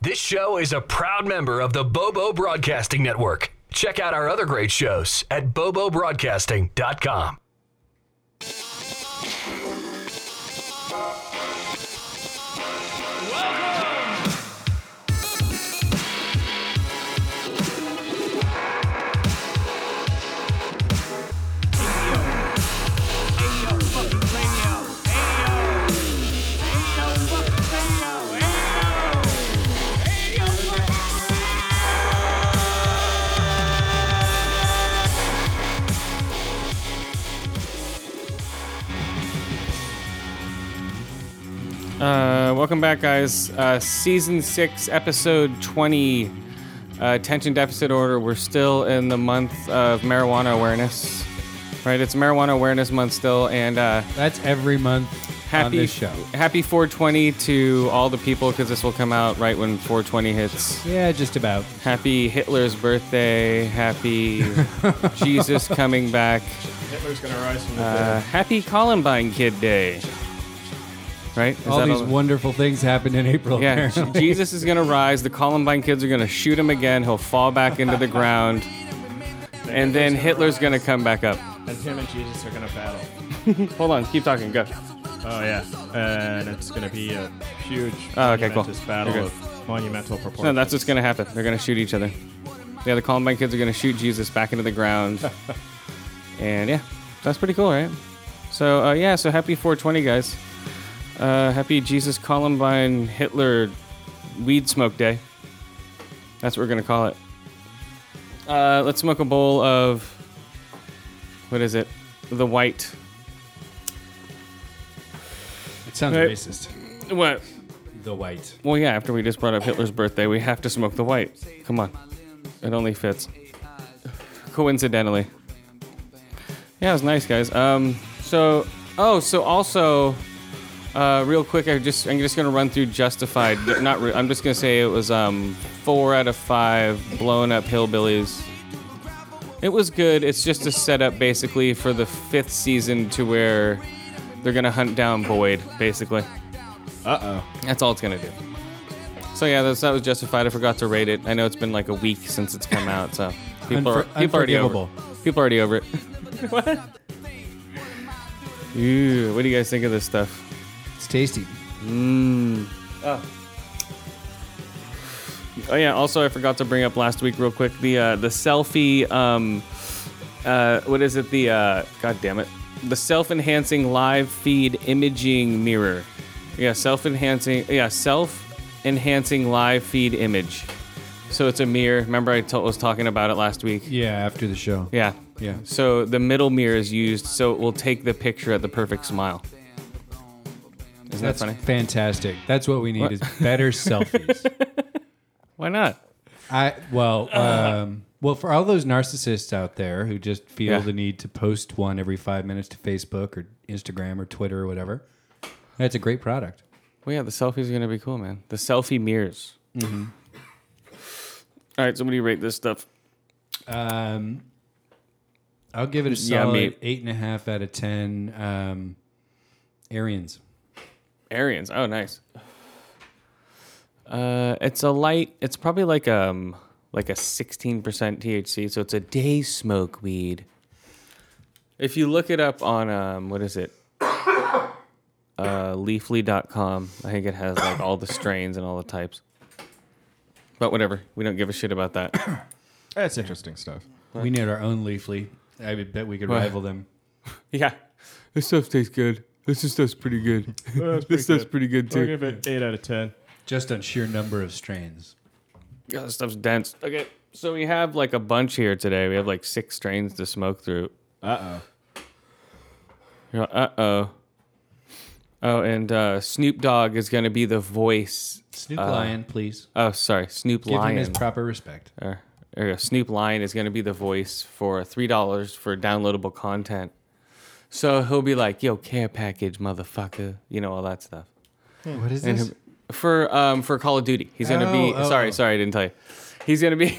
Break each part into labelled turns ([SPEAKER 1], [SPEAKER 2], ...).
[SPEAKER 1] This show is a proud member of the Bobo Broadcasting Network. Check out our other great shows at bobobroadcasting.com.
[SPEAKER 2] Uh, welcome back, guys. Uh, season six, episode twenty. Uh, attention deficit order. We're still in the month of marijuana awareness, right? It's marijuana awareness month still, and uh,
[SPEAKER 3] That's every month
[SPEAKER 2] happy
[SPEAKER 3] on this show.
[SPEAKER 2] happy 420 to all the people because this will come out right when 420 hits.
[SPEAKER 3] Yeah, just about.
[SPEAKER 2] Happy Hitler's birthday. Happy Jesus coming back.
[SPEAKER 4] Hitler's gonna rise from the
[SPEAKER 2] Uh,
[SPEAKER 4] dead.
[SPEAKER 2] happy Columbine Kid Day. Right? Is
[SPEAKER 3] all
[SPEAKER 2] that
[SPEAKER 3] these wonderful things happened in April.
[SPEAKER 2] Yeah,
[SPEAKER 3] apparently.
[SPEAKER 2] Jesus is gonna rise. The Columbine kids are gonna shoot him again. He'll fall back into the ground, and then Hitler's gonna come back up.
[SPEAKER 4] And him and Jesus are gonna battle.
[SPEAKER 2] Hold on, keep talking. Go.
[SPEAKER 4] Oh yeah, and it's gonna be a huge,
[SPEAKER 2] Oh, okay, cool.
[SPEAKER 4] monumentous battle
[SPEAKER 2] You're good.
[SPEAKER 4] of monumental proportions.
[SPEAKER 2] No, that's what's gonna happen. They're gonna shoot each other. Yeah, the Columbine kids are gonna shoot Jesus back into the ground, and yeah, that's pretty cool, right? So uh, yeah, so happy 420, guys. Uh, happy Jesus Columbine Hitler Weed Smoke Day. That's what we're gonna call it. Uh, let's smoke a bowl of what is it? The white.
[SPEAKER 3] it sounds
[SPEAKER 2] Right.
[SPEAKER 3] racist.
[SPEAKER 2] What?
[SPEAKER 3] The white.
[SPEAKER 2] Well, yeah. After we just brought up Hitler's birthday, we have to smoke the white. Come on, it only fits. Coincidentally. Yeah, it was nice, guys. Um, so, oh, so also, uh, real quick, I just I'm just gonna run through Justified. Not, re- I'm just gonna say it was um four out of five blown up hillbillies. It was good. It's just a setup basically for the fifth season to where they're gonna hunt down Boyd, basically.
[SPEAKER 4] Uh
[SPEAKER 2] That's all it's gonna do. So yeah, that's, that was justified. I forgot to rate it. I know it's been like a week since it's come out, so people are
[SPEAKER 3] Unfor-
[SPEAKER 2] people are already over.
[SPEAKER 3] unforgivable.
[SPEAKER 2] it. People are already over it. what? Ew, what do you guys think of this stuff?
[SPEAKER 3] It's tasty.
[SPEAKER 2] Oh yeah. Also, I forgot to bring up last week real quick the uh, the selfie. Um, uh, what is it? The uh, God damn it, the self enhancing live feed imaging mirror. Yeah, self enhancing. Yeah, self enhancing live feed image. So it's a mirror. Remember, I to- was talking about it last week.
[SPEAKER 3] Yeah, after the show.
[SPEAKER 2] Yeah.
[SPEAKER 3] Yeah.
[SPEAKER 2] So the middle mirror is used, so it will take the picture at the perfect smile. Isn't
[SPEAKER 3] That's
[SPEAKER 2] that funny?
[SPEAKER 3] fantastic. That's what we need
[SPEAKER 2] What?
[SPEAKER 3] is better selfies.
[SPEAKER 2] Why not?
[SPEAKER 3] I well, um, well, for all those narcissists out there who just feel
[SPEAKER 2] Uh. Yeah.
[SPEAKER 3] the need to post one every five minutes to Facebook or Instagram or Twitter or whatever, that's a great product.
[SPEAKER 2] Well, yeah, the selfies are gonna be cool, man. The selfie mirrors. All right, somebody rate this stuff.
[SPEAKER 3] Um, I'll give it a
[SPEAKER 2] Yeah,
[SPEAKER 3] solid
[SPEAKER 2] me-
[SPEAKER 3] eight and a half out of ten. Um, Arians.
[SPEAKER 2] Arians. Oh, nice. Uh, it's a light. It's probably like um like a sixteen percent THC, so it's a day smoke weed. If you look it up on um what is it? Uh, leafly.com. I think it has like all the strains and all the types. But whatever, we don't give a shit about that.
[SPEAKER 4] oh, that's interesting stuff.
[SPEAKER 3] We need our own Leafly. I would bet we could
[SPEAKER 2] Right.
[SPEAKER 3] rival them.
[SPEAKER 2] Yeah. This stuff tastes good. This stuff's pretty good. this stuff's pretty good
[SPEAKER 4] I'll
[SPEAKER 2] too.
[SPEAKER 4] give it eight out of ten.
[SPEAKER 3] Just on sheer number of strains.
[SPEAKER 2] Yeah, this stuff's dense. Okay. So we have like a bunch here today. We have like six strains to smoke through.
[SPEAKER 4] Uh
[SPEAKER 2] Uh oh. Oh, and uh, Snoop Dogg is going to be the voice.
[SPEAKER 3] Snoop
[SPEAKER 2] Uh,
[SPEAKER 3] Lion, please.
[SPEAKER 2] Oh, sorry. Snoop
[SPEAKER 3] Give him his
[SPEAKER 2] Lion.
[SPEAKER 3] proper respect.
[SPEAKER 2] or, or Snoop Lion is going to be the voice for $3 for downloadable content. So he'll be like, yo, care package, motherfucker. You know, all that stuff.
[SPEAKER 3] What is
[SPEAKER 2] And
[SPEAKER 3] this?
[SPEAKER 2] he'll- for um for Call of Duty. He's gonna be
[SPEAKER 3] Oh, oh,
[SPEAKER 2] sorry,
[SPEAKER 3] oh.
[SPEAKER 2] sorry, I didn't tell you. He's gonna be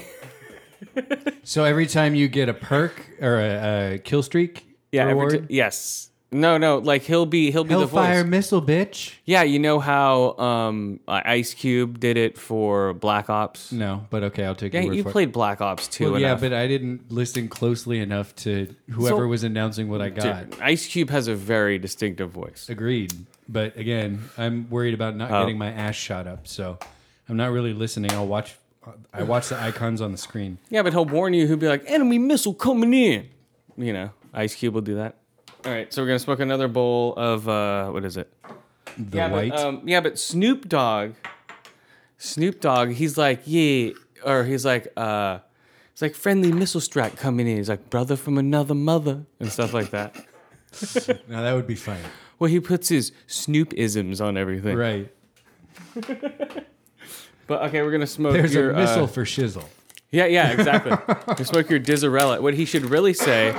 [SPEAKER 3] So every time you get a perk or a, a kill streak
[SPEAKER 2] yeah every
[SPEAKER 3] reward,
[SPEAKER 2] ti- yes No, no, like he'll be he'll be the
[SPEAKER 3] Hellfire
[SPEAKER 2] voice.
[SPEAKER 3] missile, bitch.
[SPEAKER 2] Yeah, you know how um uh, Ice Cube did it for Black Ops.
[SPEAKER 3] No, but okay, I'll take
[SPEAKER 2] Yeah,
[SPEAKER 3] your word
[SPEAKER 2] you
[SPEAKER 3] Mm. for
[SPEAKER 2] played Black Ops
[SPEAKER 3] it.
[SPEAKER 2] too.
[SPEAKER 3] Well, yeah, but I didn't listen closely enough to whoever
[SPEAKER 2] So-
[SPEAKER 3] was announcing what I got.
[SPEAKER 2] Ice Cube has a very distinctive voice.
[SPEAKER 3] Agreed. But again, I'm worried about not
[SPEAKER 2] Oh.
[SPEAKER 3] getting my ass shot up, so I'm not really listening. I'll watch. I watch the icons on the screen.
[SPEAKER 2] Yeah, but he'll warn you. He'll be like, "Enemy missile coming in." You know, Ice Cube will do that. All right, so we're gonna smoke another bowl of uh, what is it?
[SPEAKER 3] The
[SPEAKER 2] yeah,
[SPEAKER 3] white.
[SPEAKER 2] But, um, yeah, but Snoop Dogg, Snoop Dogg, he's like, yeah, or he's like, uh, it's like friendly missile strike coming in. He's like, brother from another mother, and stuff like that.
[SPEAKER 3] now that would be fine,
[SPEAKER 2] Well, he puts his Snoop isms on everything.
[SPEAKER 3] right?
[SPEAKER 2] But okay, we're gonna smoke
[SPEAKER 3] There's
[SPEAKER 2] your
[SPEAKER 3] a missile
[SPEAKER 2] uh,
[SPEAKER 3] for shizzle.
[SPEAKER 2] yeah, yeah, exactly. you smoke your Dizarella. What he should really say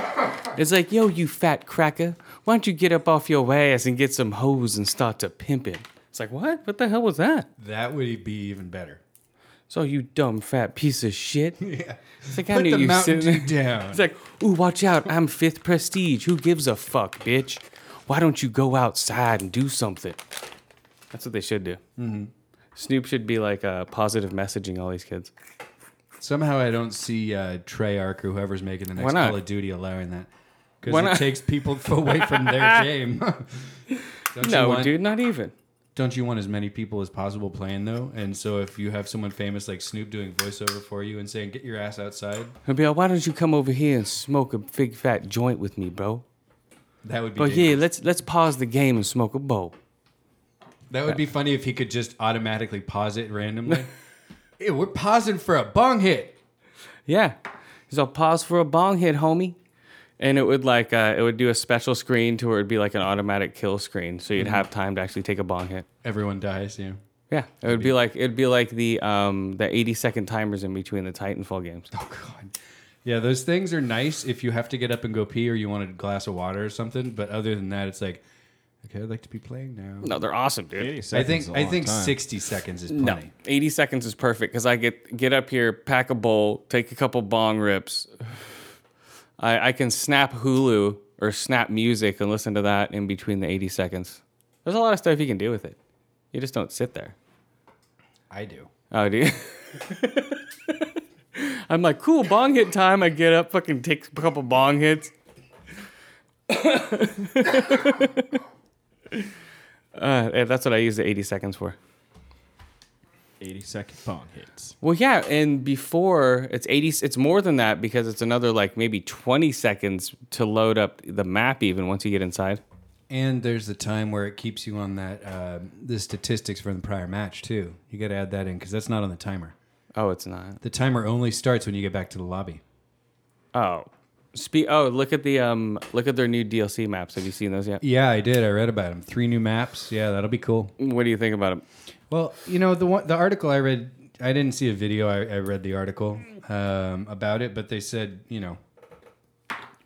[SPEAKER 2] is like, yo, you fat cracker, why don't you get up off your ass and get some hoes and start to pimping? It's like, what? What the hell was that?
[SPEAKER 3] That would be even better.
[SPEAKER 2] So you dumb fat piece of shit. Yeah. It's like I
[SPEAKER 3] Put
[SPEAKER 2] knew
[SPEAKER 3] the
[SPEAKER 2] you
[SPEAKER 3] Mountain
[SPEAKER 2] sitting there.
[SPEAKER 3] Dew down.
[SPEAKER 2] It's like, ooh, watch out! I'm fifth prestige. Who gives a fuck, bitch? Why don't you go outside and do something? That's what they should do.
[SPEAKER 3] Mm-hmm.
[SPEAKER 2] Snoop should be like uh, positive messaging all these kids.
[SPEAKER 3] Somehow I don't see uh, Treyarch or whoever's making the
[SPEAKER 2] Why
[SPEAKER 3] next
[SPEAKER 2] not?
[SPEAKER 3] Call of Duty allowing that because
[SPEAKER 2] Why
[SPEAKER 3] it
[SPEAKER 2] not?
[SPEAKER 3] takes people f- away from their game. don't you
[SPEAKER 2] No,
[SPEAKER 3] want,
[SPEAKER 2] dude, not even.
[SPEAKER 3] Don't you want as many people as possible playing though? And so if you have someone famous like Snoop doing voiceover for you and saying "Get your ass outside,"
[SPEAKER 2] He'll be like, why don't you come over here and smoke a big fat joint with me, bro?
[SPEAKER 3] that would be.
[SPEAKER 2] But yeah,
[SPEAKER 3] dangerous.
[SPEAKER 2] let's let's pause the game and smoke a bowl.
[SPEAKER 3] That would be funny if he could just automatically pause it randomly. hey, we're pausing for a bong hit.
[SPEAKER 2] Yeah. So pause for a bong hit, homie. And it would like uh, it would do a special screen to where it'd be like an automatic kill screen, so you'd have time to actually take a bong hit.
[SPEAKER 3] Everyone dies. Yeah.
[SPEAKER 2] Yeah, it would be like it'd be like the um the 80 second timers in between the Titanfall games.
[SPEAKER 3] Oh god. Yeah, those things are nice if you have to get up and go pee or you want a glass of water or something. But other than that, it's like, okay, I'd like to be playing now.
[SPEAKER 2] No, they're awesome, dude.
[SPEAKER 3] I think I think sixty seconds is plenty.
[SPEAKER 2] No, 80 seconds is perfect because I get get up here, pack a bowl, take a couple bong rips. I I can snap Hulu or snap music and listen to that in between the 80 seconds. There's a lot of stuff you can do with it. You just don't sit there.
[SPEAKER 3] I do.
[SPEAKER 2] Oh, do you? I'm like, cool, bong hit time. I get up, fucking take a couple bong hits. uh, yeah, that's what I use the 80 seconds for.
[SPEAKER 4] 80 second bong hits.
[SPEAKER 2] Well, yeah, and before it's 80, it's more than that because it's another like maybe 20 seconds to load up the map even once you get inside.
[SPEAKER 3] And there's the time where it keeps you on that uh, the statistics from the prior match too. You got to add that in because that's not on the timer.
[SPEAKER 2] Oh, it's not.
[SPEAKER 3] The timer only starts when you get back to the lobby.
[SPEAKER 2] Oh. Spe- oh, look at the um look at their new DLC maps. Have you seen those yet?
[SPEAKER 3] Yeah, I did. I read about them. Three new maps. Yeah, that'll be cool.
[SPEAKER 2] What do you think about them?
[SPEAKER 3] Well, you know the one, the article I read, I didn't see a video. I, I read the article um, about it, but they said you know,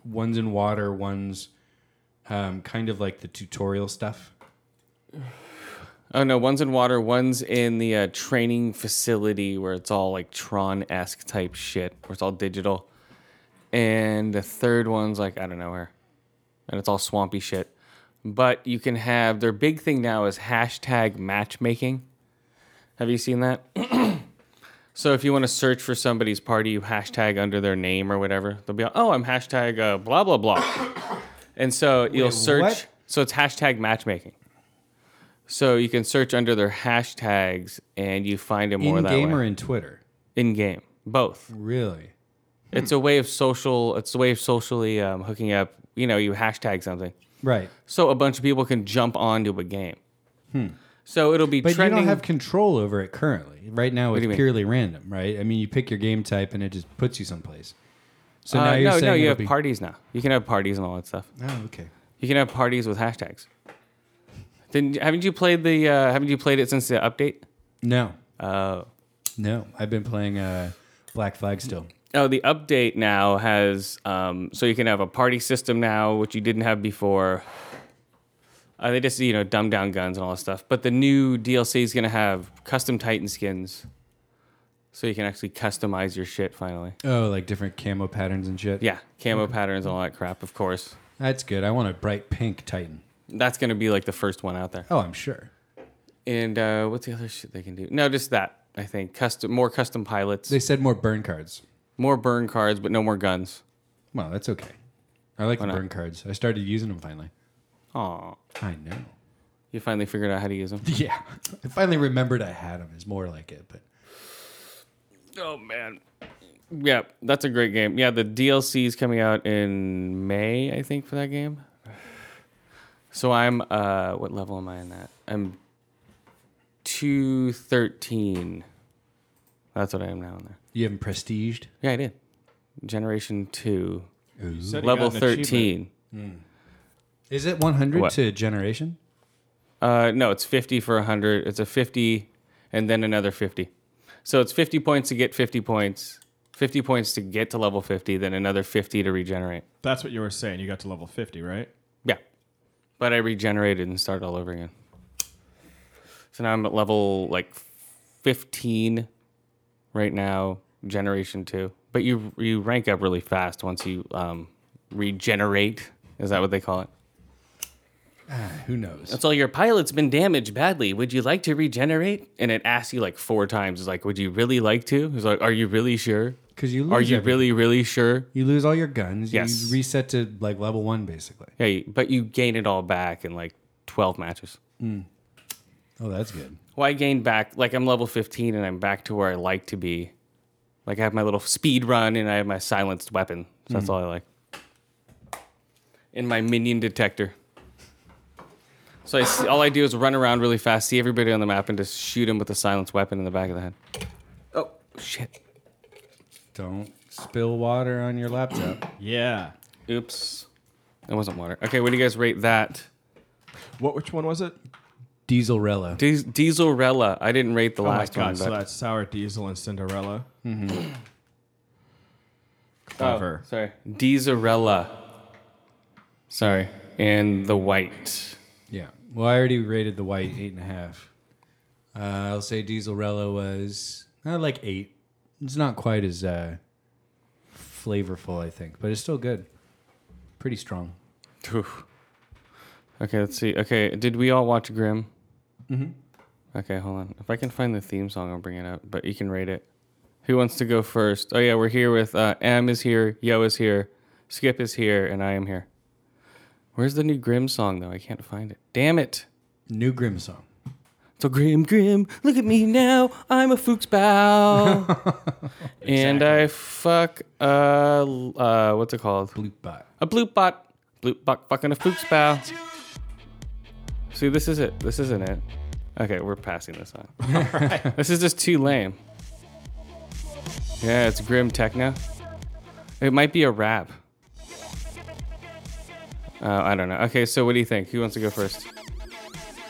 [SPEAKER 3] one's in water, one's um, kind of like the tutorial stuff.
[SPEAKER 2] Oh no, one's in water, one's in the uh, training facility where it's all like Tron esque type shit, where it's all digital, and the third one's like I don't know where, and it's all swampy shit. But you can have their big thing now is hashtag matchmaking. Have you seen that? so if you want to search for somebody's party, you hashtag under their name or whatever. They'll be like, oh, I'm hashtag uh, blah blah blah, and so you'll search.
[SPEAKER 3] what?
[SPEAKER 2] So it's hashtag matchmaking. So you can search under their hashtags and you find it more
[SPEAKER 3] in
[SPEAKER 2] that
[SPEAKER 3] game
[SPEAKER 2] way.
[SPEAKER 3] or in Hmm. Twitter,
[SPEAKER 2] in game, both.
[SPEAKER 3] really.
[SPEAKER 2] It's a way of social. It's a way of socially um, hooking up. You know, you hashtag something,
[SPEAKER 3] Right,
[SPEAKER 2] so a bunch of people can jump onto a game. So it'll be
[SPEAKER 3] Hmm. but
[SPEAKER 2] trending.
[SPEAKER 3] you don't have control over it currently. Right
[SPEAKER 2] do
[SPEAKER 3] now,
[SPEAKER 2] you
[SPEAKER 3] it's
[SPEAKER 2] mean?
[SPEAKER 3] purely random. Right? I mean, you pick your game type, and it just puts you someplace. So
[SPEAKER 2] Uh,
[SPEAKER 3] now
[SPEAKER 2] no,
[SPEAKER 3] you're saying
[SPEAKER 2] no, you
[SPEAKER 3] it'll
[SPEAKER 2] have
[SPEAKER 3] be-
[SPEAKER 2] parties now. You can have parties and all that stuff.
[SPEAKER 3] Oh, okay.
[SPEAKER 2] You can have parties with hashtags. Didn't, haven't you played the? Uh, haven't you played it since the update?
[SPEAKER 3] No,
[SPEAKER 2] Oh.
[SPEAKER 3] no, I've been playing uh, Black Flag still.
[SPEAKER 2] Oh, the update now has um, so you can have a party system now, which you didn't have before. Uh, they just you know dumbed down guns and all that stuff. But the new DLC is gonna have custom Titan skins, so you can actually customize your shit finally.
[SPEAKER 3] Oh, like different camo patterns and shit.
[SPEAKER 2] Yeah, camo patterns and all that crap, of course.
[SPEAKER 3] That's good. I want a bright pink Titan.
[SPEAKER 2] That's gonna be like the first one out there.
[SPEAKER 3] Oh, I'm sure.
[SPEAKER 2] And uh, what's the other shit they can do? No, just that. I think custom, more custom pilots,
[SPEAKER 3] They said more burn cards.
[SPEAKER 2] more burn cards, but no more guns.
[SPEAKER 3] Well, that's okay. I like the
[SPEAKER 2] not?
[SPEAKER 3] burn cards. I started using them finally.
[SPEAKER 2] Aw,
[SPEAKER 3] I know.
[SPEAKER 2] you finally figured out how to use them.
[SPEAKER 3] Yeah. I finally remembered I had them. Is more like it, but
[SPEAKER 2] Oh man. Yeah, that's a great game. Yeah, the DLC is coming out in May, I think, for that game. So I'm uh what level am I in that? I'm 213. That's what I am now in there.
[SPEAKER 3] you haven't prestiged.
[SPEAKER 2] Yeah, I did. Generation 2,
[SPEAKER 4] You said he
[SPEAKER 2] level
[SPEAKER 4] got an achievement.
[SPEAKER 2] 13.
[SPEAKER 3] Is it 100
[SPEAKER 2] What?
[SPEAKER 3] to generation?
[SPEAKER 2] Uh no, it's 50 for 100. It's a 50 and then another 50. So it's 50 points to get 50 points, 50 points to get to level 50, then another 50 to regenerate.
[SPEAKER 4] That's what you were saying. You got to level 50, right?
[SPEAKER 2] Yeah. But I regenerated and started all over again. So now I'm at level like 15 right now, generation 2. But you you rank up really fast once you um, regenerate. Is that what they call it?
[SPEAKER 3] Who knows?
[SPEAKER 2] It's all your pilot's been damaged badly. Would you like to regenerate? And it asks you like four times. It's like, would you really like to? It's like, are you really sure?
[SPEAKER 3] Because you lose
[SPEAKER 2] Are you
[SPEAKER 3] everything.
[SPEAKER 2] really, really sure?
[SPEAKER 3] You lose all your guns.
[SPEAKER 2] Yes.
[SPEAKER 3] You reset to like level one, basically.
[SPEAKER 2] Hey, but you gain it all back in like 12 matches.
[SPEAKER 3] Oh, that's good.
[SPEAKER 2] Well, I gained back, like I'm level 15 and I'm back to where I like to be. Like I have my little speed run and I have my silenced weapon. So
[SPEAKER 4] Mm-hmm.
[SPEAKER 2] that's all I like. And my minion detector. So I s all I do is run around really fast, see everybody on the map, and just shoot them with a silenced weapon in the back of the head. Oh, shit.
[SPEAKER 3] Don't spill water on your laptop.
[SPEAKER 4] Yeah.
[SPEAKER 2] Oops. That wasn't water. Okay, what do you guys rate that?
[SPEAKER 4] What? Which one was it?
[SPEAKER 3] Diesel Rella.
[SPEAKER 2] Dies- Dieselrella. I didn't rate the
[SPEAKER 4] Oh my
[SPEAKER 2] last one.
[SPEAKER 4] god! So
[SPEAKER 2] but-
[SPEAKER 4] that's Sour Diesel and Cinderella. Mm-hmm. Clever.
[SPEAKER 2] Oh, sorry. Diesarella. Sorry. And the white.
[SPEAKER 3] Yeah. Well, I already rated the white eight and a half. Uh, I'll say Diesel Rella was uh, like eight. It's not quite as uh, flavorful, I think, but it's still good. Pretty strong.
[SPEAKER 2] Okay, let's see. Okay, did we all watch Grimm? Mm-hmm. Okay, hold on. If I can find the theme song, I'll bring it up, but you can rate it. Who wants to go first? Oh, yeah, we're here with uh, M is here, Yo is here, Skip is here, and I am here. Where's the new Grimm song, though? I can't find it. Damn it.
[SPEAKER 3] New Grim song.
[SPEAKER 2] So grim, grim, look at me now. I'm a fook's bow. And I fuck, uh, l- uh, what's it called?
[SPEAKER 3] Bloop bot.
[SPEAKER 2] A bloop bot. Bloop bot fucking a fook's bow. See, this is it. This isn't it. Okay, we're passing this on. This is just too lame. Yeah, it's grim techno. It might be a rap. Uh, I don't know. Okay, so what do you think? Who wants to go first?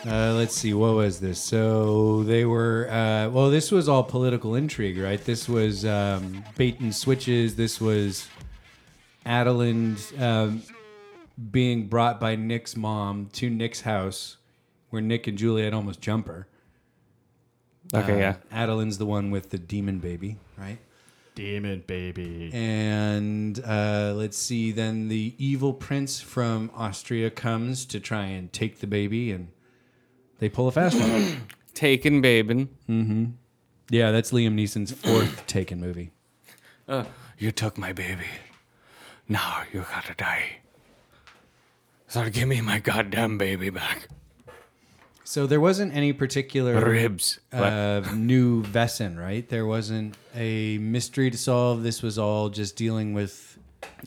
[SPEAKER 3] Uh, let's see, what was this? So they were, uh, well, this was all political intrigue, right? This was um, bait and switches. This was Adeland um, being brought by Nick's mom to Nick's house, where Nick and Juliet almost jump her.
[SPEAKER 2] Okay,
[SPEAKER 3] Uh,
[SPEAKER 2] yeah.
[SPEAKER 3] Adeline's the one with the demon baby, right?
[SPEAKER 4] Demon baby.
[SPEAKER 3] And uh, let's see, then the evil prince from Austria comes to try and take the baby, and they pull a fast one.
[SPEAKER 2] Taken Babin.
[SPEAKER 3] Yeah, that's Liam Neeson's fourth Taken movie.
[SPEAKER 2] You took my baby. Now you gotta die. So give me my goddamn baby back.
[SPEAKER 3] So there wasn't any particular
[SPEAKER 2] Ribs.
[SPEAKER 3] uh, new Vesson, right? There wasn't a mystery to solve. This was all just dealing with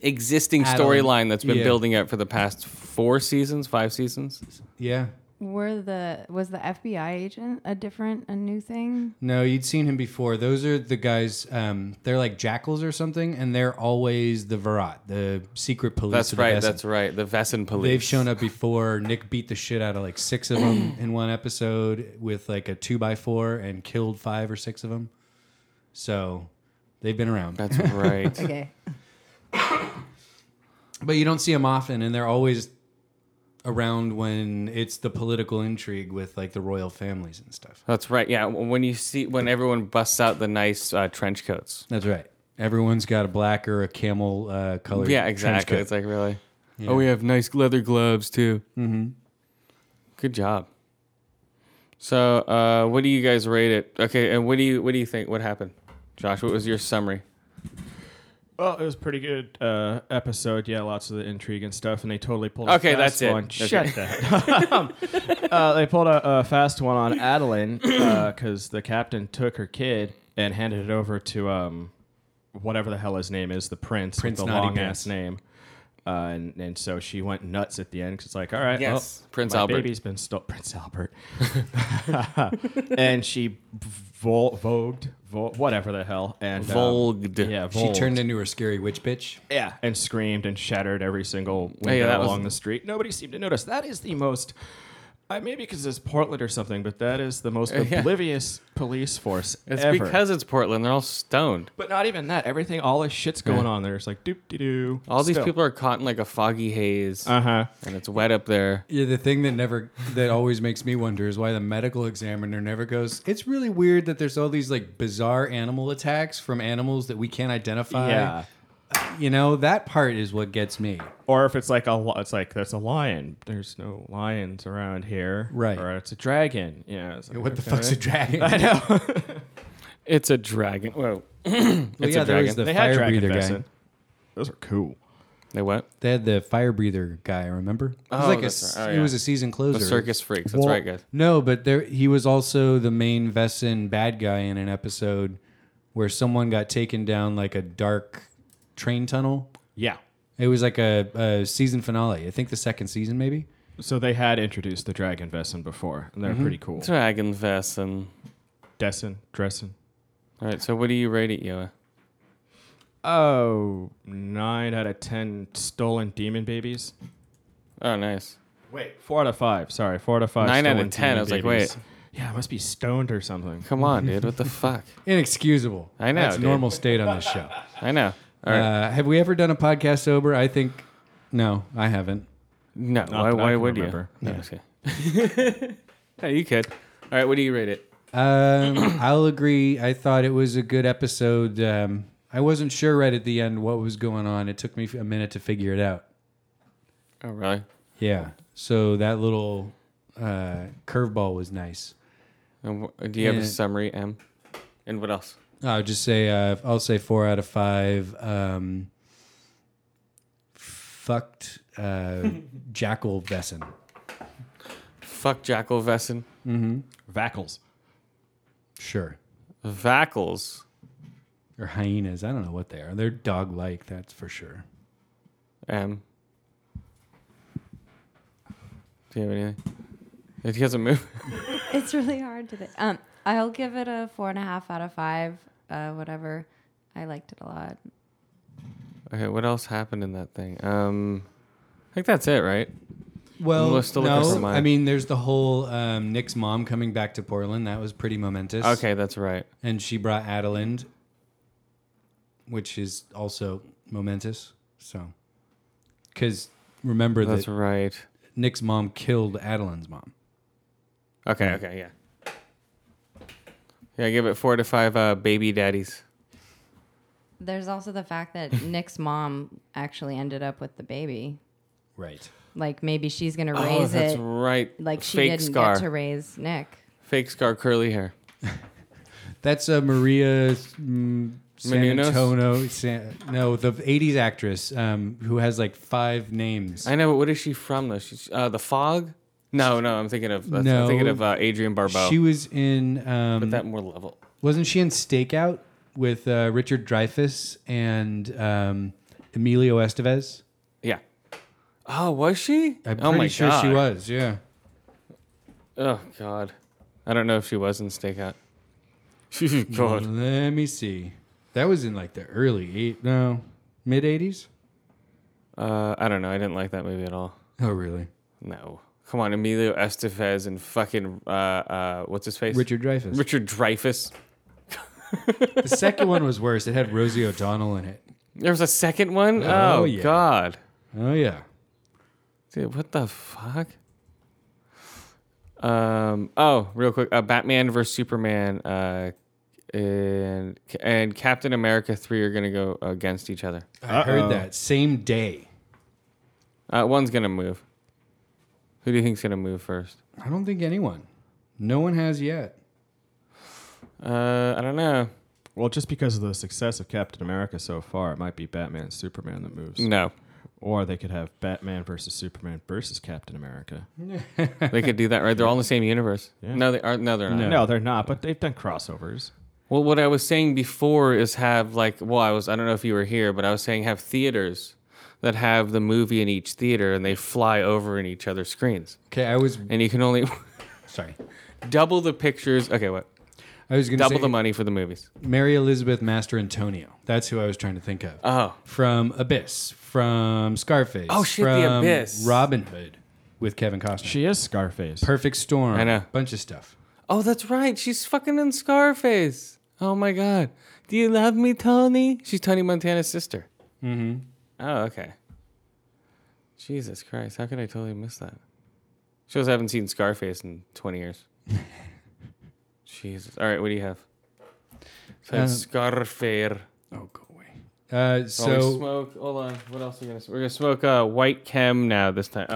[SPEAKER 2] Existing
[SPEAKER 3] Adam-
[SPEAKER 2] storyline that's been
[SPEAKER 3] yeah.
[SPEAKER 2] building up for the past four seasons, five seasons.
[SPEAKER 3] yeah.
[SPEAKER 5] Were the was the FBI agent a different a new thing?
[SPEAKER 3] No, you'd seen him before. Those are the guys. Um, they're like jackals or something, and they're always the Virat, the secret police.
[SPEAKER 2] That's
[SPEAKER 3] of the
[SPEAKER 2] right.
[SPEAKER 3] Vesson.
[SPEAKER 2] That's right. The Vesson police.
[SPEAKER 3] They've shown up before. Nick beat the shit out of like six of them in one episode with like a two by four and killed five or six of them. So they've been around.
[SPEAKER 2] That's right.
[SPEAKER 5] Okay.
[SPEAKER 3] but you don't see them often and they're always around when it's the political intrigue with like the royal families and stuff
[SPEAKER 2] that's right. Yeah. w- When you see when everyone busts out the nice uh, trench coats.
[SPEAKER 3] that's right everyone's got a black or a camel uh, color
[SPEAKER 2] Yeah, exactly. It's like really. Oh, we have nice leather gloves too. Mm-hmm. Good job. So, uh, what do you guys rate it? Okay, and what do you what do you think? What happened, Josh? What was your summary?
[SPEAKER 6] Well, it was a pretty good uh, episode. Yeah, lots of the intrigue and stuff, and they totally pulled.
[SPEAKER 2] Okay,
[SPEAKER 6] a fast
[SPEAKER 2] that's it.
[SPEAKER 6] One.
[SPEAKER 2] Okay.
[SPEAKER 6] Shut that. up. uh, they pulled a, a fast one on Adeline because the captain took her kid and handed it over to um, whatever the hell his name is, the prince,
[SPEAKER 3] Prince
[SPEAKER 6] with the
[SPEAKER 3] Naughty
[SPEAKER 6] long ass
[SPEAKER 3] Prince.
[SPEAKER 6] name. Uh, and, and so she went nuts at the end because it's like, all right, well,
[SPEAKER 2] Yes. Prince
[SPEAKER 6] my
[SPEAKER 2] Albert.
[SPEAKER 6] baby's been stolen. Prince Albert. and she vo- vogued, vo- whatever the hell, and um,
[SPEAKER 2] Volged.
[SPEAKER 6] yeah,
[SPEAKER 3] She
[SPEAKER 6] volged.
[SPEAKER 3] turned into her scary witch bitch.
[SPEAKER 6] Yeah, and screamed and shattered every single window
[SPEAKER 2] yeah, that was-
[SPEAKER 6] along the street. Nobody seemed to notice. That is the most. I maybe because it's Portland or something, but that is the most
[SPEAKER 2] yeah.
[SPEAKER 6] oblivious police force
[SPEAKER 2] It's
[SPEAKER 6] ever.
[SPEAKER 2] because it's Portland. They're all stoned.
[SPEAKER 6] but not even that. Everything, all this shit's going on there. It's like doop de doo.
[SPEAKER 2] All these people are caught in like a foggy haze,
[SPEAKER 6] Uh huh.
[SPEAKER 2] and it's wet up there.
[SPEAKER 3] Yeah, the thing that never that always makes me wonder is why the medical examiner never goes. It's really weird that there's all these like bizarre animal attacks from animals that we can't identify.
[SPEAKER 6] Yeah.
[SPEAKER 3] You know, that part is what gets me.
[SPEAKER 6] Or if it's like a, li- it's like there's a lion. There's no lions around here.
[SPEAKER 3] Right.
[SPEAKER 6] Or it's a dragon. Yeah. It's like,
[SPEAKER 3] What the
[SPEAKER 6] okay.
[SPEAKER 3] fuck's a dragon?
[SPEAKER 6] I know.
[SPEAKER 2] It's a dragon. Whoa.
[SPEAKER 3] Well,
[SPEAKER 2] it's
[SPEAKER 3] yeah,
[SPEAKER 2] a
[SPEAKER 3] there
[SPEAKER 2] dragon.
[SPEAKER 3] was the
[SPEAKER 6] they had
[SPEAKER 3] fire
[SPEAKER 6] dragon
[SPEAKER 3] breather guy.
[SPEAKER 6] venison. Those are cool.
[SPEAKER 2] They what?
[SPEAKER 3] They had the fire breather guy. Remember? It was
[SPEAKER 2] Oh,
[SPEAKER 3] like a,
[SPEAKER 2] that's
[SPEAKER 3] s-
[SPEAKER 2] right. Oh,
[SPEAKER 3] it
[SPEAKER 2] yeah.
[SPEAKER 3] was a season closer.
[SPEAKER 2] The circus freaks. That's
[SPEAKER 3] Well,
[SPEAKER 2] right, guys.
[SPEAKER 3] No, but there he was also the main Vessin bad guy in an episode where someone got taken down like a dark train tunnel.
[SPEAKER 6] Yeah.
[SPEAKER 3] It was like a, a season finale. I think the second season, maybe.
[SPEAKER 6] So they had introduced the dragon Vesson before, and they're pretty cool.
[SPEAKER 2] Dragon fest and.
[SPEAKER 6] Dessen, Dressen.
[SPEAKER 2] All right. So, what do you rate it, Yoa?
[SPEAKER 6] Oh, nine out of ten stolen demon babies.
[SPEAKER 2] Oh, nice.
[SPEAKER 6] Wait, four out of five. Sorry, four out of five.
[SPEAKER 2] Nine out
[SPEAKER 6] stolen
[SPEAKER 2] of 10, I
[SPEAKER 6] demon
[SPEAKER 2] was like,
[SPEAKER 6] babies.
[SPEAKER 2] wait.
[SPEAKER 6] Yeah, I must be stoned or something.
[SPEAKER 2] Come on, dude. What the fuck?
[SPEAKER 3] Inexcusable.
[SPEAKER 2] I know,
[SPEAKER 3] That's
[SPEAKER 2] dude.
[SPEAKER 3] normal state on this show.
[SPEAKER 2] I know. All right.
[SPEAKER 3] uh, have we ever done a podcast sober? I think no, I haven't.
[SPEAKER 2] no. Why,
[SPEAKER 6] that I
[SPEAKER 2] why
[SPEAKER 6] can
[SPEAKER 2] would
[SPEAKER 6] remember.
[SPEAKER 2] you? No, okay. hey, you could. All right. What do you rate it?
[SPEAKER 3] Um, I'll agree. I thought it was a good episode. Um, I wasn't sure right at the end what was going on. It took me a minute to figure it out.
[SPEAKER 2] Oh, really?
[SPEAKER 3] Yeah. So that little uh, curveball was nice.
[SPEAKER 2] And Uh, wh- do you have
[SPEAKER 3] Yeah.
[SPEAKER 2] a summary, M? And what else?
[SPEAKER 3] I'll just say uh, I'll say four out of five. Um, fucked uh, jackal Vesson.
[SPEAKER 2] Fuck Jackal Vesson.
[SPEAKER 6] Vackles.
[SPEAKER 3] Sure.
[SPEAKER 2] Vackles.
[SPEAKER 3] Or hyenas. I don't know what they are. They're dog like. That's for sure.
[SPEAKER 2] M. Do you have anything? If he hasn't moved.
[SPEAKER 5] It's really hard to. Th- um, I'll give it a four and a half out of five. Uh, whatever. I liked it a lot.
[SPEAKER 2] Okay, what else happened in that thing? Um, I think that's it, right?
[SPEAKER 3] Well,
[SPEAKER 2] We're still looking for
[SPEAKER 3] no.
[SPEAKER 2] mine.
[SPEAKER 3] I mean, there's the whole um, Nick's mom coming back to Portland. That was pretty momentous.
[SPEAKER 2] Okay, that's right.
[SPEAKER 3] And she brought Adeland, which is also momentous. So, because remember that
[SPEAKER 2] That's right.
[SPEAKER 3] Nick's mom killed Adeline's mom.
[SPEAKER 2] Okay, okay, yeah. Yeah, I give it four to five uh, baby daddies.
[SPEAKER 5] There's also the fact that Nick's mom actually ended up with the baby.
[SPEAKER 3] Right.
[SPEAKER 5] Like maybe she's gonna
[SPEAKER 2] oh,
[SPEAKER 5] raise
[SPEAKER 2] that's
[SPEAKER 5] it.
[SPEAKER 2] right.
[SPEAKER 5] Like she
[SPEAKER 2] fake
[SPEAKER 5] didn't
[SPEAKER 2] scar,
[SPEAKER 5] get to raise Nick.
[SPEAKER 2] fake scar, curly hair.
[SPEAKER 3] That's uh, Maria mm,
[SPEAKER 2] Menounos?
[SPEAKER 3] Santono. San, no, the '80s actress um, who has like five names.
[SPEAKER 2] I know, but what is she from though? She's uh, the fog. No, no, I'm thinking of. That's, I'm
[SPEAKER 3] No.
[SPEAKER 2] thinking of uh, Adrian Barbeau.
[SPEAKER 3] she was in. Um,
[SPEAKER 2] that more level.
[SPEAKER 3] wasn't she in Stakeout with uh, Richard Dreyfuss and um, Emilio Estevez?
[SPEAKER 2] Yeah. Oh, was she?
[SPEAKER 3] I'm pretty
[SPEAKER 2] oh my
[SPEAKER 3] sure
[SPEAKER 2] god.
[SPEAKER 3] she was. Yeah.
[SPEAKER 2] Oh god. I don't know if she was in Stakeout. god.
[SPEAKER 3] Let me see. That was in like the early eight, no, mid '80s.
[SPEAKER 2] Uh, I don't know. I didn't like that movie at all.
[SPEAKER 3] Oh, really?
[SPEAKER 2] No. Come on, Emilio Estevez and fucking uh, uh, what's his face?
[SPEAKER 3] Richard Dreyfuss.
[SPEAKER 2] Richard Dreyfus.
[SPEAKER 3] The second one was worse. It had Rosie O'Donnell in it.
[SPEAKER 2] There was a second one. Oh,
[SPEAKER 3] Oh, yeah.
[SPEAKER 2] god.
[SPEAKER 3] Oh yeah.
[SPEAKER 2] Dude, what the fuck? Um. Oh, real quick. Uh, Batman versus Superman. Uh, and and Captain America three are gonna go against each other.
[SPEAKER 3] I heard that same day.
[SPEAKER 2] Uh, one's gonna move. Who do you think's gonna move first?
[SPEAKER 3] I don't think anyone. No one has yet.
[SPEAKER 2] Uh, I don't know.
[SPEAKER 6] Well, just because of the success of Captain America so far, it might be Batman and Superman that moves.
[SPEAKER 2] No,
[SPEAKER 6] Or they could have Batman versus Superman versus Captain America.
[SPEAKER 2] they could do that, right? They're all in the same universe.
[SPEAKER 6] Yeah.
[SPEAKER 2] No, they are. No, they're not.
[SPEAKER 6] Uh, No. they're not, but they've done crossovers.
[SPEAKER 2] Well, what I was saying before is have like, well, I was, I don't know if you were here, but I was saying have theaters that have the movie in each theater and they fly over in each other's screens,
[SPEAKER 3] Okay, I was
[SPEAKER 2] and you can only
[SPEAKER 3] sorry.
[SPEAKER 2] double the pictures. Okay, what?
[SPEAKER 3] I was going to
[SPEAKER 2] Double
[SPEAKER 3] say
[SPEAKER 2] the money for the movies.
[SPEAKER 3] Mary Elizabeth Master Antonio. That's who I was trying to think of.
[SPEAKER 2] Oh,
[SPEAKER 3] from Abyss, from Scarface.
[SPEAKER 2] Oh, shit, The
[SPEAKER 3] from
[SPEAKER 2] Abyss.
[SPEAKER 3] Robin Hood with Kevin Costner.
[SPEAKER 6] She is Scarface.
[SPEAKER 3] Perfect Storm.
[SPEAKER 2] I know.
[SPEAKER 3] Bunch of stuff.
[SPEAKER 2] oh, that's right. She's fucking in Scarface. Oh my god. Do you love me, Tony? She's Tony Montana's sister. Mm-hmm. Oh, okay. Jesus Christ, how could I totally miss that? Shows I haven't seen Scarface in 20 years. Jesus. All right, what do you have? So I have
[SPEAKER 3] Uh,
[SPEAKER 2] Scarface.
[SPEAKER 3] Oh, go away. Uh,
[SPEAKER 2] So we
[SPEAKER 3] so
[SPEAKER 2] smoke. Hold on. What else are we gonna? We're gonna smoke uh, white chem now this time.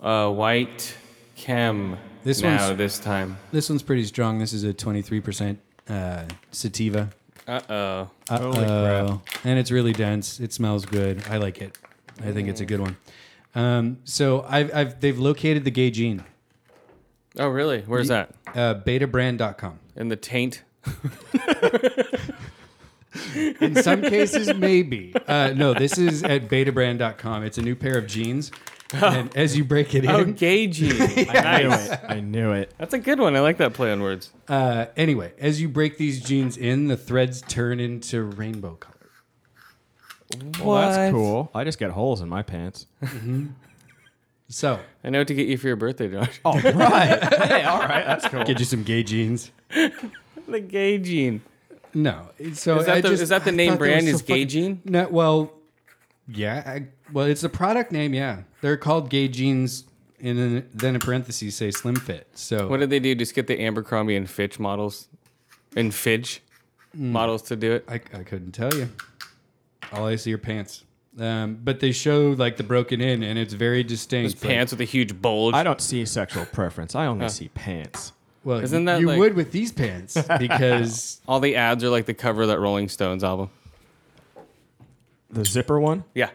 [SPEAKER 2] Oh, uh, white chem.
[SPEAKER 3] This
[SPEAKER 2] now
[SPEAKER 3] one's-
[SPEAKER 2] this time.
[SPEAKER 3] this one's pretty strong. This is a 23% uh, sativa.
[SPEAKER 2] Uh oh.
[SPEAKER 3] Uh-oh. And it's really dense. It smells good. I like it. I think it's a good one. Um, so I've, I've they've located the gay gene.
[SPEAKER 2] Oh really? Where's that?
[SPEAKER 3] Uh, betabrand.com.
[SPEAKER 2] In the taint.
[SPEAKER 3] In some cases, maybe. Uh, no, this is at betabrand.com. It's a new pair of jeans. And as you break it in,
[SPEAKER 2] Oh, gay gene.
[SPEAKER 6] I knew it. I knew it.
[SPEAKER 2] That's a good one. I like that play on words.
[SPEAKER 3] Uh, anyway, as you break these jeans in, the threads turn into rainbow color.
[SPEAKER 6] Well, that's cool. I just got holes in my pants.
[SPEAKER 3] So,
[SPEAKER 2] I know what to get you for your birthday, Josh.
[SPEAKER 6] All right. hey, all right. That's cool.
[SPEAKER 3] get you some gay jeans.
[SPEAKER 2] the gay gene.
[SPEAKER 3] No, so
[SPEAKER 2] Is that,
[SPEAKER 3] I
[SPEAKER 2] the,
[SPEAKER 3] just-
[SPEAKER 2] is that the
[SPEAKER 3] I
[SPEAKER 2] name
[SPEAKER 3] thought was
[SPEAKER 2] brand?
[SPEAKER 3] so
[SPEAKER 2] is gay
[SPEAKER 3] fucking-
[SPEAKER 2] gene?
[SPEAKER 3] No, well, yeah. I, well, it's the product name. Yeah, they're called gay jeans, and then, then in parentheses say slim fit. So
[SPEAKER 2] What did they do? Just get the Abercrombie and Fitch models, and Fidge
[SPEAKER 6] Mm.
[SPEAKER 2] models to do it.
[SPEAKER 3] I, I couldn't tell you. All I see are pants. Um, but they show like the broken in, and it's very distinct.
[SPEAKER 2] Just pants with a huge bulge.
[SPEAKER 6] I don't see sexual preference. I only see pants.
[SPEAKER 3] Like, well,
[SPEAKER 2] Isn't that
[SPEAKER 3] you
[SPEAKER 2] like-
[SPEAKER 3] would with these pants because
[SPEAKER 2] All the ads are like the cover of that Rolling Stones album.
[SPEAKER 6] The zipper one?
[SPEAKER 2] Yeah.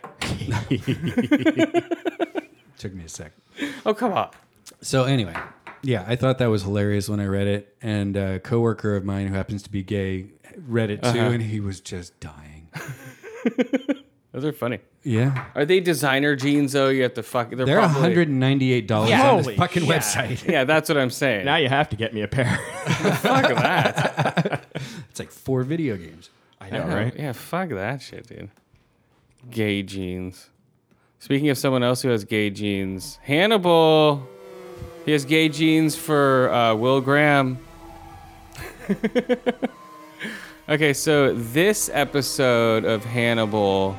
[SPEAKER 3] took me a sec.
[SPEAKER 2] Oh come on.
[SPEAKER 3] So anyway, yeah, I thought that was hilarious when I read it, and a coworker of mine who happens to be gay read it too,
[SPEAKER 2] Uh-huh.
[SPEAKER 3] and he was just dying.
[SPEAKER 2] Those are funny.
[SPEAKER 3] Yeah,
[SPEAKER 2] Are they designer jeans though? You have to fuck. They're,
[SPEAKER 3] they're one
[SPEAKER 2] probably,
[SPEAKER 3] hundred and ninety-eight dollars on this
[SPEAKER 6] Holy
[SPEAKER 3] fucking
[SPEAKER 6] shit.
[SPEAKER 3] website.
[SPEAKER 2] Yeah, that's what I'm saying.
[SPEAKER 6] Now you have to get me a pair.
[SPEAKER 2] fuck that.
[SPEAKER 3] It's like four video games.
[SPEAKER 6] I know, right?
[SPEAKER 2] Yeah, fuck that shit, dude. Gay jeans. Speaking of someone else who has gay jeans, Hannibal. He has gay jeans for uh, Will Graham. okay, so this episode of Hannibal,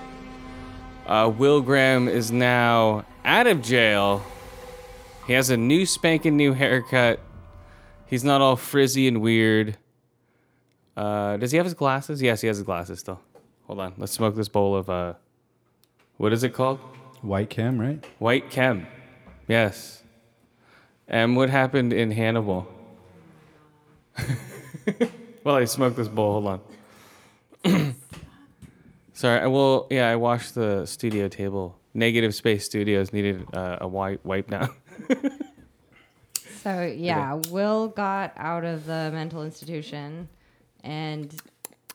[SPEAKER 2] uh, Will Graham is now out of jail. He has a new spanking new haircut. He's not all frizzy and weird. Uh, does he have his glasses? Yes, he has his glasses still. Hold on. Let's smoke this bowl of uh, what is it called?
[SPEAKER 3] White cam, right?
[SPEAKER 2] White chem. Yes. And what happened in Hannibal? well, I smoked this bowl. Hold on. Sorry. I will. Yeah, I washed the studio table. Negative Space Studios needed uh, a wipe wipe now.
[SPEAKER 5] So yeah, Will got out of the mental institution, and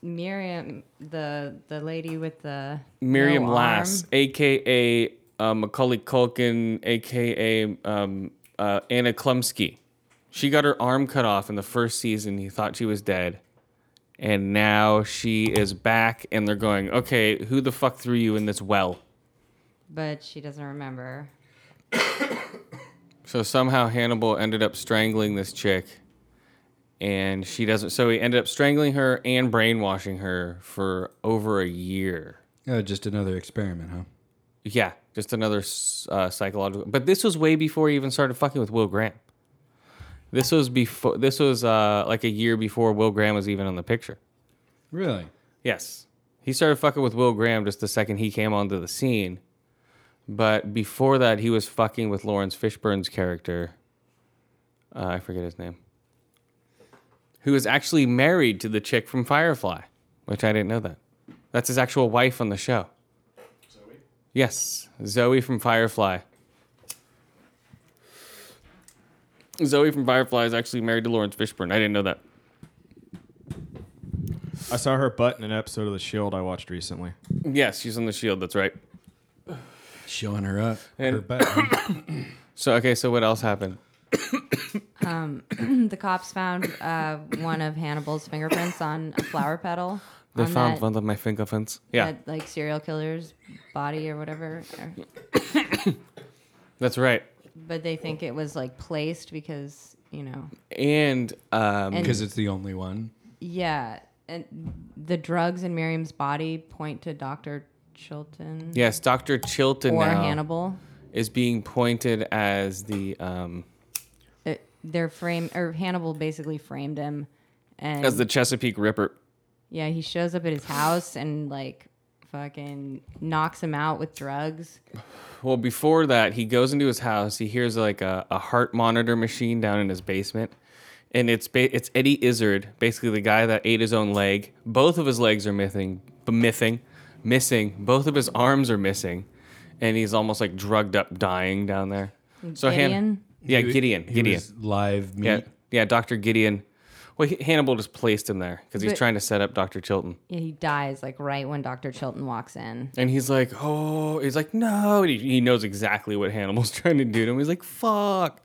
[SPEAKER 5] Miriam, the the lady with the
[SPEAKER 2] Miriam
[SPEAKER 5] no
[SPEAKER 2] Lass,
[SPEAKER 5] arm,
[SPEAKER 2] aka uh, Macaulay Culkin, aka um, uh, Anna Klumsky. She got her arm cut off in the first season. He thought she was dead, and now she is back. And they're going, okay, who the fuck threw you in this well?
[SPEAKER 5] but she doesn't remember.
[SPEAKER 2] So somehow Hannibal ended up strangling this chick, and she doesn't. So he ended up strangling her and brainwashing her for over a year.
[SPEAKER 3] Oh, just another experiment, huh?
[SPEAKER 2] Yeah, just another s- uh, psychological. But this was way before he even started fucking with Will Graham. This was before. This was uh, like a year before Will Graham was even on the picture.
[SPEAKER 3] Really?
[SPEAKER 2] Yes, he started fucking with Will Graham just the second he came onto the scene. But before that, he was fucking with Lawrence Fishburne's character. Uh, I forget his name. Who was actually married to the chick from Firefly, which I didn't know that. That's his actual wife on the show. Zoe? Yes, Zoe from Firefly. Zoe from Firefly is actually married to Lawrence Fishburne. I didn't know that.
[SPEAKER 6] I saw her butt in an episode of The Shield I watched recently.
[SPEAKER 2] Yes, she's on the shield. That's right.
[SPEAKER 3] Showing her up. her
[SPEAKER 2] And-
[SPEAKER 3] butt.
[SPEAKER 2] So okay, so what else happened?
[SPEAKER 5] The cops found uh, one of Hannibal's fingerprints on a flower petal.
[SPEAKER 2] They
[SPEAKER 5] on
[SPEAKER 2] found
[SPEAKER 5] that,
[SPEAKER 2] one of my fingerprints. Yeah,
[SPEAKER 5] that, like serial killer's body or whatever. or-
[SPEAKER 2] that's right.
[SPEAKER 5] but they think it was like placed because you know.
[SPEAKER 2] And um,
[SPEAKER 5] And
[SPEAKER 3] Because it's the only one.
[SPEAKER 5] yeah, and the drugs in Miriam's body point to Doctor Chilton
[SPEAKER 2] yes, Doctor Chilton
[SPEAKER 5] or
[SPEAKER 2] now
[SPEAKER 5] Hannibal.
[SPEAKER 2] is being pointed as the um,
[SPEAKER 5] It, their Uh, frame or Hannibal basically framed him, and
[SPEAKER 2] as the Chesapeake Ripper.
[SPEAKER 5] Yeah, he shows up at his house and like fucking knocks him out with drugs.
[SPEAKER 2] Well, before that, he goes into his house. He hears like a, a heart monitor machine down in his basement, and it's ba- it's Eddie Izzard, basically the guy that ate his own leg. Both of his legs are missing, b- missing, missing. Both of his arms are missing, and he's almost like drugged up, dying down there. So Han-
[SPEAKER 5] Gideon?
[SPEAKER 2] yeah, Gideon,
[SPEAKER 3] He
[SPEAKER 2] Gideon,
[SPEAKER 3] was live meat.
[SPEAKER 2] yeah, yeah, Doctor Gideon. Well, he- Hannibal just placed him there because he's
[SPEAKER 5] But-
[SPEAKER 2] trying to set up Doctor Chilton.
[SPEAKER 5] Yeah, he dies like right when Dr. Chilton walks in.
[SPEAKER 2] And he's like, oh, he's like, no. And he, he knows exactly what Hannibal's trying to do to him. He's like, fuck.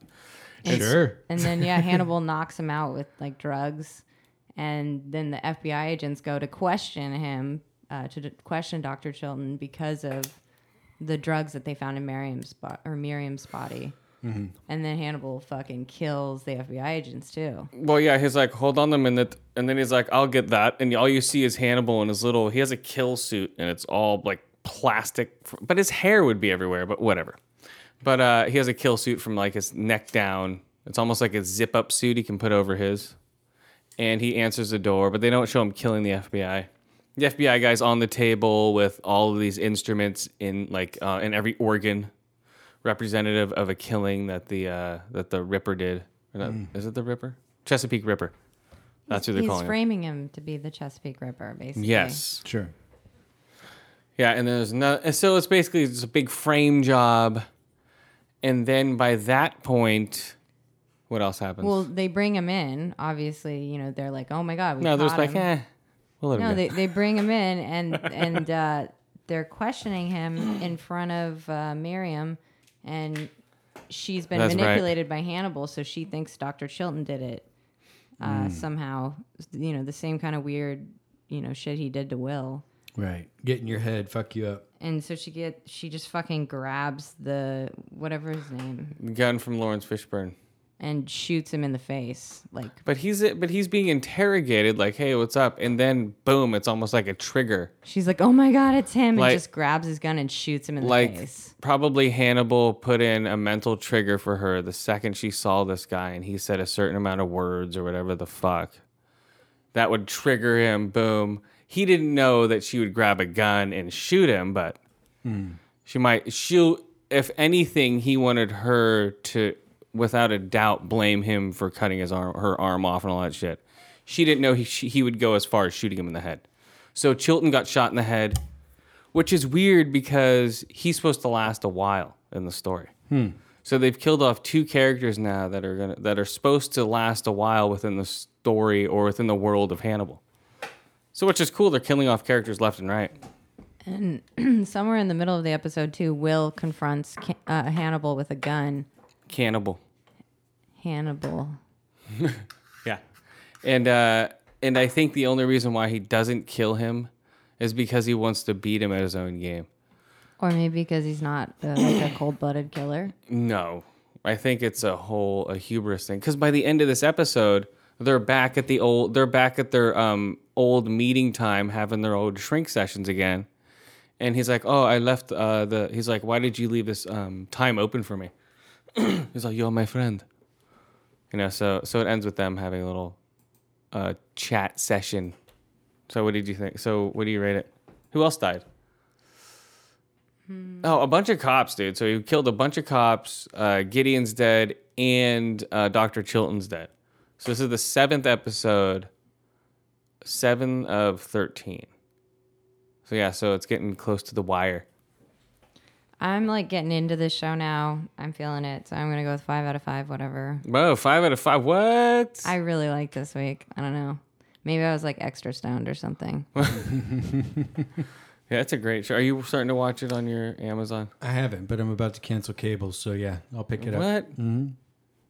[SPEAKER 3] Sure.
[SPEAKER 5] And then yeah, Hannibal knocks him out with like drugs. And then the FBI agents go to question him, uh, to d- question Dr. Chilton because of the drugs that they found in Miriam's bo- or Miriam's body.
[SPEAKER 2] Mm-hmm.
[SPEAKER 5] And then Hannibal fucking kills the FBI agents too.
[SPEAKER 2] Well, yeah, he's like, hold on a minute. And then he's like, I'll get that. And all you see is Hannibal and his little, he has a kill suit and it's all like plastic, but his hair would be everywhere, but whatever. But uh, he has a kill suit from like his neck down. It's almost like a zip up suit he can put over his. And he answers the door, but they don't show him killing the FBI. The FBI guy's on the table with all of these instruments in like uh, in every organ representative of a killing that the uh, that the Ripper did. Or not, Is it the Ripper? Chesapeake Ripper. That's who they're
[SPEAKER 5] He's
[SPEAKER 2] calling. him.
[SPEAKER 5] framing him to be the Chesapeake Ripper, basically.
[SPEAKER 2] Yes.
[SPEAKER 3] Sure.
[SPEAKER 2] Yeah, and then there's another. and So it's basically just a big frame job, and then by that point, what else happens?
[SPEAKER 5] Well, they bring him in. Obviously, you know they're like, "Oh my god, we
[SPEAKER 2] no,
[SPEAKER 5] caught
[SPEAKER 2] there's like,
[SPEAKER 5] him."
[SPEAKER 2] eh, we'll let him
[SPEAKER 5] no,
[SPEAKER 2] go.
[SPEAKER 5] they they bring him in and and uh, they're questioning him in front of uh, Miriam, and she's been
[SPEAKER 2] That's right.
[SPEAKER 5] manipulated by Hannibal, so she thinks Doctor Chilton did it uh,
[SPEAKER 2] Hmm.
[SPEAKER 5] somehow. You know, the same kind of weird, you know, shit he did to Will.
[SPEAKER 3] Right. Get in your head. Fuck you up.
[SPEAKER 5] And so she get she just fucking grabs the whatever his name
[SPEAKER 2] Gun from Lawrence Fishburne,
[SPEAKER 5] and shoots him in the face like
[SPEAKER 2] but he's but he's being interrogated. Like, hey, what's up? And then boom, it's almost like a trigger.
[SPEAKER 5] She's like, "Oh my god, it's him!"
[SPEAKER 2] Like-
[SPEAKER 5] and just grabs his gun and shoots him in the
[SPEAKER 2] like
[SPEAKER 5] face.
[SPEAKER 2] probably Hannibal put in a mental trigger for her the second she saw this guy and he said a certain amount of words or whatever the fuck that would trigger him boom he didn't know that she would grab a gun and shoot him but she might she'll if anything he wanted her to without a doubt blame him for cutting his arm her arm off and all that shit she didn't know he, she, he would go as far as shooting him in the head so chilton got shot in the head which is weird because he's supposed to last a while in the story. So they've killed off two characters now that are gonna that are supposed to last a while within the story or within the world of Hannibal. So which is cool, they're killing off characters left and right.
[SPEAKER 5] And somewhere in the middle of the episode, too, Will confronts Ca- uh, Hannibal with a gun.
[SPEAKER 2] Cannibal.
[SPEAKER 5] Hannibal.
[SPEAKER 2] Yeah. And uh and I think the only reason why he doesn't kill him is because he wants to beat him at his own game.
[SPEAKER 5] Or maybe because he's not uh, like a cold-blooded killer.
[SPEAKER 2] No, I think it's a whole a hubris thing. Because by the end of this episode, they're back at the old they're back at their um old meeting time, having their old shrink sessions again. And he's like, "Oh, I left uh, the." He's like, "Why did you leave this um, time open for me?" he's like, "You're my friend," you know. So so it ends with them having a little uh, chat session. So what did you think? So what do you rate it? Who else died? Oh, a bunch of cops, dude. So he killed a bunch of cops. Uh, Gideon's dead, and uh, Doctor Chilton's dead. So this is the seventh episode, seven of thirteen. So yeah, so it's getting close to the wire.
[SPEAKER 5] I'm like getting into this show now. I'm feeling it. So I'm going to go with five out of five, whatever.
[SPEAKER 2] Whoa, five out of five. What?
[SPEAKER 5] I really like this week. I don't know. Maybe I was like extra stoned or something.
[SPEAKER 2] yeah, that's a great show. Are you starting to watch it on your Amazon?
[SPEAKER 3] I haven't, but I'm about to cancel cable, so yeah, I'll pick it up.
[SPEAKER 2] What?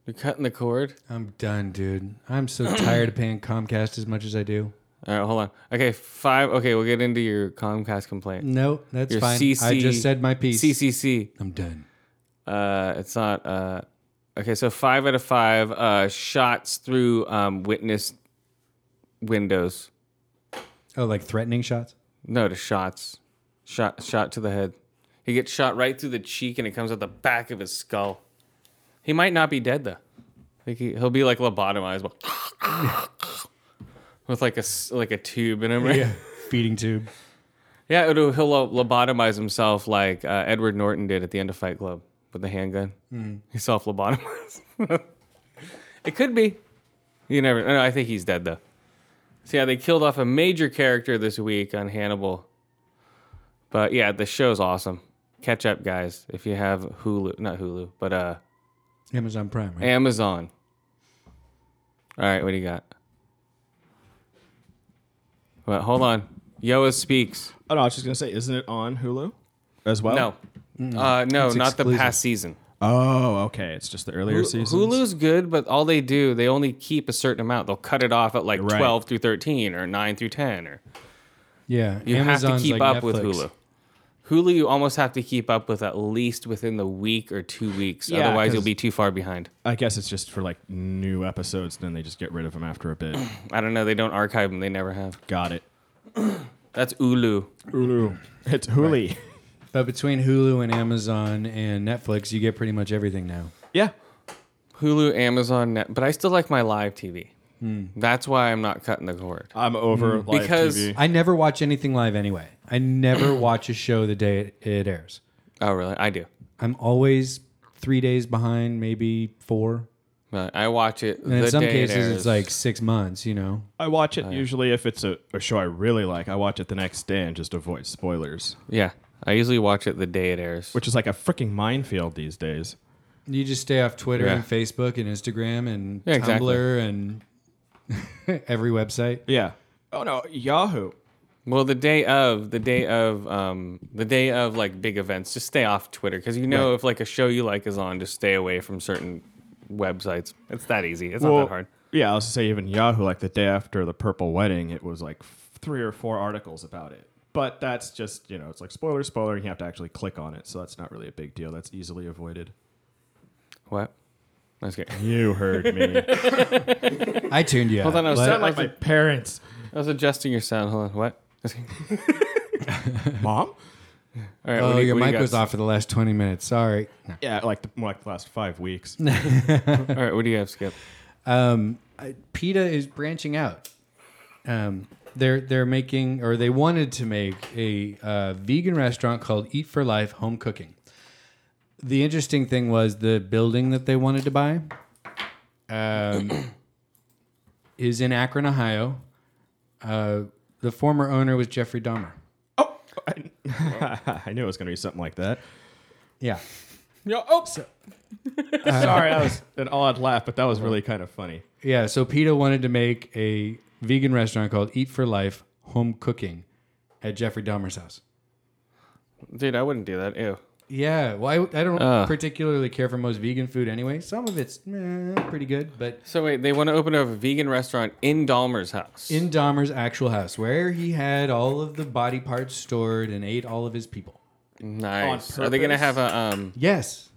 [SPEAKER 2] You're cutting the cord.
[SPEAKER 3] I'm done, dude. I'm so tired of paying Comcast as much as I do.
[SPEAKER 2] All right, hold on. Okay, five. Okay, we'll get into your Comcast complaint.
[SPEAKER 3] No, that's
[SPEAKER 2] Your
[SPEAKER 3] fine.
[SPEAKER 2] CC.
[SPEAKER 3] I just said my piece.
[SPEAKER 2] CCC.
[SPEAKER 3] I'm done.
[SPEAKER 2] Uh, it's not. Uh, okay, so five out of five uh, shots through um, witness windows.
[SPEAKER 3] Oh, like threatening shots?
[SPEAKER 2] No, to shots. Shot, shot to the head. He gets shot right through the cheek, and it comes out the back of his skull. He might not be dead though. Like he, he'll be like lobotomized, but with like a s- like a tube in him. Right? Yeah,
[SPEAKER 3] Feeding tube.
[SPEAKER 2] yeah. It'll, he'll lo- lobotomize himself like uh, Edward Norton did at the end of Fight Club with the handgun. He self lobotomized. it could be. You never. No, I think he's dead though. So yeah, they killed off a major character this week on Hannibal. But yeah, the show's awesome. Catch up, guys, if you have Hulu, not Hulu, but uh,
[SPEAKER 3] Amazon Prime, right?
[SPEAKER 2] Amazon. All right, what do you got? Well, hold on. Yoa speaks.
[SPEAKER 6] Oh no, I was just gonna say, isn't it on Hulu as well?
[SPEAKER 2] No, uh, no,
[SPEAKER 3] It's
[SPEAKER 2] not the
[SPEAKER 3] mm, exclusive.
[SPEAKER 2] past season.
[SPEAKER 6] Oh, okay. It's just the earlier season.
[SPEAKER 2] Hulu's good, but all they do, they only keep a certain amount. They'll cut it off at like
[SPEAKER 6] Right.
[SPEAKER 2] twelve through thirteen or nine through ten, or
[SPEAKER 3] Yeah.
[SPEAKER 2] you have
[SPEAKER 3] Amazon's
[SPEAKER 2] to keep
[SPEAKER 3] like
[SPEAKER 2] up
[SPEAKER 3] Netflix.
[SPEAKER 2] with Hulu. Hulu, you almost have to keep up with at least within the week or two weeks.
[SPEAKER 6] Yeah,
[SPEAKER 2] Otherwise,
[SPEAKER 6] 'cause-
[SPEAKER 2] you'll be too far behind.
[SPEAKER 6] I guess it's just for like new episodes. Then they just get rid of them after a bit.
[SPEAKER 2] I don't know. They don't archive them. They never have.
[SPEAKER 6] Got it.
[SPEAKER 2] That's Hulu.
[SPEAKER 6] Hulu. It's Hulu.
[SPEAKER 3] But between Hulu and Amazon and Netflix, you get pretty much everything now.
[SPEAKER 6] Yeah.
[SPEAKER 2] Hulu, Amazon, Net, but I still like my live TV.
[SPEAKER 3] Hmm.
[SPEAKER 2] That's why I'm not cutting the cord.
[SPEAKER 6] I'm over live
[SPEAKER 2] Mm. Because-
[SPEAKER 6] TV.
[SPEAKER 3] I never watch anything live anyway. I never watch a show the day it, it airs.
[SPEAKER 2] Oh, really? I do.
[SPEAKER 3] I'm always three days behind, maybe four.
[SPEAKER 2] But I watch it.
[SPEAKER 3] And
[SPEAKER 2] the
[SPEAKER 3] in some
[SPEAKER 2] day it
[SPEAKER 3] cases,
[SPEAKER 2] airs.
[SPEAKER 3] it's like six months, you know?
[SPEAKER 6] I watch
[SPEAKER 2] Oh,
[SPEAKER 6] it usually if it's a, a show I really like. I watch it the next day and just avoid spoilers,
[SPEAKER 2] yeah. I usually watch it the day it airs.
[SPEAKER 6] which is like a freaking minefield these days.
[SPEAKER 3] You just stay off Twitter
[SPEAKER 2] Yeah.
[SPEAKER 3] and Facebook and Instagram and
[SPEAKER 2] Yeah,
[SPEAKER 3] Tumblr
[SPEAKER 2] exactly.
[SPEAKER 3] and every website.
[SPEAKER 6] Yeah. Oh no, Yahoo.
[SPEAKER 2] well, the day of, the day of, um, the day of like big events, just stay off Twitter because you know if like a show you like is on, just stay away from certain websites. It's that easy. It's not that hard.
[SPEAKER 6] Yeah, I was to say even Yahoo. Like the day after the purple wedding, it was like f- three or four articles about it. But that's just you know, it's like spoiler, spoiler, and you have to actually click on it. So that's not really a big deal. That's easily avoided.
[SPEAKER 2] What? That's good.
[SPEAKER 6] You heard me.
[SPEAKER 3] I tuned you
[SPEAKER 2] Hold
[SPEAKER 3] out.
[SPEAKER 2] on, I was,
[SPEAKER 3] Let-
[SPEAKER 2] sound-
[SPEAKER 6] like my parents.
[SPEAKER 2] I was adjusting your sound. Hold on. What?
[SPEAKER 6] Mom?
[SPEAKER 2] All right.
[SPEAKER 3] Oh,
[SPEAKER 2] what do you-
[SPEAKER 3] your
[SPEAKER 2] what do you
[SPEAKER 3] mic
[SPEAKER 2] got?
[SPEAKER 3] was off for the last 20 minutes. Sorry.
[SPEAKER 6] Yeah, like the, more like the last five weeks.
[SPEAKER 2] All right. What do you have, Skip?
[SPEAKER 3] Um, I- PETA is branching out. Um, they're they're making or they wanted to make a uh, vegan restaurant called Eat for Life Home Cooking. The interesting thing was the building that they wanted to buy um, is in Akron, Ohio. Uh, the former owner was Jeffrey Dahmer.
[SPEAKER 6] I knew it was going to be something like that.
[SPEAKER 3] Yeah.
[SPEAKER 6] oh, sorry, that was an odd laugh, but that was really kind of funny.
[SPEAKER 3] Yeah, so PETA wanted to make a vegan restaurant called Eat for Life Home Cooking at Jeffrey Dahmer's house.
[SPEAKER 2] Dude, I wouldn't do that. Ew.
[SPEAKER 3] Yeah, well, I, I don't
[SPEAKER 2] Ugh.
[SPEAKER 3] particularly care for most vegan food anyway. Some of it's eh, pretty good, but
[SPEAKER 2] So wait, they want to open up a vegan restaurant in Dahmer's house.
[SPEAKER 3] in Dahmer's actual house, where he had all of the body parts stored and ate all of his people.
[SPEAKER 2] nice.
[SPEAKER 6] on
[SPEAKER 2] Are they gonna
[SPEAKER 6] purpose?
[SPEAKER 2] have a um?
[SPEAKER 3] Yes,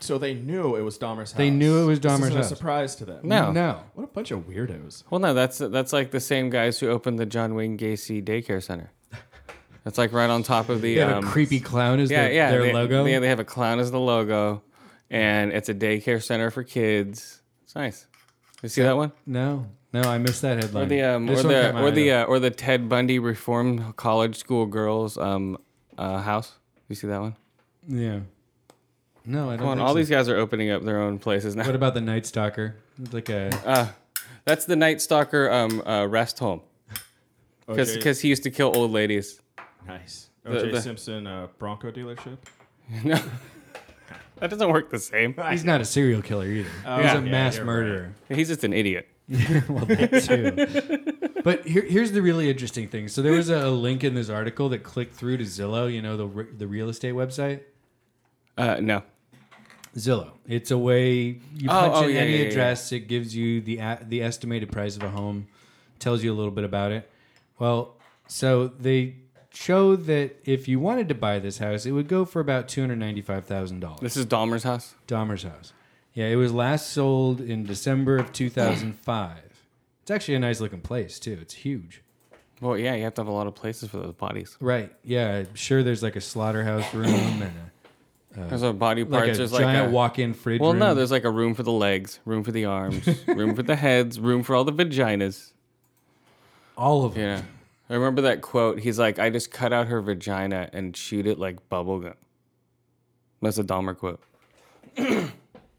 [SPEAKER 6] So they knew it was Dahmer's house.
[SPEAKER 3] They knew it was
[SPEAKER 6] This
[SPEAKER 3] Dahmer's
[SPEAKER 6] isn't
[SPEAKER 3] house.
[SPEAKER 6] a surprise to them.
[SPEAKER 2] No.
[SPEAKER 3] no,
[SPEAKER 6] What a bunch of weirdos.
[SPEAKER 2] Well, no, that's that's like the same guys who opened the John Wayne Gacy daycare center. That's like right on top of the
[SPEAKER 3] they have
[SPEAKER 2] um,
[SPEAKER 3] a creepy clown as
[SPEAKER 2] yeah
[SPEAKER 3] their,
[SPEAKER 2] yeah
[SPEAKER 3] their
[SPEAKER 2] they,
[SPEAKER 3] logo.
[SPEAKER 2] Yeah, they have a clown as the logo, and it's a daycare center for kids. It's nice. You see that one?
[SPEAKER 3] no, no, I missed that headline.
[SPEAKER 2] Or the um, or
[SPEAKER 3] This one caught
[SPEAKER 2] the
[SPEAKER 3] my
[SPEAKER 2] or
[SPEAKER 3] eye,
[SPEAKER 2] the
[SPEAKER 3] though.
[SPEAKER 2] uh, or the Ted Bundy Reformed College School Girls um uh, house. You see that one?
[SPEAKER 3] Yeah. No, I don't.
[SPEAKER 2] Come on,
[SPEAKER 3] think
[SPEAKER 2] all
[SPEAKER 3] so.
[SPEAKER 2] these guys are opening up their own places now.
[SPEAKER 3] What about the Night Stalker? It's Like a
[SPEAKER 2] Uh, that's the Night Stalker um, uh, rest home.
[SPEAKER 3] Oh,
[SPEAKER 2] Because
[SPEAKER 6] Okay.
[SPEAKER 2] he used to kill old ladies.
[SPEAKER 6] Nice.
[SPEAKER 2] The-
[SPEAKER 6] OJ
[SPEAKER 2] the-
[SPEAKER 6] Simpson uh, Bronco dealership.
[SPEAKER 2] no. That doesn't work the same.
[SPEAKER 3] he's not a serial killer either.
[SPEAKER 2] Oh.
[SPEAKER 3] he's
[SPEAKER 6] yeah,
[SPEAKER 3] a mass
[SPEAKER 6] you're right.
[SPEAKER 3] murderer.
[SPEAKER 2] He's just an idiot.
[SPEAKER 3] well, that too. but here, here's the really interesting thing. So there was a, a link in this article that clicked through to Zillow. You know the re- the real estate website.
[SPEAKER 2] Uh, no.
[SPEAKER 3] Zillow. It's a way you
[SPEAKER 2] Oh,
[SPEAKER 3] punch
[SPEAKER 2] oh,
[SPEAKER 3] in
[SPEAKER 2] yeah,
[SPEAKER 3] any
[SPEAKER 2] yeah, yeah.
[SPEAKER 3] address. It gives you the a- the estimated price of a home. Tells you a little bit about it. Well, so they show that if you wanted to buy this house, it would go for about two hundred ninety five thousand dollars.
[SPEAKER 2] This is Dahmer's house.
[SPEAKER 3] Dahmer's house. Yeah, it was last sold in December of two thousand five. It's actually a nice looking place too. It's huge.
[SPEAKER 2] Well, yeah, you have to have a lot of places for those bodies.
[SPEAKER 3] Right. Yeah. I'm sure there's like a slaughterhouse room and a,
[SPEAKER 2] There's a body
[SPEAKER 3] Uh, like
[SPEAKER 2] parts.
[SPEAKER 3] a
[SPEAKER 2] there's like
[SPEAKER 3] giant
[SPEAKER 2] a,
[SPEAKER 3] walk-in fridge.
[SPEAKER 2] Well,
[SPEAKER 3] room.
[SPEAKER 2] no, there's like a room for the legs, room for the arms, room for the heads, room for all the vaginas.
[SPEAKER 3] all of them.
[SPEAKER 2] Yeah. I remember that quote. He's like, I just cut out her vagina and shoot it like bubblegum. That's a Dahmer quote.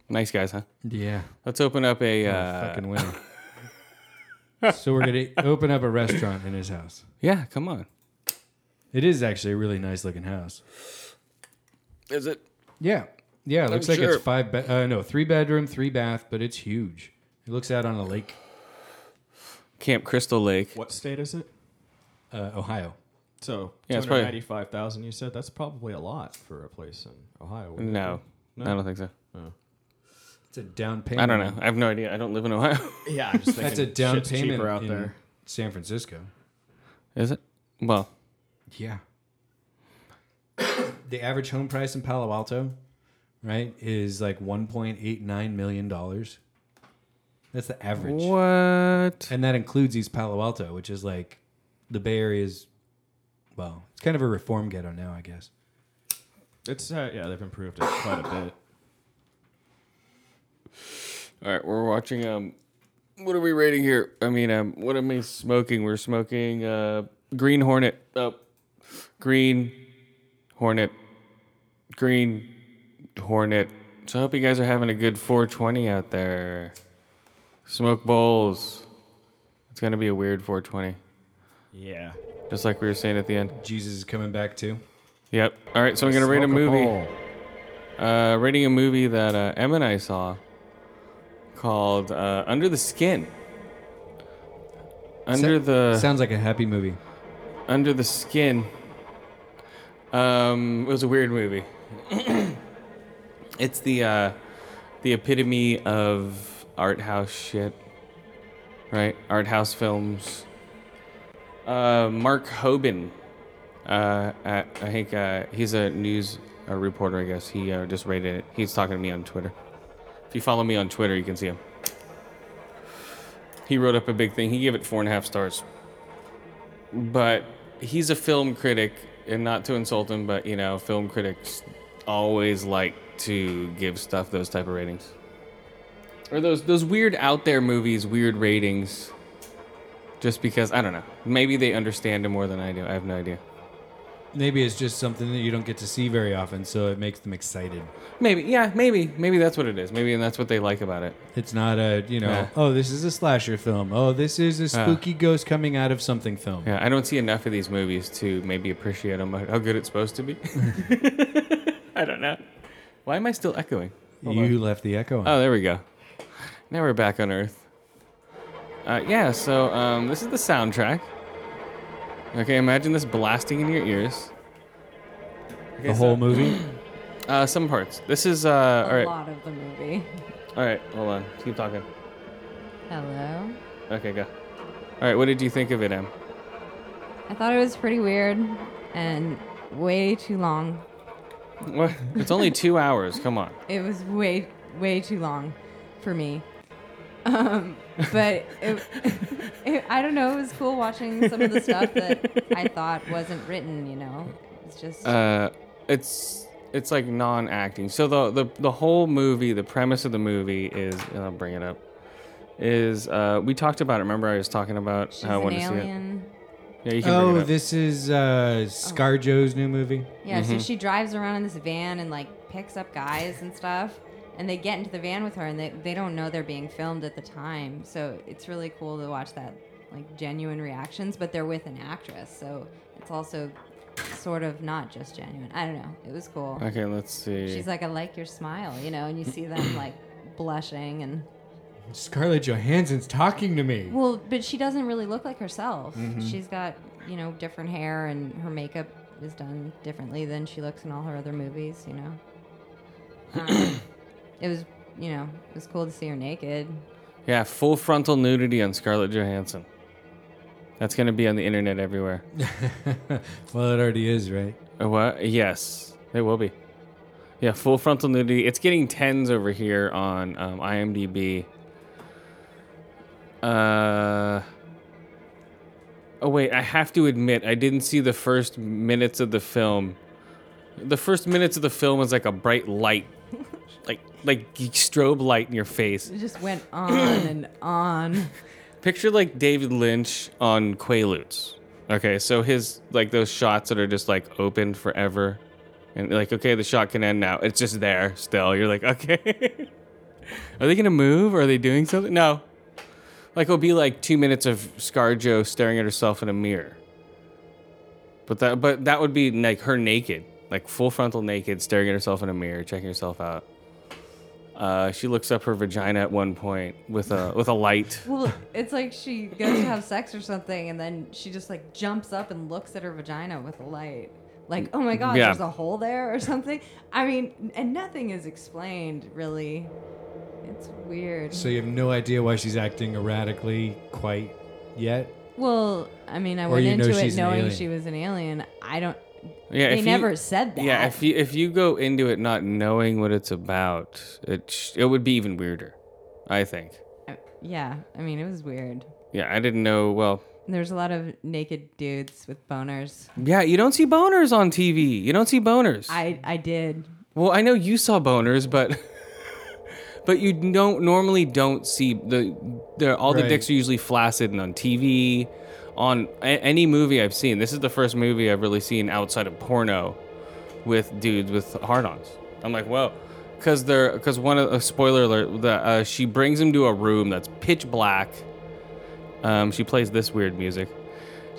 [SPEAKER 2] nice guys, huh?
[SPEAKER 3] Yeah.
[SPEAKER 2] Let's open up a.
[SPEAKER 3] A
[SPEAKER 2] Uh,
[SPEAKER 3] fucking winner. so we're gonna open up a restaurant in his house.
[SPEAKER 2] yeah, come on.
[SPEAKER 3] It is actually a really nice looking house.
[SPEAKER 2] Is it?
[SPEAKER 3] Yeah. Yeah. It looks like
[SPEAKER 2] sure.
[SPEAKER 3] it's five. Be- uh, no, three bedroom, three bath, but it's huge. It looks out on a lake,
[SPEAKER 2] Camp Crystal Lake.
[SPEAKER 6] What state is it?
[SPEAKER 3] uh, Ohio.
[SPEAKER 6] So
[SPEAKER 2] Yeah, it's
[SPEAKER 6] two hundred
[SPEAKER 2] probably-
[SPEAKER 6] ninety-five thousand. You said that's probably a lot for a place in Ohio. wouldn't it?
[SPEAKER 2] No, I don't think so.
[SPEAKER 3] It's a down payment.
[SPEAKER 2] I don't know. I have no idea. I don't live in Ohio.
[SPEAKER 6] Yeah, I'm just
[SPEAKER 3] That's a
[SPEAKER 6] thinking
[SPEAKER 3] down
[SPEAKER 6] shit's
[SPEAKER 3] payment
[SPEAKER 6] cheaper out
[SPEAKER 3] in
[SPEAKER 6] there.
[SPEAKER 3] San Francisco.
[SPEAKER 2] Is it? Well,
[SPEAKER 3] Yeah. the average home price in Palo Alto, right, is like one point eight nine million dollars. That's the average.
[SPEAKER 2] what?
[SPEAKER 3] And that includes East Palo Alto, which is like the Bay Area's, well, it's kind of a reform ghetto now, I guess.
[SPEAKER 6] It's uh, yeah, they've improved it quite a bit.
[SPEAKER 2] All right, we're watching. Um, what are we rating here? I mean, um, what am I smoking? We're smoking uh, Green Hornet. Oh, Green Hornet. Green Hornet. So I hope you guys are having a good 420 out there. Smoke bowls. It's gonna be a weird 420,
[SPEAKER 6] Yeah.
[SPEAKER 2] just like we were saying at the end.
[SPEAKER 3] Jesus is coming back too.
[SPEAKER 2] Yep. All right, so I'm gonna rate a movie. uh, rating a movie that uh, Em and I saw called uh, Under the Skin. Under the
[SPEAKER 3] Sounds like a happy movie.
[SPEAKER 2] Under the Skin. Um, it was a weird movie. it's the uh, the epitome of art house shit, right? Art house films. Uh, Mark Hoban. Uh, I, I think uh, he's a news uh reporter. I guess he uh, just rated it. He's talking to me on Twitter. If you follow me on Twitter, you can see him. He wrote up a big thing. He gave it four and a half stars but he's a film critic and not to insult him but you know film critics always like to give stuff those type of ratings or those those weird out there movies weird ratings just because i don't know maybe they understand it more than i do i have no idea
[SPEAKER 3] Maybe it's just something that you don't get to see very often, so it makes them excited.
[SPEAKER 2] maybe yeah maybe maybe that's what it is maybe and that's what they like about it
[SPEAKER 3] It's not a, you know,
[SPEAKER 2] Yeah.
[SPEAKER 3] oh, this is a slasher film. Oh, this is a spooky ghost coming out of something film.
[SPEAKER 2] yeah i don't see enough of these movies to maybe appreciate how, much, how good it's supposed to be i don't know why am i still echoing
[SPEAKER 3] You left the echo on.
[SPEAKER 2] Oh, there we go. Now we're back on Earth. Uh, yeah, so um, this is the soundtrack. Okay, imagine this blasting in your ears.
[SPEAKER 3] the whole movie?
[SPEAKER 2] Uh, some parts. This is uh,
[SPEAKER 5] A
[SPEAKER 2] all right.
[SPEAKER 5] lot of the movie.
[SPEAKER 2] All right, hold on. Keep talking.
[SPEAKER 5] Hello.
[SPEAKER 2] Okay, go. All right, what did you think of it, Em?
[SPEAKER 5] I thought it was pretty weird and way too long.
[SPEAKER 2] What? It's only two hours. Come on.
[SPEAKER 5] It was way way too long for me. Um, but it, it, I don't know. It was cool watching some of the stuff that I thought wasn't written. You know, it's just
[SPEAKER 2] Uh, it's it's like non-acting. So the the the whole movie, the premise of the movie is, and I'll bring it up, is uh, we talked about it. Remember, I was talking about
[SPEAKER 5] she's
[SPEAKER 2] how I
[SPEAKER 5] an
[SPEAKER 2] wanted to see it.
[SPEAKER 5] alien.
[SPEAKER 2] Yeah, you can bring it
[SPEAKER 3] Oh,
[SPEAKER 2] up.
[SPEAKER 3] this is uh, ScarJo's new movie.
[SPEAKER 5] Yeah,
[SPEAKER 2] Mm-hmm.
[SPEAKER 5] so she drives around in this van and like picks up guys and stuff, and they get into the van with her, and they, they don't know they're being filmed at the time. So it's really cool to watch that like genuine reactions, but they're with an actress, so it's also sort of not just genuine. I don't know. It was cool.
[SPEAKER 2] Okay, let's see.
[SPEAKER 5] She's like, I like your smile, you know, and you see them like blushing and
[SPEAKER 3] Scarlett Johansson's talking to me.
[SPEAKER 5] well, but she doesn't really look like herself. She's got you know different hair and her makeup is done differently than she looks in all her other movies. You know, Um, it was you know it was cool to see her naked.
[SPEAKER 2] yeah, full frontal nudity on Scarlett Johansson. That's gonna be on the internet everywhere.
[SPEAKER 3] well, it already is, right?
[SPEAKER 2] Uh, What? Yes, it will be. Yeah, full frontal nudity. It's getting tens over here on um, IMDb. Uh. Oh wait, I have to admit I didn't see the first minutes of the film. The first minutes of the film is like a bright light, like like strobe light in your face.
[SPEAKER 5] It just went on and on.
[SPEAKER 2] Picture like David Lynch on Quaaludes. Okay, so his like those shots that are just like open forever, and like okay, the shot can end now. It's just there still. You're like, okay, are they gonna move? Are they doing something? No. Like it'll be like two minutes of ScarJo staring at herself in a mirror. But that but that would be like her naked, like full frontal naked, staring at herself in a mirror, checking herself out. Uh, she looks up her vagina at one point with a with a light.
[SPEAKER 5] Well, it's like she goes to have sex or something, and then she just like jumps up and looks at her vagina with a light. Like, oh my god,
[SPEAKER 2] Yeah.
[SPEAKER 5] there's a hole there or something. I mean, and nothing is explained really. It's weird.
[SPEAKER 3] So you have no idea why she's acting erratically quite yet.
[SPEAKER 5] Well, I mean, I
[SPEAKER 3] Or
[SPEAKER 5] went
[SPEAKER 3] you know
[SPEAKER 5] into
[SPEAKER 3] she's
[SPEAKER 5] it
[SPEAKER 3] an
[SPEAKER 5] knowing
[SPEAKER 3] alien.
[SPEAKER 5] she was an alien. I don't.
[SPEAKER 2] Yeah,
[SPEAKER 5] they
[SPEAKER 2] if you-
[SPEAKER 5] never said that.
[SPEAKER 2] Yeah, if you if you go into it not knowing what it's about, it sh- it would be even weirder, I think.
[SPEAKER 5] I- yeah, I mean, it was weird.
[SPEAKER 2] Yeah, I didn't know. Well,
[SPEAKER 5] There's a lot of naked dudes with boners.
[SPEAKER 2] yeah, you don't see boners on TV. You don't see boners.
[SPEAKER 5] I I did.
[SPEAKER 2] well, I know you saw boners, but but you don't normally don't see the the all the
[SPEAKER 3] Right.
[SPEAKER 2] dicks are usually flaccid and on TV, on a- any movie I've seen. This is the first movie I've really seen outside of porno with dudes with hard-ons. I'm like, whoa, because they're because one of a spoiler alert. The, uh, she brings him to a room that's pitch black. Um, she plays this weird music.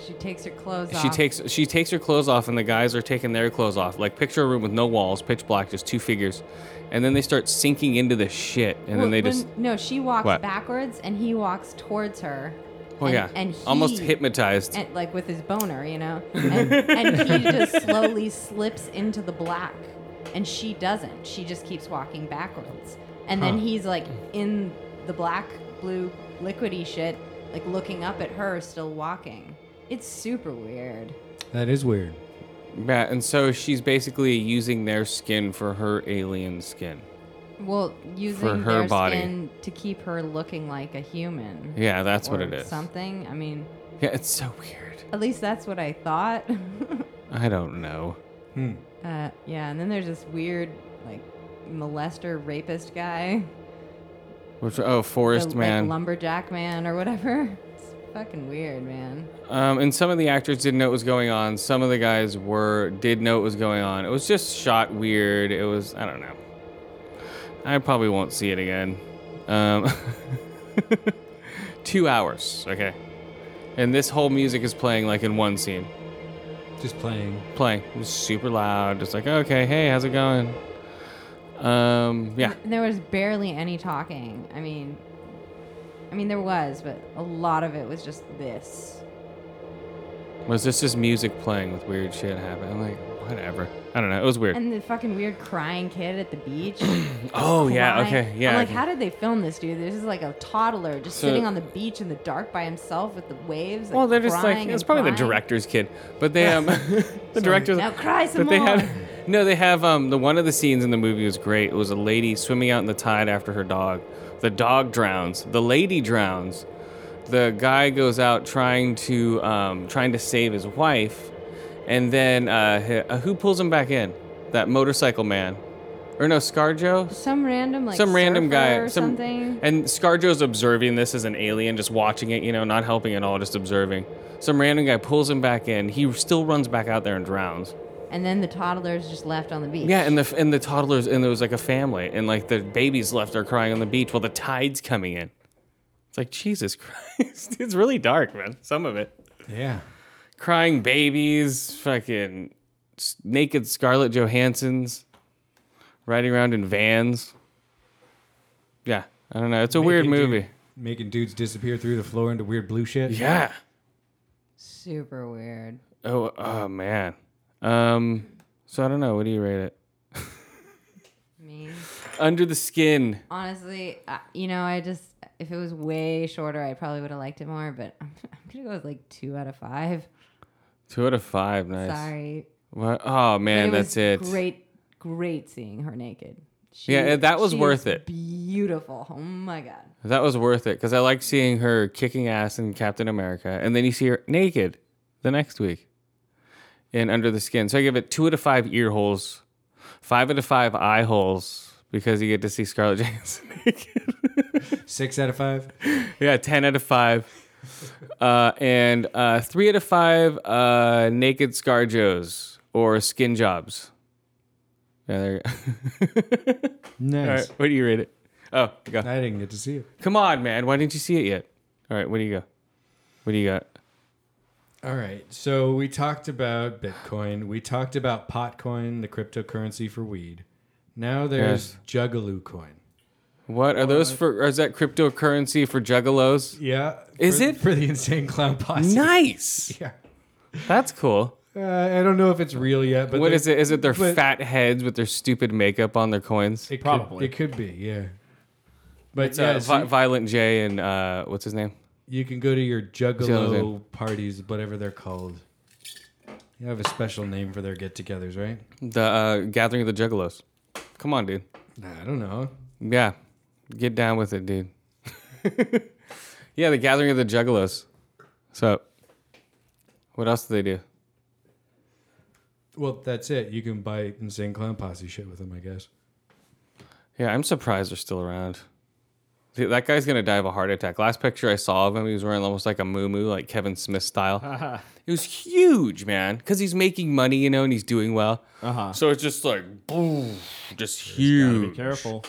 [SPEAKER 5] She takes her clothes off.
[SPEAKER 2] She takes she takes her clothes off, and the guys are taking their clothes off. Like picture a room with no walls, pitch black, just two figures, and then they start sinking into the shit, and
[SPEAKER 5] Well,
[SPEAKER 2] then they
[SPEAKER 5] when-
[SPEAKER 2] just
[SPEAKER 5] no. She walks
[SPEAKER 2] What?
[SPEAKER 5] backwards and he walks towards her.
[SPEAKER 2] oh
[SPEAKER 5] and,
[SPEAKER 2] yeah,
[SPEAKER 5] and he,
[SPEAKER 2] almost hypnotized.
[SPEAKER 5] and, like with his boner, you know, and, and he just slowly slips into the black, and she doesn't. She just keeps walking backwards, and then he's like in the black, blue, liquidy shit, like looking up at her, still walking. It's super weird.
[SPEAKER 3] That is weird.
[SPEAKER 2] yeah, and so she's basically using their skin for her alien skin.
[SPEAKER 5] Well, using
[SPEAKER 2] For her
[SPEAKER 5] their
[SPEAKER 2] body.
[SPEAKER 5] skin to keep her looking like a human.
[SPEAKER 2] Yeah, that's what
[SPEAKER 5] or
[SPEAKER 2] it is.
[SPEAKER 5] Something. I mean,
[SPEAKER 2] Yeah, it's so weird.
[SPEAKER 5] at least that's what I thought.
[SPEAKER 2] I don't know.
[SPEAKER 5] Uh, yeah, and then there's this weird, like, molester rapist guy.
[SPEAKER 2] Which oh, Forest
[SPEAKER 5] the,
[SPEAKER 2] Man.
[SPEAKER 5] Like, lumberjack man or whatever. It's fucking weird, man.
[SPEAKER 2] Um, and some of the actors didn't know what was going on. Some of the guys were did know what was going on. It was just shot weird. It was I don't know. I probably won't see it again. Um, two hours, okay. And this whole music is playing like in one scene.
[SPEAKER 3] Just playing.
[SPEAKER 2] Playing It was super loud. Just like okay, hey, how's it going? Um, yeah.
[SPEAKER 5] And there was barely any talking. I mean, I mean there was, but a lot of it was just this.
[SPEAKER 2] Was this just music playing with weird shit happening? I'm like, whatever. I don't know. It was weird.
[SPEAKER 5] And the fucking weird crying kid at the beach.
[SPEAKER 2] oh yeah,
[SPEAKER 5] Crying.
[SPEAKER 2] okay, yeah.
[SPEAKER 5] I'm
[SPEAKER 2] I
[SPEAKER 5] like,
[SPEAKER 2] can-
[SPEAKER 5] how did they film this, dude? This is like a toddler just
[SPEAKER 2] So-
[SPEAKER 5] sitting on the beach in the dark by himself with the waves.
[SPEAKER 2] Well,
[SPEAKER 5] like,
[SPEAKER 2] they're just like
[SPEAKER 5] crying
[SPEAKER 2] it's
[SPEAKER 5] and
[SPEAKER 2] probably the
[SPEAKER 5] crying.
[SPEAKER 2] director's kid, but they um the director's
[SPEAKER 5] Now cry some
[SPEAKER 2] but they
[SPEAKER 5] more.
[SPEAKER 2] have no, they have um the one of the scenes in the movie was great. It was a lady swimming out in the tide after her dog. The dog drowns. The lady drowns. The guy goes out trying to um trying to save his wife, and then uh, hi- uh who pulls him back in? That motorcycle man. or no, Scarjo.
[SPEAKER 5] Some random like
[SPEAKER 2] some random
[SPEAKER 5] surfer
[SPEAKER 2] guy,
[SPEAKER 5] or
[SPEAKER 2] some,
[SPEAKER 5] something.
[SPEAKER 2] and Scarjo's observing this as an alien, just watching it, you know, not helping at all, just observing. Some random guy pulls him back in. He still runs back out there and drowns.
[SPEAKER 5] And then the toddler's just left on the beach.
[SPEAKER 2] Yeah, and the and the toddlers and there was like a family, and like the babies left are crying on the beach while the tide's coming in. It's like Jesus Christ, it's really dark, man. Some of it,
[SPEAKER 3] Yeah.
[SPEAKER 2] crying babies, fucking s- naked Scarlett Johansons riding around in vans. Yeah, I don't know. It's a weird
[SPEAKER 3] Making dude-
[SPEAKER 2] movie.
[SPEAKER 3] making dudes disappear through the floor into weird blue shit.
[SPEAKER 2] Yeah.
[SPEAKER 5] Super weird.
[SPEAKER 2] Oh, oh man. Um. So I don't know. What do you rate it?
[SPEAKER 5] Me.
[SPEAKER 2] Under the skin.
[SPEAKER 5] Honestly, I, you know, I just if it was way shorter, I probably would have liked it more. But I'm, I'm gonna go with like two out of five.
[SPEAKER 2] Two out of five. Nice.
[SPEAKER 5] Sorry.
[SPEAKER 2] What? Oh man,
[SPEAKER 5] But
[SPEAKER 2] that's
[SPEAKER 5] was
[SPEAKER 2] it.
[SPEAKER 5] Great, great seeing her naked. She,
[SPEAKER 2] Yeah, and that was
[SPEAKER 5] she
[SPEAKER 2] worth
[SPEAKER 5] is
[SPEAKER 2] it.
[SPEAKER 5] Beautiful. Oh my god.
[SPEAKER 2] That was worth it because I like seeing her kicking ass in Captain America, and then you see her naked the next week in Under the Skin. So I give it two out of five ear holes, five out of five eye holes because you get to see Scarlett Johansson naked.
[SPEAKER 3] Six out of five.
[SPEAKER 2] yeah, ten out of five. Uh, and uh, three out of five uh, naked scarjos or skin jobs. Yeah, there. You go. All
[SPEAKER 3] Nice.
[SPEAKER 2] right, what do you rate it? Oh, go.
[SPEAKER 3] I didn't get to see it.
[SPEAKER 2] Come on, man. Why didn't you see it yet? All right, what do you got? What do you got?
[SPEAKER 3] All right. So we talked about Bitcoin. We talked about Potcoin, the cryptocurrency for weed. Now there's Jugaloo coin.
[SPEAKER 2] What are those for? Or is that cryptocurrency for juggalos?
[SPEAKER 3] Yeah.
[SPEAKER 2] Is
[SPEAKER 3] for-
[SPEAKER 2] it?
[SPEAKER 3] for the insane clown posse?
[SPEAKER 2] Nice.
[SPEAKER 3] Yeah.
[SPEAKER 2] That's cool.
[SPEAKER 3] Uh, I don't know if it's real yet, but
[SPEAKER 2] What
[SPEAKER 3] they-
[SPEAKER 2] is it? Is it their
[SPEAKER 3] but-
[SPEAKER 2] fat heads with their stupid makeup on their coins?
[SPEAKER 3] It could-
[SPEAKER 6] Probably.
[SPEAKER 3] it could be. Yeah. But
[SPEAKER 2] It's
[SPEAKER 3] yeah,
[SPEAKER 2] uh,
[SPEAKER 3] so
[SPEAKER 2] Vi- Violent J and uh, what's his name?
[SPEAKER 3] you can go to your
[SPEAKER 2] what I'm
[SPEAKER 3] Juggalo
[SPEAKER 2] saying?
[SPEAKER 3] parties, whatever they're called. You have a special name for their get-togethers, right?
[SPEAKER 2] The uh, Gathering of the Juggalos. Come on, dude.
[SPEAKER 3] I don't know.
[SPEAKER 2] Yeah, get down with it, dude. yeah, the Gathering of the Juggalos. So, what else do they do?
[SPEAKER 3] Well, that's it. You can buy insane clown posse shit with them, I guess.
[SPEAKER 2] Yeah, I'm surprised they're still around. Dude, that guy's gonna die of a heart attack. Last picture I saw of him, he was wearing almost like a muumuu, like Kevin Smith style. it was huge, man, because he's making money, you know, and he's doing well.
[SPEAKER 6] Uh-huh.
[SPEAKER 2] So it's just like, boom, just
[SPEAKER 6] Be
[SPEAKER 2] huge.
[SPEAKER 6] careful.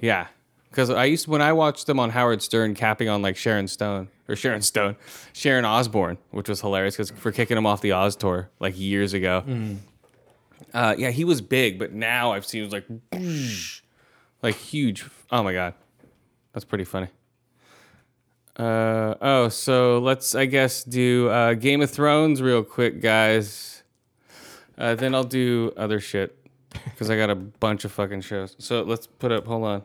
[SPEAKER 2] Yeah, because I used when I watched them on Howard Stern capping on like Sharon Stone or Sharon Stone, Sharon Osbourne, which was hilarious because for kicking him off the Oz tour like years ago.
[SPEAKER 6] Mm.
[SPEAKER 2] Uh, yeah, he was big, but now I've seen it was like, like huge. Oh my god, that's pretty funny. Uh, oh, so let's I guess do uh, Game of Thrones real quick, guys. Uh, then I'll do other shit because I got a bunch of fucking shows. So let's put up. Hold on.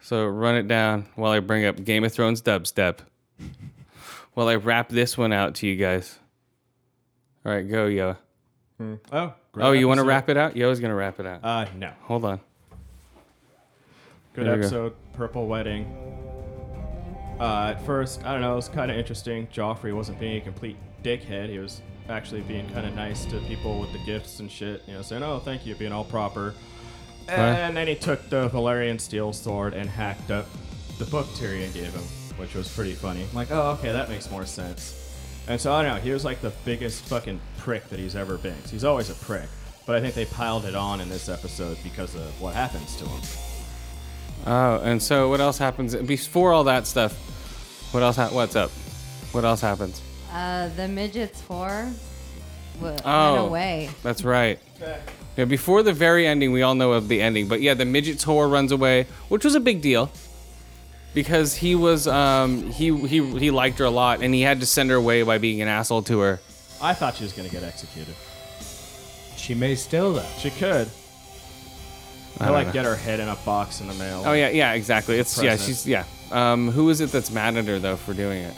[SPEAKER 2] So run it down while I bring up Game of Thrones dubstep. While I wrap this one out to you guys. All right, go yo.
[SPEAKER 6] Oh. Great
[SPEAKER 2] Oh, you want to
[SPEAKER 6] episode.
[SPEAKER 2] wrap it out? Yo's gonna wrap it out.
[SPEAKER 6] Uh, no.
[SPEAKER 2] Hold on.
[SPEAKER 6] Good
[SPEAKER 2] There we go.
[SPEAKER 6] episode, Purple Wedding. Uh, at first, I don't know, it was kind of interesting. Joffrey wasn't being a complete dickhead. He was actually being kind of nice to people with the gifts and shit. You know, saying, "Oh, thank you," being all proper. And then he took the Valerian steel sword and hacked up the book Tyrion gave him, which was pretty funny. I'm like, "Oh, okay, that makes more sense." And so I don't know. He was like the biggest fucking prick that he's ever been. He's always a prick, but I think they piled it on in this episode because of what happens to him.
[SPEAKER 2] Oh, and so what else happens before all that stuff? What else? Ha- what's up? What else happens?
[SPEAKER 5] Uh, the midgets whore w-
[SPEAKER 2] Oh.
[SPEAKER 5] went away.
[SPEAKER 2] That's right. Yeah, before the very ending, we all know of the ending, but yeah, the midget tour runs away, which was a big deal because he was um, he he he liked her a lot, and he had to send her away by being an asshole to her.
[SPEAKER 6] I thought she was gonna get executed.
[SPEAKER 3] She may still though.
[SPEAKER 6] She could. I,
[SPEAKER 2] don't
[SPEAKER 6] like
[SPEAKER 2] know.
[SPEAKER 6] get her head in a box in the mail.
[SPEAKER 2] Oh yeah, yeah, exactly. It's yeah,
[SPEAKER 6] President.
[SPEAKER 2] she's yeah. Um, who is it that's mad at her though for doing it?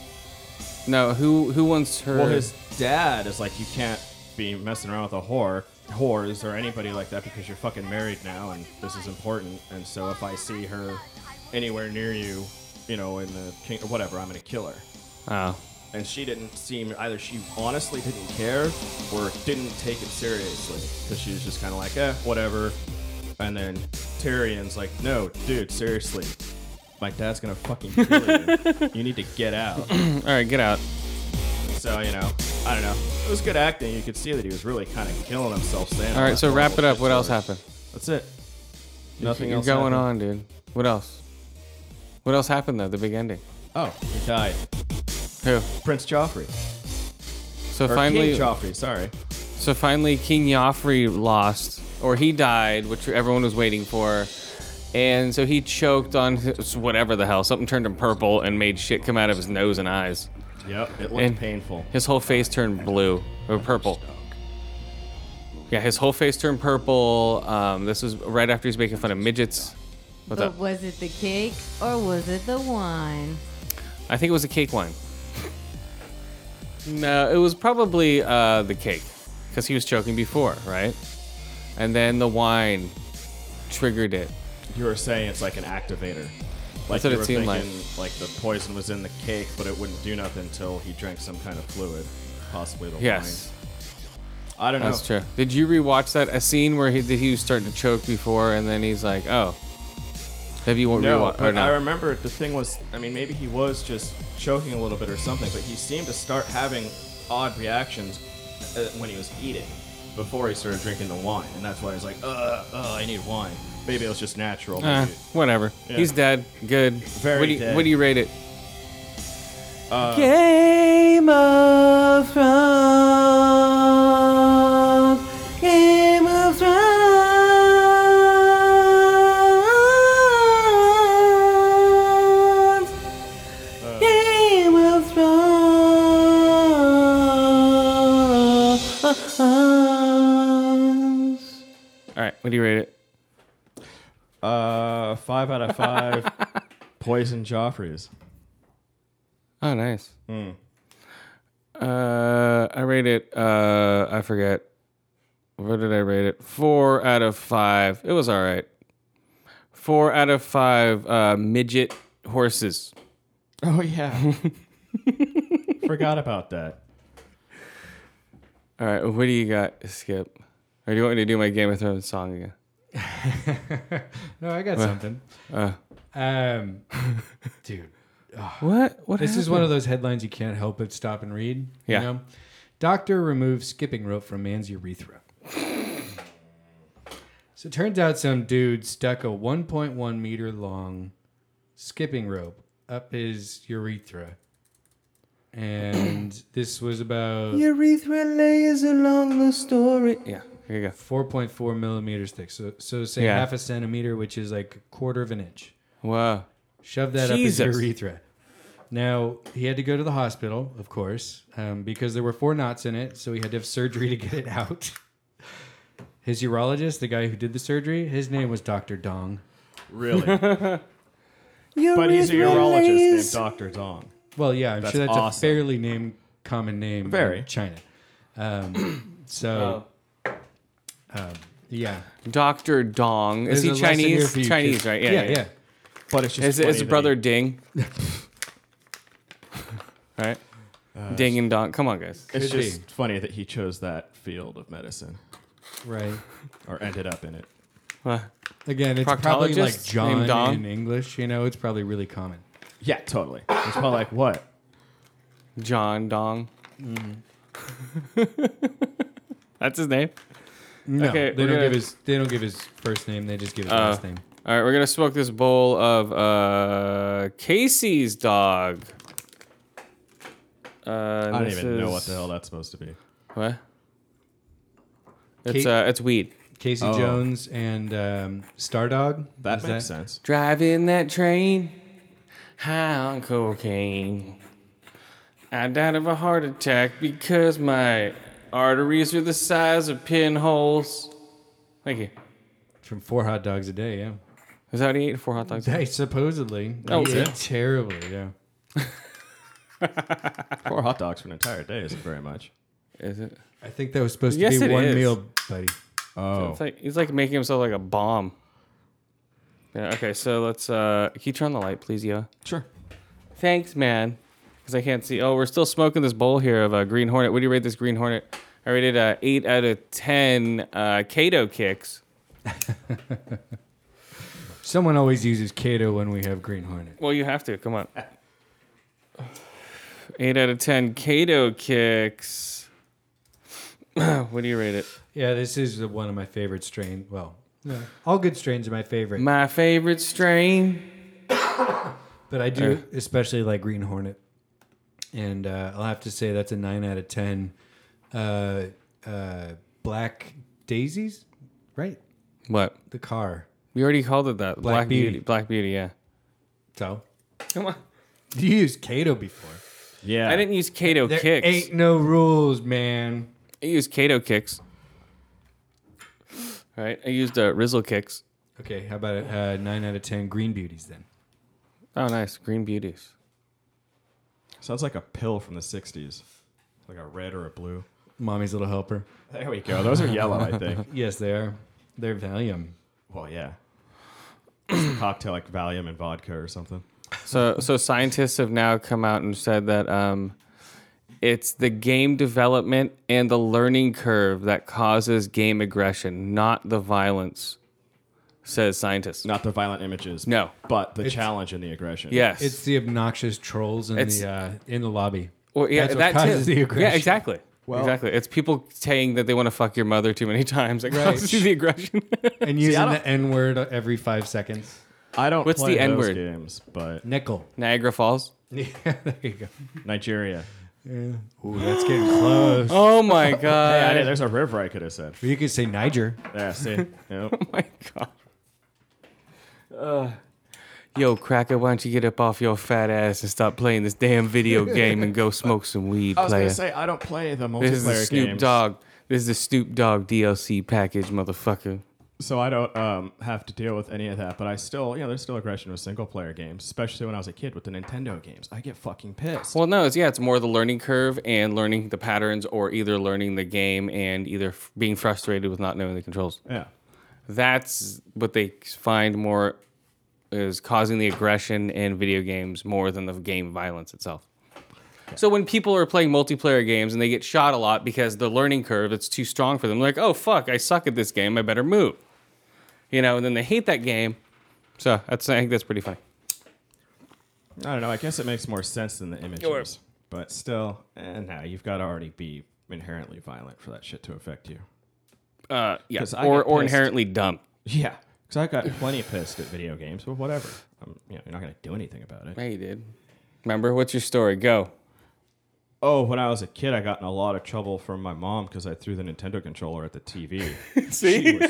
[SPEAKER 2] No, who who wants her?
[SPEAKER 6] Well, his dad is like, you can't be messing around with a whore, whores, or anybody like that because you're fucking married now, and this is important. And so if I see her anywhere near you, you know, in the king or whatever, I'm gonna kill her.
[SPEAKER 2] oh,
[SPEAKER 6] And she didn't seem either she honestly didn't care or didn't take it seriously because she was just kind of like, eh, whatever. And then Tyrion's like, no, dude, seriously. My dad's gonna fucking kill you. you need to get out.
[SPEAKER 2] All right, get out.
[SPEAKER 6] So, you know, I don't know. It was good acting. You could see that he was really kind of killing himself saying
[SPEAKER 2] All right,
[SPEAKER 6] that
[SPEAKER 2] so wrap it
[SPEAKER 6] bullshit
[SPEAKER 2] up. What else
[SPEAKER 6] story.
[SPEAKER 2] happened?
[SPEAKER 6] That's it. Nothing
[SPEAKER 2] You're
[SPEAKER 6] else happened.
[SPEAKER 2] going on, dude. What else? What else happened though? The big ending.
[SPEAKER 6] Oh, he died.
[SPEAKER 2] Who?
[SPEAKER 6] Prince Joffrey.
[SPEAKER 2] So
[SPEAKER 6] Or
[SPEAKER 2] finally,
[SPEAKER 6] King Joffrey, sorry.
[SPEAKER 2] so finally, King Joffrey lost, or he died, which everyone was waiting for, and so he choked on his, whatever the hell. Something turned him purple and made shit come out of his nose and eyes.
[SPEAKER 6] Yep, it looked
[SPEAKER 2] And-
[SPEAKER 6] painful.
[SPEAKER 2] His whole face turned blue or purple. Yeah, his whole face turned purple. Um, this was right after he's making fun of midgets. What's
[SPEAKER 5] but
[SPEAKER 2] up?
[SPEAKER 5] was it the cake or was it the wine?
[SPEAKER 2] I think it was a cake wine. No, it was probably uh, the cake because he was choking before, right? And then the wine triggered it.
[SPEAKER 6] You were saying it's like an activator. Like
[SPEAKER 2] That's what
[SPEAKER 6] you
[SPEAKER 2] it
[SPEAKER 6] were
[SPEAKER 2] seemed like.
[SPEAKER 6] thinking, like. the poison was in the cake, but it wouldn't do nothing until he drank some kind of fluid, possibly the
[SPEAKER 2] Yes,
[SPEAKER 6] wine. I don't know.
[SPEAKER 2] that's true. Did you rewatch that a scene where he, he was starting to choke before, and then he's like, "Oh, have you won't
[SPEAKER 6] No,
[SPEAKER 2] rewatch?" Or
[SPEAKER 6] but
[SPEAKER 2] no?
[SPEAKER 6] I remember the thing was, I mean, maybe he was just choking a little bit or something, but he seemed to start having odd reactions uh, when he was eating before he started drinking the wine, and that's why he's like, uh, uh, I need wine. Maybe it was just natural.
[SPEAKER 2] Eh,
[SPEAKER 6] maybe.
[SPEAKER 2] whatever.
[SPEAKER 6] Yeah.
[SPEAKER 2] He's dead. Good.
[SPEAKER 6] Very
[SPEAKER 2] what do you,
[SPEAKER 6] dead. Uh,
[SPEAKER 2] What do you rate it? Game of Thrones. Game of Thrones. Game of Thrones. All right, what do you rate it?
[SPEAKER 6] Uh, five out of five. Poison Joffrey's.
[SPEAKER 2] Oh, nice.
[SPEAKER 3] Hmm.
[SPEAKER 2] Uh, I rate it. Uh, I forget. What did I rate it? Four out of five. It was all right. Four out of five uh, midget horses.
[SPEAKER 6] Oh yeah. Forgot about that.
[SPEAKER 2] All right, what do you got, Skip? Or do you want me to do my Game of Thrones song again?
[SPEAKER 3] No, I got
[SPEAKER 2] Uh,
[SPEAKER 3] something. Um, dude,
[SPEAKER 2] What? What?
[SPEAKER 3] this is one of those headlines you can't help but stop and read.
[SPEAKER 2] Yeah.
[SPEAKER 3] You know? Doctor removes skipping rope from man's urethra. so it turns out some dude stuck a 1.1 meter long skipping rope up his urethra. And this was about
[SPEAKER 2] urethra layers along the story. Yeah, here you go.
[SPEAKER 3] 4.4 millimeters thick. So, so say
[SPEAKER 2] Yeah.
[SPEAKER 3] half a centimeter, which is like a quarter of an inch.
[SPEAKER 2] Wow.
[SPEAKER 3] shoved that up
[SPEAKER 2] Jesus.
[SPEAKER 3] his urethra. Now he had to go to the hospital, of course, um, because there were four knots in it, so he had to have surgery to get it out. His urologist, the guy who did the surgery, his name was Doctor Dong.
[SPEAKER 6] Really. but he's a urologist named Doctor Dong.
[SPEAKER 3] Well, yeah, I'm
[SPEAKER 6] That's
[SPEAKER 3] sure that's
[SPEAKER 6] awesome.
[SPEAKER 3] a fairly named common name
[SPEAKER 6] Very.
[SPEAKER 3] in China. Um, so, um, yeah,
[SPEAKER 2] Doctor Dong. Is
[SPEAKER 3] There's
[SPEAKER 2] he
[SPEAKER 3] a lesson here
[SPEAKER 2] Chinese?
[SPEAKER 3] for you,
[SPEAKER 2] Chinese,
[SPEAKER 3] kids.
[SPEAKER 2] right? Yeah,
[SPEAKER 3] yeah, yeah.
[SPEAKER 6] But it's just
[SPEAKER 2] Is his
[SPEAKER 6] funny
[SPEAKER 2] brother
[SPEAKER 6] that
[SPEAKER 2] Ding? right? Ding and Dong. Come on, guys.
[SPEAKER 6] He, it's
[SPEAKER 3] Could
[SPEAKER 6] just funny that he chose that field of medicine
[SPEAKER 3] right.
[SPEAKER 6] or ended up in it.
[SPEAKER 3] Uh, Again, it's probably like
[SPEAKER 2] Proctologist named
[SPEAKER 3] John
[SPEAKER 2] Dong?
[SPEAKER 3] in English. You know, it's probably really common.
[SPEAKER 6] Yeah, totally. It's probably like what?
[SPEAKER 2] John Dong.
[SPEAKER 6] Mm-hmm.
[SPEAKER 2] That's his name.
[SPEAKER 3] No,
[SPEAKER 2] Okay,
[SPEAKER 3] they
[SPEAKER 2] we're Oh.
[SPEAKER 3] don't
[SPEAKER 2] gonna-
[SPEAKER 3] give his they don't give his first name. They just give his last name.
[SPEAKER 2] All right, we're gonna smoke this bowl of uh, Casey's dog. Uh,
[SPEAKER 6] I don't even know what the hell that's supposed to be.
[SPEAKER 2] What? It's
[SPEAKER 3] Kate-
[SPEAKER 2] uh, it's weed.
[SPEAKER 3] Casey
[SPEAKER 6] Oh.
[SPEAKER 3] Jones and um, Stardog.
[SPEAKER 6] That
[SPEAKER 3] Is
[SPEAKER 6] makes sense.
[SPEAKER 2] Driving that train, high on cocaine. I died of a heart attack because my arteries are the size of pinholes. Thank you.
[SPEAKER 3] From four hot dogs a day, yeah.
[SPEAKER 2] Is that what he ate? Four hot dogs.
[SPEAKER 3] They supposedly.
[SPEAKER 2] Oh,
[SPEAKER 3] He
[SPEAKER 2] yeah.
[SPEAKER 3] ate terribly, yeah.
[SPEAKER 6] Four hot dogs for an entire day isn't very much.
[SPEAKER 2] Is it?
[SPEAKER 3] I think that was supposed
[SPEAKER 2] Yes,
[SPEAKER 3] to
[SPEAKER 2] it
[SPEAKER 3] be one
[SPEAKER 2] is.
[SPEAKER 3] meal, buddy.
[SPEAKER 6] Oh,
[SPEAKER 2] It's like he's like making himself like a bomb. Yeah, okay, so let's uh can you turn on the light, please, yeah.
[SPEAKER 6] sure.
[SPEAKER 2] Thanks, man. Because I can't see. Oh, we're still smoking this bowl here of uh, Green Hornet. What do you rate this Green Hornet? I rated uh, eight out of ten uh Kato kicks.
[SPEAKER 3] Someone always uses Kato when we have Green Hornet.
[SPEAKER 2] Well, you have to. Come on. Eight out of ten. Kato kicks. what do you rate it?
[SPEAKER 3] Yeah, this is the- one of my favorite strain. Well, yeah, all good strains are my favorite,
[SPEAKER 2] My favorite strain.
[SPEAKER 3] but I do especially like Green Hornet, and uh, I'll have to say that's a nine out of ten. Uh, uh, Black Daisies, right?
[SPEAKER 2] What?
[SPEAKER 3] The car.
[SPEAKER 2] We already called it that. Black, Beauty.
[SPEAKER 3] Beauty.
[SPEAKER 2] Black Beauty. Yeah.
[SPEAKER 3] So
[SPEAKER 2] Come on.
[SPEAKER 3] you used Kato before.
[SPEAKER 6] Yeah.
[SPEAKER 2] I didn't use Kato
[SPEAKER 3] There
[SPEAKER 2] kicks.
[SPEAKER 3] ain't no rules, man.
[SPEAKER 2] I used Kato kicks. All right. I used uh, Rizzle kicks.
[SPEAKER 3] Okay, how about uh, nine out of ten Green Beauties then?
[SPEAKER 2] Oh, nice. Green Beauties.
[SPEAKER 6] Sounds like a pill from the 60s. Like a red or a blue.
[SPEAKER 3] Mommy's Little Helper.
[SPEAKER 6] There we go. Those are yellow, I think.
[SPEAKER 3] Yes, they are. They're Valium.
[SPEAKER 6] Well, yeah. It's a cocktail like Valium and vodka or something.
[SPEAKER 2] So, so scientists have now come out and said that um, it's the game development and the learning curve that causes game aggression, not the violence, says scientists.
[SPEAKER 6] Not the violent images.
[SPEAKER 2] No.
[SPEAKER 6] But the challenge and the aggression.
[SPEAKER 2] Yes.
[SPEAKER 3] It's the obnoxious trolls in
[SPEAKER 2] It's-
[SPEAKER 3] the uh, in the lobby.
[SPEAKER 2] Well, yeah,
[SPEAKER 3] That's what
[SPEAKER 2] that
[SPEAKER 3] causes
[SPEAKER 2] too.
[SPEAKER 3] the aggression.
[SPEAKER 2] Yeah, exactly.
[SPEAKER 6] Well-
[SPEAKER 2] exactly. It's people saying that they want to fuck your mother too many times. That causes you the aggression.
[SPEAKER 3] And using the N word every five seconds.
[SPEAKER 6] I don't
[SPEAKER 2] What's
[SPEAKER 6] play
[SPEAKER 2] the N
[SPEAKER 6] those
[SPEAKER 2] word?
[SPEAKER 6] games, but
[SPEAKER 3] Nickel.
[SPEAKER 2] Niagara Falls.
[SPEAKER 3] Yeah, there you go.
[SPEAKER 6] Nigeria.
[SPEAKER 3] Ooh, that's getting close.
[SPEAKER 2] Oh my god.
[SPEAKER 6] Yeah, I did- there's a river I could have said.
[SPEAKER 3] You could say Niger.
[SPEAKER 6] Yeah, see? Yep.
[SPEAKER 2] Oh my god. Uh, Yo, Cracker, why don't you get up off your fat ass and stop playing this damn video game and go smoke some weed,
[SPEAKER 6] I was going
[SPEAKER 2] player?
[SPEAKER 6] to say, I don't play the multiplayer
[SPEAKER 2] this is the Snoop
[SPEAKER 6] games.
[SPEAKER 2] Dogg. This is the Snoop Dogg DLC package, motherfucker.
[SPEAKER 6] so I don't um, have to deal with any of that. But I still, you know, there's still aggression with single player games, especially when I was a kid with the Nintendo games. I get fucking pissed.
[SPEAKER 2] Well, no, it's yeah, it's more the learning curve and learning the patterns, or either learning the game and either f- being frustrated with not knowing the controls.
[SPEAKER 6] yeah.
[SPEAKER 2] That's what they find more is causing the aggression in video games more than the game violence itself. So when people are playing multiplayer games and they get shot a lot because the learning curve it's too strong for them, they're like, "Oh fuck, I suck at this game. I better move." You know, and then they hate that game. So that's I think that's pretty funny.
[SPEAKER 6] I don't know. I guess it makes more sense than the images. But still, eh, no, you've got to already be inherently violent for that shit to affect you.
[SPEAKER 2] Uh, yeah,
[SPEAKER 6] 'Cause I
[SPEAKER 2] or
[SPEAKER 6] get
[SPEAKER 2] or
[SPEAKER 6] pissed.
[SPEAKER 2] inherently dumb.
[SPEAKER 6] Yeah. Because I got plenty pissed at video games, but whatever. I'm, you know, you're not going to do anything about it.
[SPEAKER 2] Yeah, you did. Remember what's your story? Go.
[SPEAKER 6] Oh, when I was a kid, I got in a lot of trouble from my mom because I threw the Nintendo controller at the TV.
[SPEAKER 2] See?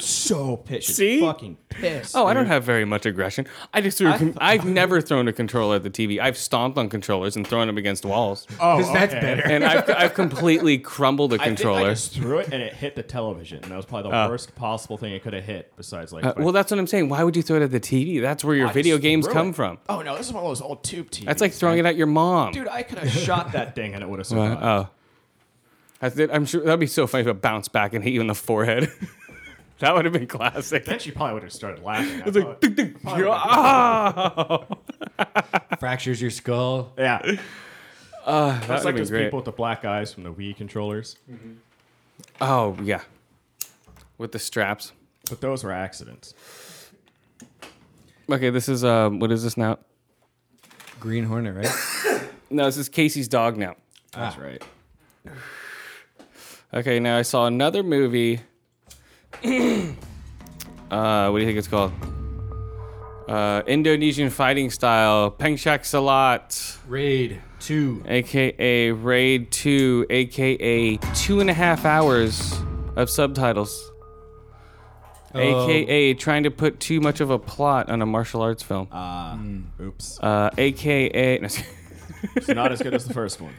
[SPEAKER 6] so pissed. She's
[SPEAKER 2] See?
[SPEAKER 6] Fucking pissed.
[SPEAKER 2] Oh, I don't have very much aggression. I just threw. a con- I've never thrown a controller at the TV. I've stomped on controllers and thrown them against walls,
[SPEAKER 6] Oh,
[SPEAKER 3] that's
[SPEAKER 6] okay.
[SPEAKER 3] better.
[SPEAKER 2] and I've, I've completely crumbled a
[SPEAKER 6] I think
[SPEAKER 2] controller. Oh.
[SPEAKER 6] I just threw it and it hit the television, and that was probably the worst possible thing it could have hit. Besides, like,
[SPEAKER 2] Uh,
[SPEAKER 6] my-
[SPEAKER 2] well, that's what I'm saying. Why would you throw it at the TV? That's where your
[SPEAKER 6] I
[SPEAKER 2] video
[SPEAKER 6] just
[SPEAKER 2] games
[SPEAKER 6] threw
[SPEAKER 2] come
[SPEAKER 6] it.
[SPEAKER 2] from.
[SPEAKER 6] Oh no, this is one of those old tube TVs.
[SPEAKER 2] That's like throwing it at your mom.
[SPEAKER 6] dude, I could have shot that thing and it would have
[SPEAKER 2] Uh,
[SPEAKER 6] survived.
[SPEAKER 2] oh, That's it. I'm sure that'd be so funny if it bounced back and hit you in the forehead. that would have been classic.
[SPEAKER 6] then she probably would have started laughing. I
[SPEAKER 2] It's like,
[SPEAKER 6] thought-
[SPEAKER 2] "Tick, tick, ah!"
[SPEAKER 3] Fractures your skull.
[SPEAKER 6] yeah, Uh, that's like
[SPEAKER 2] That would've been
[SPEAKER 6] those
[SPEAKER 2] great.
[SPEAKER 6] people with the black eyes from the Wii controllers.
[SPEAKER 2] Oh yeah, with the straps.
[SPEAKER 6] But those were accidents.
[SPEAKER 2] Okay, this is um, what is this now?
[SPEAKER 3] Green Hornet, right?
[SPEAKER 2] No, this is Casey's dog now.
[SPEAKER 6] That's
[SPEAKER 2] Ah.
[SPEAKER 6] right.
[SPEAKER 2] Okay, now I saw another movie. uh, what do you think it's called? Uh, Indonesian fighting style, Pengshak Salat,
[SPEAKER 3] Raid two.
[SPEAKER 2] aka Raid 2, aka two and a half hours of subtitles,
[SPEAKER 6] Oh.
[SPEAKER 2] aka trying to put too much of a plot on a martial arts film,
[SPEAKER 6] Ah.
[SPEAKER 2] uh,
[SPEAKER 6] Oops.
[SPEAKER 2] Ah. aka.
[SPEAKER 6] it's not as good as the first one.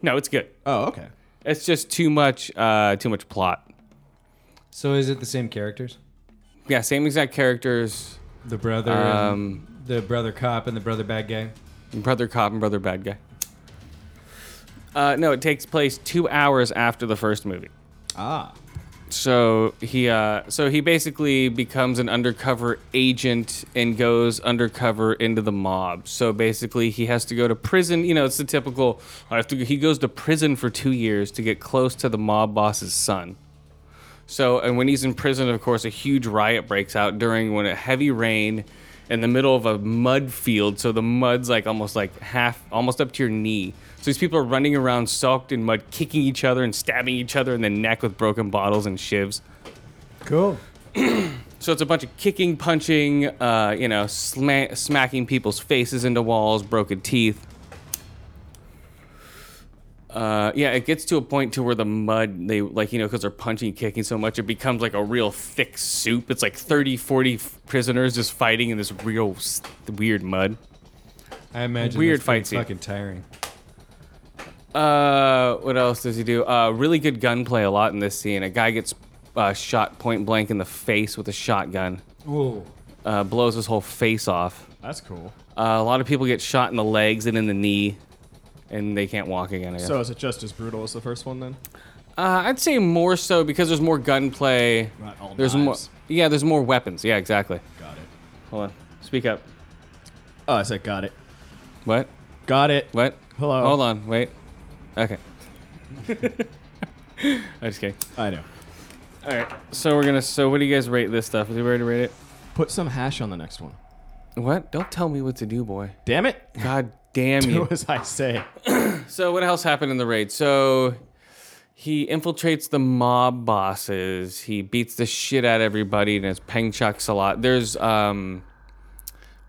[SPEAKER 2] No, it's good.
[SPEAKER 6] Oh, okay.
[SPEAKER 2] It's just too much, uh, too much plot.
[SPEAKER 3] So is it the same characters?
[SPEAKER 2] Yeah, same exact characters.
[SPEAKER 3] The brother, um, the brother cop, and the brother bad guy.
[SPEAKER 2] Brother Cop and Brother Bad Guy. Uh, no, it takes place two hours after the first movie.
[SPEAKER 6] Ah,
[SPEAKER 2] So he, uh, so he basically becomes an undercover agent and goes undercover into the mob. So basically, he has to go to prison. You know, it's the typical. I have to. He goes to prison for two years to get close to the mob boss's son. So, and when he's in prison, of course, a huge riot breaks out during when a heavy rain in the middle of a mud field. So the mud's like almost like half, almost up to your knee. So these people are running around soaked in mud, kicking each other and stabbing each other in the neck with broken bottles and shivs.
[SPEAKER 3] Cool.
[SPEAKER 2] So it's a bunch of kicking, punching, uh, you know, sma- smacking people's faces into walls, broken teeth. Uh, yeah, it gets to a point to where the mud, they like, you know, because they're punching, kicking so much, it becomes like a real thick soup. It's like 30, 40 f- prisoners just fighting in this real s- weird mud.
[SPEAKER 3] I imagine
[SPEAKER 2] Weird
[SPEAKER 3] that's pretty
[SPEAKER 2] fight scene.
[SPEAKER 3] Fucking tiring.
[SPEAKER 2] Uh, what else does he do? Uh, really good gunplay a lot in this scene. A guy gets uh, shot point blank in the face with a shotgun,
[SPEAKER 3] Ooh.
[SPEAKER 2] uh, blows his whole face off.
[SPEAKER 6] That's cool.
[SPEAKER 2] Uh, a lot of people get shot in the legs and in the knee, and they can't walk again. I guess.
[SPEAKER 6] So is it just as brutal as the first one then?
[SPEAKER 2] uh, I'd say more so because there's more gunplay.
[SPEAKER 6] Right, all
[SPEAKER 2] there's
[SPEAKER 6] knives.
[SPEAKER 2] more. Yeah, there's more weapons. Yeah, exactly.
[SPEAKER 6] Got it.
[SPEAKER 2] Hold on. Speak up.
[SPEAKER 6] Oh, I said got it.
[SPEAKER 2] What?
[SPEAKER 6] Got it.
[SPEAKER 2] What?
[SPEAKER 6] Hello.
[SPEAKER 2] Hold on. Wait. Okay. I'm just kidding.
[SPEAKER 6] I know.
[SPEAKER 2] All right. So we're gonna. So what do you guys rate this stuff? Is you ready to rate
[SPEAKER 6] Put some hash on the next one.
[SPEAKER 2] it? What? Don't tell me what to do, boy.
[SPEAKER 6] Damn it.
[SPEAKER 2] God damn you.
[SPEAKER 6] Do as I say.
[SPEAKER 2] So what else happened in the raid? So he infiltrates the mob bosses. He beats the shit out of everybody and his peng chucks a lot. There's um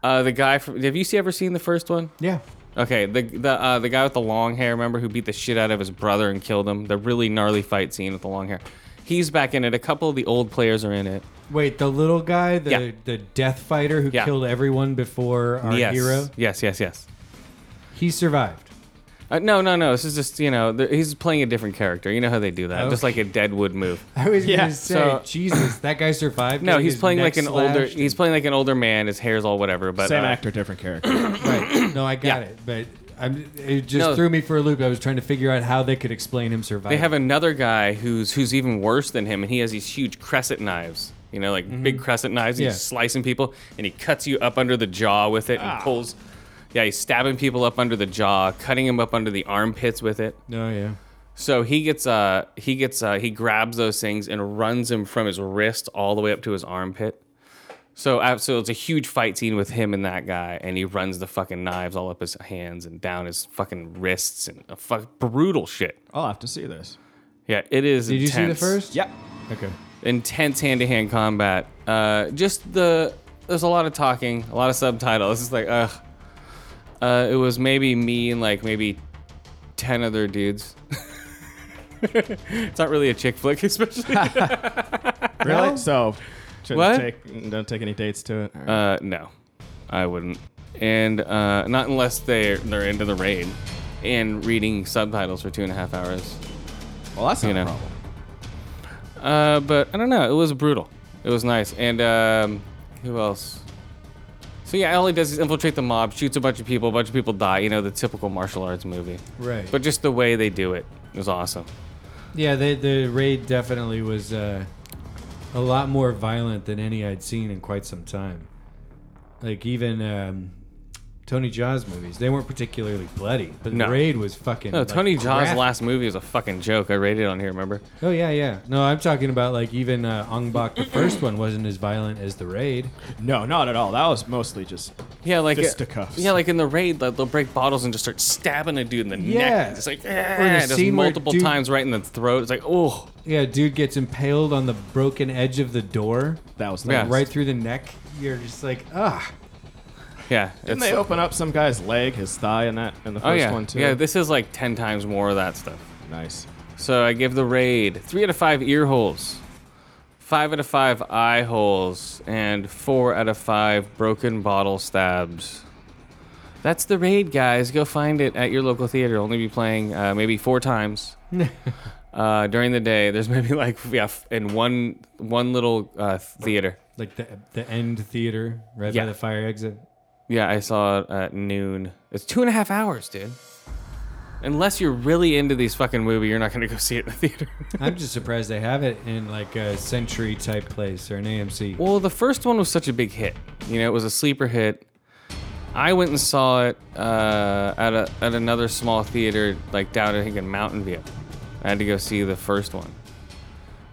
[SPEAKER 2] uh the guy from have you see, ever seen the first one?
[SPEAKER 3] Yeah.
[SPEAKER 2] Okay, the the uh, the guy with the long hair, remember who beat the shit out of his brother and killed him? The really gnarly fight scene with the long hair. He's back in it. A couple of the old players are in it.
[SPEAKER 3] Wait, the little guy, the
[SPEAKER 2] Yeah.
[SPEAKER 3] the death fighter who
[SPEAKER 2] Yeah.
[SPEAKER 3] killed everyone before our
[SPEAKER 2] yes.
[SPEAKER 3] hero,
[SPEAKER 2] Yes, yes, yes.
[SPEAKER 3] he survived.
[SPEAKER 2] Uh, no, no, no. This is just, you know, th- he's playing a different character. You know how they do
[SPEAKER 3] Oh,
[SPEAKER 2] that. Just like a Deadwood move.
[SPEAKER 3] I was
[SPEAKER 6] Yeah,
[SPEAKER 3] gonna say,
[SPEAKER 2] so-
[SPEAKER 3] Jesus, that guy survived.
[SPEAKER 2] No,
[SPEAKER 3] getting
[SPEAKER 2] he's
[SPEAKER 3] his
[SPEAKER 2] playing
[SPEAKER 3] neck
[SPEAKER 2] like an older.
[SPEAKER 3] slashed.
[SPEAKER 2] He's playing like an older man. His hair's all whatever. But
[SPEAKER 6] Same
[SPEAKER 2] uh,
[SPEAKER 6] actor, different character.
[SPEAKER 3] right. No, I got
[SPEAKER 2] Yeah.
[SPEAKER 3] it, but I'm, it just
[SPEAKER 2] No.
[SPEAKER 3] threw me for a loop. I was trying to figure out how they could explain him surviving.
[SPEAKER 2] They have another guy who's who's even worse than him, and he has these huge crescent knives. You know, like big crescent knives.
[SPEAKER 3] Mm-hmm. Yeah.
[SPEAKER 2] He's slicing people, and he cuts you up under the jaw with it,
[SPEAKER 3] Ah.
[SPEAKER 2] and pulls. Yeah, he's stabbing people up under the jaw, cutting them up under the armpits with it.
[SPEAKER 3] no, yeah.
[SPEAKER 2] So he gets uh he gets uh he grabs those things and runs him from his wrist all the way up to his armpit. So uh, so it's a huge fight scene with him and that guy, and he runs the fucking knives all up his hands and down his fucking wrists and a fuck brutal shit.
[SPEAKER 6] I'll have to see this.
[SPEAKER 2] Yeah, it is.
[SPEAKER 3] Did you see the
[SPEAKER 2] intense.
[SPEAKER 3] first?
[SPEAKER 6] Yep.
[SPEAKER 3] Okay.
[SPEAKER 2] Intense hand to hand combat. Uh, just the there's a lot of talking, a lot of subtitles. It's like ugh. Uh, it was maybe me and like maybe ten other dudes. it's not really a chick flick, especially.
[SPEAKER 6] Really? So shouldn't
[SPEAKER 2] What?
[SPEAKER 6] take don't take any dates to it.
[SPEAKER 2] Uh, no, I wouldn't. And uh, not unless they're they're into the raid and reading subtitles for two and a half hours.
[SPEAKER 6] Well, that's not
[SPEAKER 2] you
[SPEAKER 6] a
[SPEAKER 2] know.
[SPEAKER 6] problem.
[SPEAKER 2] Uh, but I don't know. It was brutal. It was nice. And um, who else? So yeah, all he does is infiltrate the mob, shoots a bunch of people, a bunch of people die. You know, the typical martial arts movie.
[SPEAKER 3] Right.
[SPEAKER 2] But just the way they do it is awesome.
[SPEAKER 3] Yeah, the the raid definitely was uh, a lot more violent than any I'd seen in quite some time. Like even um, Tony Jaws movies, they weren't particularly bloody, but
[SPEAKER 2] No.
[SPEAKER 3] the raid was fucking.
[SPEAKER 2] No,
[SPEAKER 3] like,
[SPEAKER 2] Tony Jaa's
[SPEAKER 3] graphic.
[SPEAKER 2] last movie was a fucking joke. I rated it on here. Remember?
[SPEAKER 3] Oh yeah, yeah. No, I'm talking about like even uh, Ong Bak, the first one wasn't as violent as the raid.
[SPEAKER 6] No, not at all. That was mostly just
[SPEAKER 2] Yeah, like uh,
[SPEAKER 6] Fisticuffs.
[SPEAKER 2] yeah, like in the raid, like, they'll break bottles and just start stabbing a dude in the
[SPEAKER 3] Yeah.
[SPEAKER 2] neck. It's like "Ah,"
[SPEAKER 3] the
[SPEAKER 2] yeah, just
[SPEAKER 3] scene where
[SPEAKER 2] multiple
[SPEAKER 3] dude-
[SPEAKER 2] times right in the throat. It's like oh,
[SPEAKER 3] Yeah, dude gets impaled on the broken edge of the door,
[SPEAKER 6] that was.
[SPEAKER 2] Yeah.
[SPEAKER 6] nice.
[SPEAKER 3] right through the neck. You're just like, ah.
[SPEAKER 2] yeah.
[SPEAKER 6] Didn't
[SPEAKER 2] it's-
[SPEAKER 6] they open up some guy's leg, his thigh, and that in the first
[SPEAKER 2] oh yeah,
[SPEAKER 6] one too?
[SPEAKER 2] yeah. This is like ten times more of that stuff.
[SPEAKER 6] nice.
[SPEAKER 2] So I give the raid three out of five ear holes, five out of five eye holes, and four out of five broken bottle stabs. That's the raid, guys. Go find it at your local theater. Only be playing uh, maybe four times uh, during the day. There's maybe like yeah, f- in one one little uh, theater.
[SPEAKER 3] Like the the end theater right
[SPEAKER 2] Yeah.
[SPEAKER 3] by the fire exit.
[SPEAKER 2] Yeah, I saw it at noon. It's two and a half hours, dude. Unless you're really into these fucking movie, you're not gonna go see it in the theater.
[SPEAKER 3] I'm just surprised they have it in like a Century type place or an AMC.
[SPEAKER 2] Well, the first one was such a big hit. You know, it was a sleeper hit. I went and saw it uh, at a, at another small theater, like down I think in Mountain View. I had to go see the first one,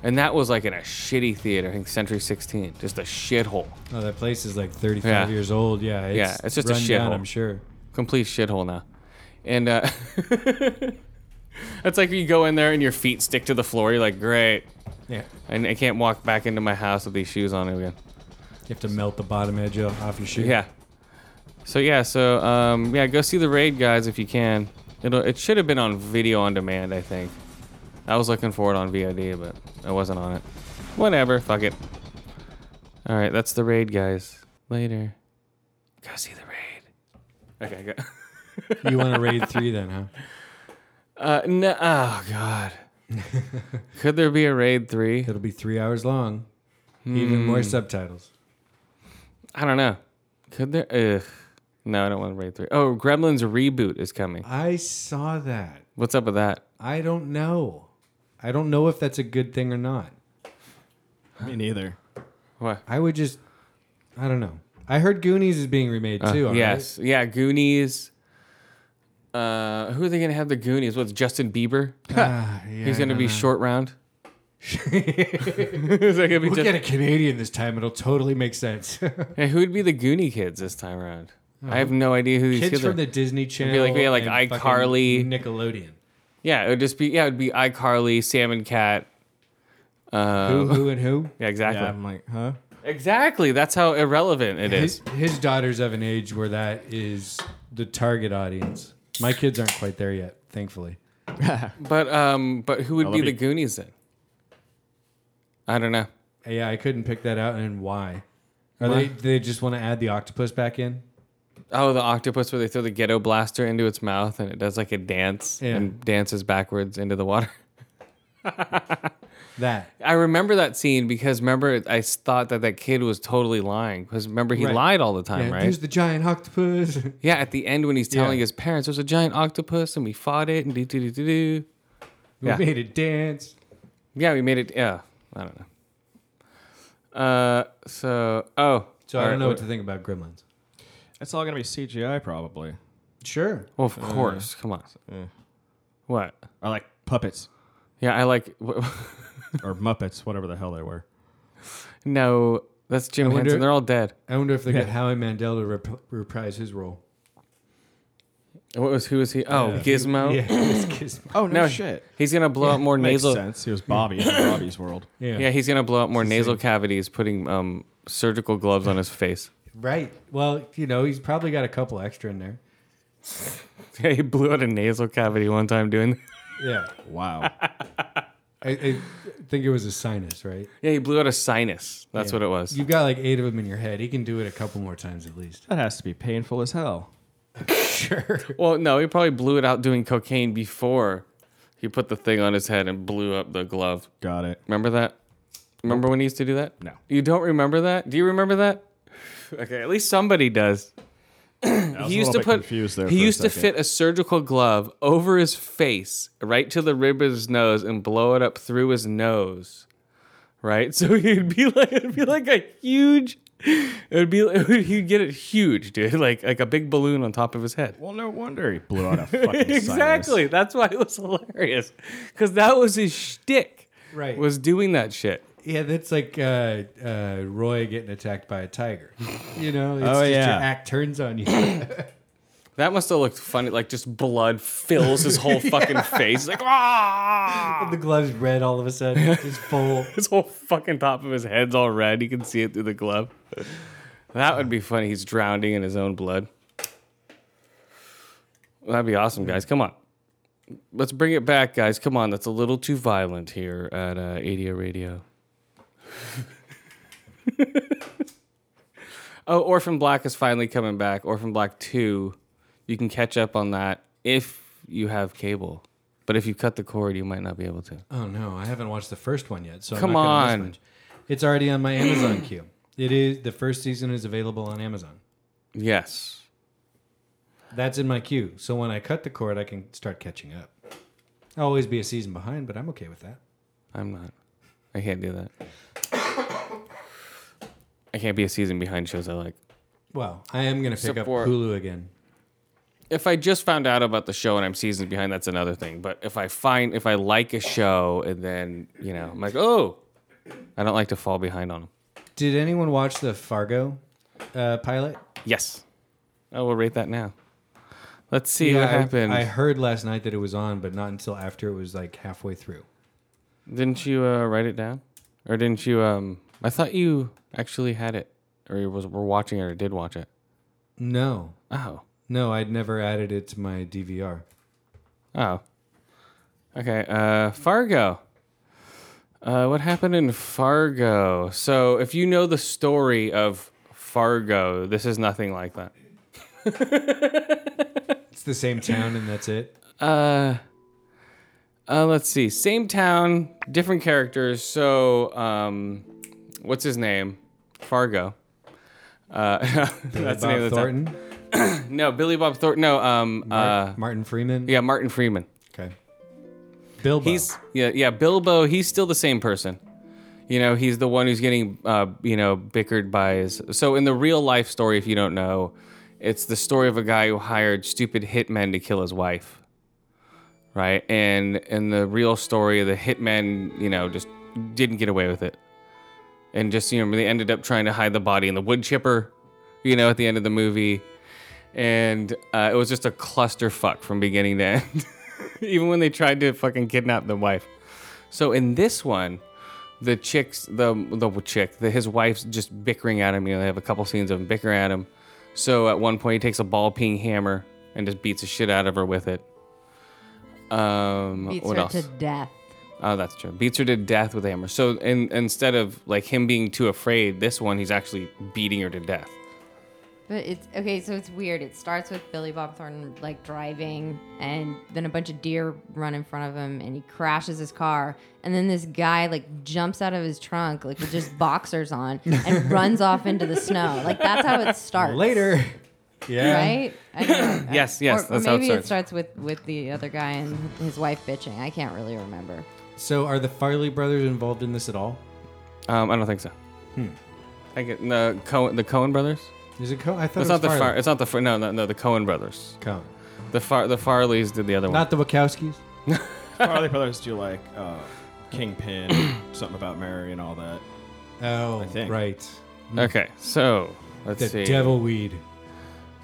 [SPEAKER 2] And that was like in a shitty theater, I think Century 16, just a shithole,
[SPEAKER 3] Oh, that place is like 35
[SPEAKER 2] Yeah.
[SPEAKER 3] years old. Yeah, it's,
[SPEAKER 2] Yeah, it's just a
[SPEAKER 3] run
[SPEAKER 2] shithole.
[SPEAKER 3] down, I'm sure.
[SPEAKER 2] complete shithole now. And uh, that's like you go in there and your feet stick to the floor. You're like, great,
[SPEAKER 3] Yeah,
[SPEAKER 2] and I can't walk back into my house with these shoes on again.
[SPEAKER 3] you have to melt the bottom edge off off your shoe.
[SPEAKER 2] Yeah. So yeah, so um, yeah, go see the raid, guys, if you can. It'll it should have been on video on demand, I think. I was looking for it on VOD, but I wasn't on it. Whatever, fuck it. All right, that's the raid, guys. Later. Go see the raid. Okay, go.
[SPEAKER 3] you want to raid three then, huh?
[SPEAKER 2] Uh, no, oh god. Could there be a raid three?
[SPEAKER 3] It'll be three hours long,
[SPEAKER 2] Hmm.
[SPEAKER 3] even more subtitles.
[SPEAKER 2] I don't know. Could there? Ugh. No, I don't want raid three. Oh, Gremlins reboot is coming.
[SPEAKER 3] I saw that.
[SPEAKER 2] What's up with that?
[SPEAKER 3] I don't know. I don't know if that's a good thing or not.
[SPEAKER 6] Me neither.
[SPEAKER 2] What?
[SPEAKER 3] I would just, I don't know. I heard Goonies is being remade too. all right?
[SPEAKER 2] yes. Uh, Yeah, Goonies. Uh, who are they gonna have the Goonies? What's Justin Bieber?
[SPEAKER 3] Ah, yeah,
[SPEAKER 2] He's
[SPEAKER 3] I
[SPEAKER 2] gonna
[SPEAKER 3] don't
[SPEAKER 2] be
[SPEAKER 3] know.
[SPEAKER 2] short round. Is that gonna be
[SPEAKER 3] We'll
[SPEAKER 2] Just-
[SPEAKER 3] get a Canadian this time. It'll totally make sense.
[SPEAKER 2] Hey, who would be the Goonie kids this time around? I have no idea who these
[SPEAKER 3] Kids
[SPEAKER 2] kids are.
[SPEAKER 3] from the Disney Channel.
[SPEAKER 2] like- yeah, like
[SPEAKER 3] and fucking
[SPEAKER 2] iCarly.
[SPEAKER 3] Nickelodeon.
[SPEAKER 2] yeah, it would just be yeah, it would be iCarly, Sam and Cat.
[SPEAKER 3] Who,
[SPEAKER 2] Uh,
[SPEAKER 3] who, and who?
[SPEAKER 2] yeah, exactly.
[SPEAKER 6] Yeah, I'm like, huh?
[SPEAKER 2] Exactly. That's how irrelevant it
[SPEAKER 3] His,
[SPEAKER 2] is.
[SPEAKER 3] his daughter's of an age where that is the target audience. My kids aren't quite there yet, thankfully.
[SPEAKER 2] But um, but who would be
[SPEAKER 6] love
[SPEAKER 2] the
[SPEAKER 6] you.
[SPEAKER 2] Goonies then? I don't know.
[SPEAKER 3] Yeah, I couldn't pick that out, and why? Are they? They just want to add the octopus back in.
[SPEAKER 2] Oh, the octopus where they throw the ghetto blaster into its mouth and it does like a dance
[SPEAKER 3] Yeah.
[SPEAKER 2] and dances backwards into the water.
[SPEAKER 3] That
[SPEAKER 2] I remember that scene because remember I s- thought that that kid was totally lying because remember he
[SPEAKER 3] Right.
[SPEAKER 2] lied all the time,
[SPEAKER 3] yeah,
[SPEAKER 2] right?
[SPEAKER 3] There's the giant octopus.
[SPEAKER 2] yeah, at the end when he's telling
[SPEAKER 3] Yeah.
[SPEAKER 2] his parents, "There's a giant octopus and we fought it and do do do do do."
[SPEAKER 3] we
[SPEAKER 2] Yeah.
[SPEAKER 3] made it dance.
[SPEAKER 2] Yeah, we made it. Yeah, I don't know. Uh, so oh,
[SPEAKER 3] So I don't know what to think about Gremlins.
[SPEAKER 6] It's all gonna be CGI probably.
[SPEAKER 3] Sure.
[SPEAKER 2] Well, of course, come on. What?
[SPEAKER 6] Or like puppets
[SPEAKER 2] Yeah, I like.
[SPEAKER 6] or Muppets, whatever the hell they were.
[SPEAKER 2] no, that's Jim
[SPEAKER 3] I wonder-
[SPEAKER 2] Henson. They're all dead.
[SPEAKER 3] I wonder if they got Howie Mandel to rep- reprise his role.
[SPEAKER 2] What was who was he? Oh, Gizmo.
[SPEAKER 3] Yeah, it's Gizmo.
[SPEAKER 6] Oh
[SPEAKER 2] No He's gonna blow up more
[SPEAKER 6] Makes
[SPEAKER 2] nasal.
[SPEAKER 6] sense. He was Bobby in Bobby's world.
[SPEAKER 3] Yeah.
[SPEAKER 2] Yeah, he's gonna blow up more nasal cavities, putting um, surgical gloves on his face.
[SPEAKER 3] Right. Well, you know, he's probably got a couple extra in there.
[SPEAKER 2] Yeah, he blew out a nasal cavity one time doing.
[SPEAKER 3] Yeah.
[SPEAKER 6] Wow.
[SPEAKER 3] I, I think it was a sinus, right?
[SPEAKER 2] Yeah, he blew out a sinus. That's
[SPEAKER 3] Yeah.
[SPEAKER 2] what it was.
[SPEAKER 3] You've got like eight of them in your head. He can do it a couple more times at least.
[SPEAKER 6] that has to be painful as hell.
[SPEAKER 3] Sure.
[SPEAKER 2] Well, no, he probably blew it out doing cocaine before he put the thing on his head and blew up the glove.
[SPEAKER 6] Got it.
[SPEAKER 2] Remember that? Remember when he used to do that?
[SPEAKER 6] No.
[SPEAKER 2] You don't remember that? Do you remember that? Okay, at least somebody does.
[SPEAKER 6] I was
[SPEAKER 2] he
[SPEAKER 6] a
[SPEAKER 2] used
[SPEAKER 6] little
[SPEAKER 2] to
[SPEAKER 6] bit
[SPEAKER 2] put
[SPEAKER 6] confused there
[SPEAKER 2] he
[SPEAKER 6] for a
[SPEAKER 2] used to
[SPEAKER 6] second.
[SPEAKER 2] fit a surgical glove over his face right to the rib of his nose and blow it up through his nose right so he'd be like it'd be like a huge it'd be he'd get it huge dude like like a big balloon on top of his head
[SPEAKER 6] Well, no wonder he blew out a fucking sinus.
[SPEAKER 2] exactly that's why it was hilarious because that was his shtick
[SPEAKER 3] Right.
[SPEAKER 2] was doing that shit
[SPEAKER 3] yeah, that's like uh, uh, Roy getting attacked by a tiger. You know, it's
[SPEAKER 6] Oh,
[SPEAKER 3] just
[SPEAKER 6] yeah.
[SPEAKER 3] your act turns on you.
[SPEAKER 2] that must have looked funny like just blood fills his whole fucking face like ah
[SPEAKER 3] the gloves red all of a sudden, just full.
[SPEAKER 2] his whole fucking top of his head's all red. You can see it through the glove. That would be funny. He's drowning in his own blood. That'd be awesome, guys. Come on. Let's bring it back, guys. Come on. That's a little too violent here at uh, ADO Radio. oh, Orphan Black is finally coming back. Orphan Black 2. You can catch up on that if you have cable. But if you cut the cord, you might not be able to.
[SPEAKER 3] Oh no, I haven't watched the first one yet. So I'm
[SPEAKER 2] Come
[SPEAKER 3] not gonna miss
[SPEAKER 2] on.
[SPEAKER 3] much. it's already on my Amazon queue. It is the first season is available on Amazon.
[SPEAKER 2] Yes.
[SPEAKER 3] That's in my queue. So when I cut the cord, I can start catching up. I'll always be a season behind, but I'm okay with that.
[SPEAKER 2] I'm not. I can't do that. I can't be a season behind shows I like.
[SPEAKER 3] Well, I am gonna pick
[SPEAKER 2] Support.
[SPEAKER 3] up Hulu again.
[SPEAKER 2] if I just found out about the show and I'm seasons behind, that's another thing. But if I find if I like a show and then you know I'm like, oh, I don't like to fall behind on them.
[SPEAKER 3] Did anyone watch the Fargo uh, pilot?
[SPEAKER 2] Yes, I will rate that now. Let's see what
[SPEAKER 3] I-
[SPEAKER 2] happened.
[SPEAKER 3] I, heard last night that it was on, but not until after it was like halfway through.
[SPEAKER 2] Didn't you uh, write it down, or didn't you? Um, I thought you actually had it, or you was were watching it, or did watch it.
[SPEAKER 3] No,
[SPEAKER 2] Oh,
[SPEAKER 3] no, I'd never added it to my DVR.
[SPEAKER 2] oh, okay. Uh, Fargo. Uh, what happened in Fargo? So, if you know the story of Fargo, this is nothing like that.
[SPEAKER 3] It's the same town, and that's it.
[SPEAKER 2] Uh, let's see. Same town, different characters. So, um, what's his name? Fargo. Uh, that's the name
[SPEAKER 3] Bob
[SPEAKER 2] of the town.
[SPEAKER 3] Thornton,
[SPEAKER 2] No, Billy Bob Thornton. No, um, uh,
[SPEAKER 3] Martin Freeman.
[SPEAKER 2] yeah, Martin Freeman.
[SPEAKER 3] Okay. Bilbo.
[SPEAKER 2] He's yeah, yeah, Bilbo. He's still the same person. You know, he's the one who's getting uh, you know bickered by his. So in the real life story, if you don't know, it's the story of a guy who hired stupid hitmen to kill his wife. Right, and in the real story, the hitmen, you know, just didn't get away with it, and just you know they ended up trying to hide the body in the wood chipper, you know, at the end of the movie, and uh, it was just a clusterfuck from beginning to end even when they tried to fucking kidnap the wife. So in this one, the chicks, the the chick, the, his wife's just bickering at him. You know, they have a couple scenes of him bickering at him. So at one point, he takes a ball peen hammer and just beats the shit out of her with it. Um,
[SPEAKER 5] Beats
[SPEAKER 2] what
[SPEAKER 5] her
[SPEAKER 2] else?
[SPEAKER 5] to death.
[SPEAKER 2] Oh, that's true. Beats her to death with a hammer. So in, instead of like him being too afraid, this one he's actually beating her to death.
[SPEAKER 5] But it's okay, so it's weird. It starts with Billy Bob Thornton like driving, and then a bunch of deer run in front of him, and he crashes his car. And then this guy like jumps out of his trunk, like with just boxers on, and runs off into the snow. Like that's how it starts.
[SPEAKER 3] later. Yeah.
[SPEAKER 5] right? I don't know.
[SPEAKER 2] Yes, yes,
[SPEAKER 5] Or,
[SPEAKER 2] that's
[SPEAKER 5] or
[SPEAKER 2] how it
[SPEAKER 5] maybe
[SPEAKER 2] starts.
[SPEAKER 5] with with the other guy and his wife bitching. I can't really remember.
[SPEAKER 3] So, are the Farley brothers involved in this at all?
[SPEAKER 2] Um, I don't think so. I think it, the Cohen, the Cohen brothers.
[SPEAKER 3] Is it Cohen? I thought
[SPEAKER 2] It's
[SPEAKER 3] it
[SPEAKER 2] not
[SPEAKER 3] was
[SPEAKER 2] the
[SPEAKER 3] Farley.
[SPEAKER 2] far. It's not the far, no, no, no. The Cohen brothers.
[SPEAKER 3] Cohen.
[SPEAKER 2] The far. The Farleys did the other one.
[SPEAKER 3] Not the Wachowskis.
[SPEAKER 6] Farley Brothers do like uh, Kingpin, something about Mary and all that.
[SPEAKER 3] Oh,
[SPEAKER 6] think.
[SPEAKER 3] right.
[SPEAKER 2] okay, so let's
[SPEAKER 3] The
[SPEAKER 2] see.
[SPEAKER 3] devil weed.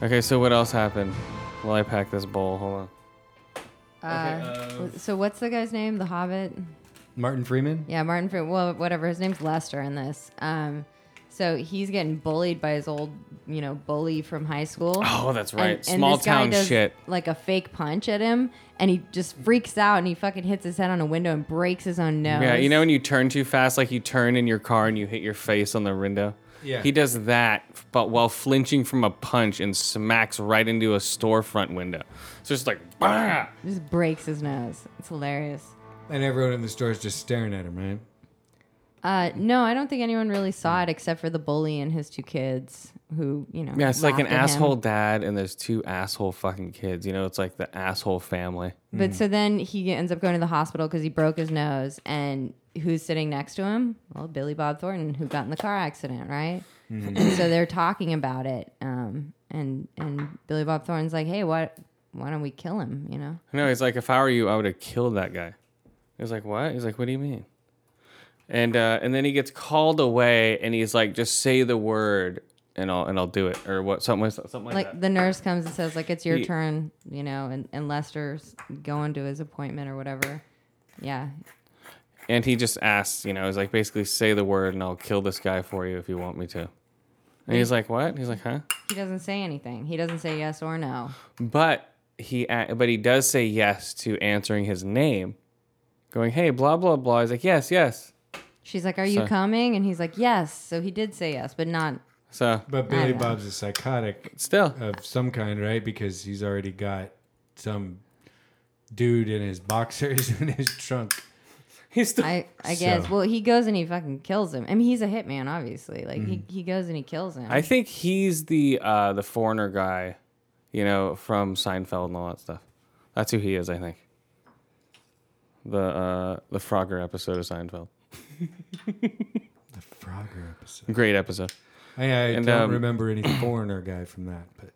[SPEAKER 2] Okay, so what else happened? While I pack this bowl, hold on.
[SPEAKER 5] Uh, so what's the guy's name? The Hobbit.
[SPEAKER 3] Martin Freeman.
[SPEAKER 5] Yeah, Martin Freeman. Well, whatever. His name's Lester in this. Um, so he's getting bullied by his old, you know, bully from high school.
[SPEAKER 2] Oh, that's right.
[SPEAKER 5] And- and
[SPEAKER 2] Small
[SPEAKER 5] this guy
[SPEAKER 2] town
[SPEAKER 5] does,
[SPEAKER 2] shit.
[SPEAKER 5] Like a fake punch at him, and he just freaks out, and he fucking hits his head on a window and breaks his own nose.
[SPEAKER 2] Yeah, you know when you turn too fast, like you turn in your car and you hit your face on the window.
[SPEAKER 3] Yeah.
[SPEAKER 2] He does that, but while flinching from a punch and smacks right into a storefront window. So it's like, bah!
[SPEAKER 5] just breaks his nose. It's hilarious.
[SPEAKER 3] And everyone in the store is just staring at him, right?
[SPEAKER 5] Uh, no, I don't think anyone really saw it except for the bully and his two kids, who you know.
[SPEAKER 2] Yeah, it's like an
[SPEAKER 5] laughed at him.
[SPEAKER 2] asshole dad and there's two asshole fucking kids. You know, it's like the asshole family.
[SPEAKER 5] But so then he ends up going to the hospital because he broke his nose, and who's sitting next to him? Well, Billy Bob Thornton, who got in the car accident, right?
[SPEAKER 2] Mm.
[SPEAKER 5] And so they're talking about it, um, and and Billy Bob Thornton's like, "Hey, what? Why don't we kill him? You know?"
[SPEAKER 2] No, he's like, if I were you, I would have killed that guy. He's like, what? He's like, what do you mean? And uh, and then he gets called away, and he's like, just say the word, and I'll and I'll do it, or what? Something like- something like,
[SPEAKER 5] Like
[SPEAKER 2] that.
[SPEAKER 5] the nurse comes and says, "Like it's your
[SPEAKER 2] He-
[SPEAKER 5] turn," you know, and and Lester's going to his appointment or whatever. Yeah,
[SPEAKER 2] And he just asks, you know, he's like, basically say the word, and I'll kill this guy for you if you want me to. And he's like, what? He's like, huh?
[SPEAKER 5] he doesn't say anything. He doesn't say yes or no.
[SPEAKER 2] But he a- but he does say yes to answering his name, going, hey, blah blah blah. He's like, yes, yes.
[SPEAKER 5] She's like, "Are you
[SPEAKER 2] So-
[SPEAKER 5] coming?" And he's like, "Yes." So he did say yes, but not
[SPEAKER 2] So
[SPEAKER 3] But Billy
[SPEAKER 5] know.
[SPEAKER 3] Bob's a psychotic
[SPEAKER 2] still,
[SPEAKER 3] of some kind, right? Because he's already got some dude in his boxers in his trunk.
[SPEAKER 2] he's still.
[SPEAKER 5] I, I guess.
[SPEAKER 3] So-
[SPEAKER 5] Well, he goes and he fucking kills him. I mean, he's a hitman, obviously. Like he, he goes and he kills him.
[SPEAKER 2] Mm-hmm. I think he's the uh, the foreigner guy, you know, from Seinfeld and all that stuff. That's who he is, I think. The uh, the Frogger episode of Seinfeld,
[SPEAKER 3] The Frogger episode.
[SPEAKER 2] great episode.
[SPEAKER 3] I, I
[SPEAKER 2] And,
[SPEAKER 3] don't
[SPEAKER 2] um,
[SPEAKER 3] remember any foreigner guy from that, but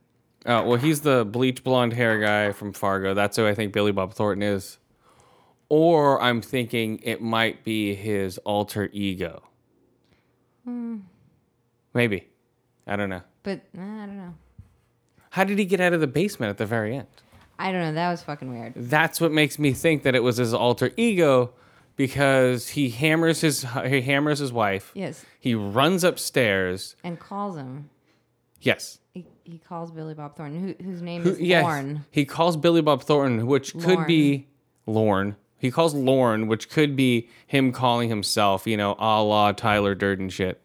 [SPEAKER 2] Oh well, he's the bleach blonde hair guy from Fargo. That's who I think Billy Bob Thornton is. Or I'm thinking it might be his alter ego. Hmm. Maybe, I don't know.
[SPEAKER 5] But uh, I don't know.
[SPEAKER 2] How did he get out of the basement at the very end?
[SPEAKER 5] I don't know. That was fucking weird.
[SPEAKER 2] That's what makes me think that it was his alter ego, because he hammers his he hammers his wife.
[SPEAKER 5] Yes.
[SPEAKER 2] He runs upstairs.
[SPEAKER 5] And calls him.
[SPEAKER 2] Yes.
[SPEAKER 5] He, he calls Billy Bob Thornton, who, whose name
[SPEAKER 2] Who-
[SPEAKER 5] is
[SPEAKER 2] yes.
[SPEAKER 5] Lorne.
[SPEAKER 2] He calls Billy Bob Thornton, which could
[SPEAKER 5] Lorne.
[SPEAKER 2] be Lorne. He calls Lorne, which could be him calling himself, you know, a la Tyler Durden shit,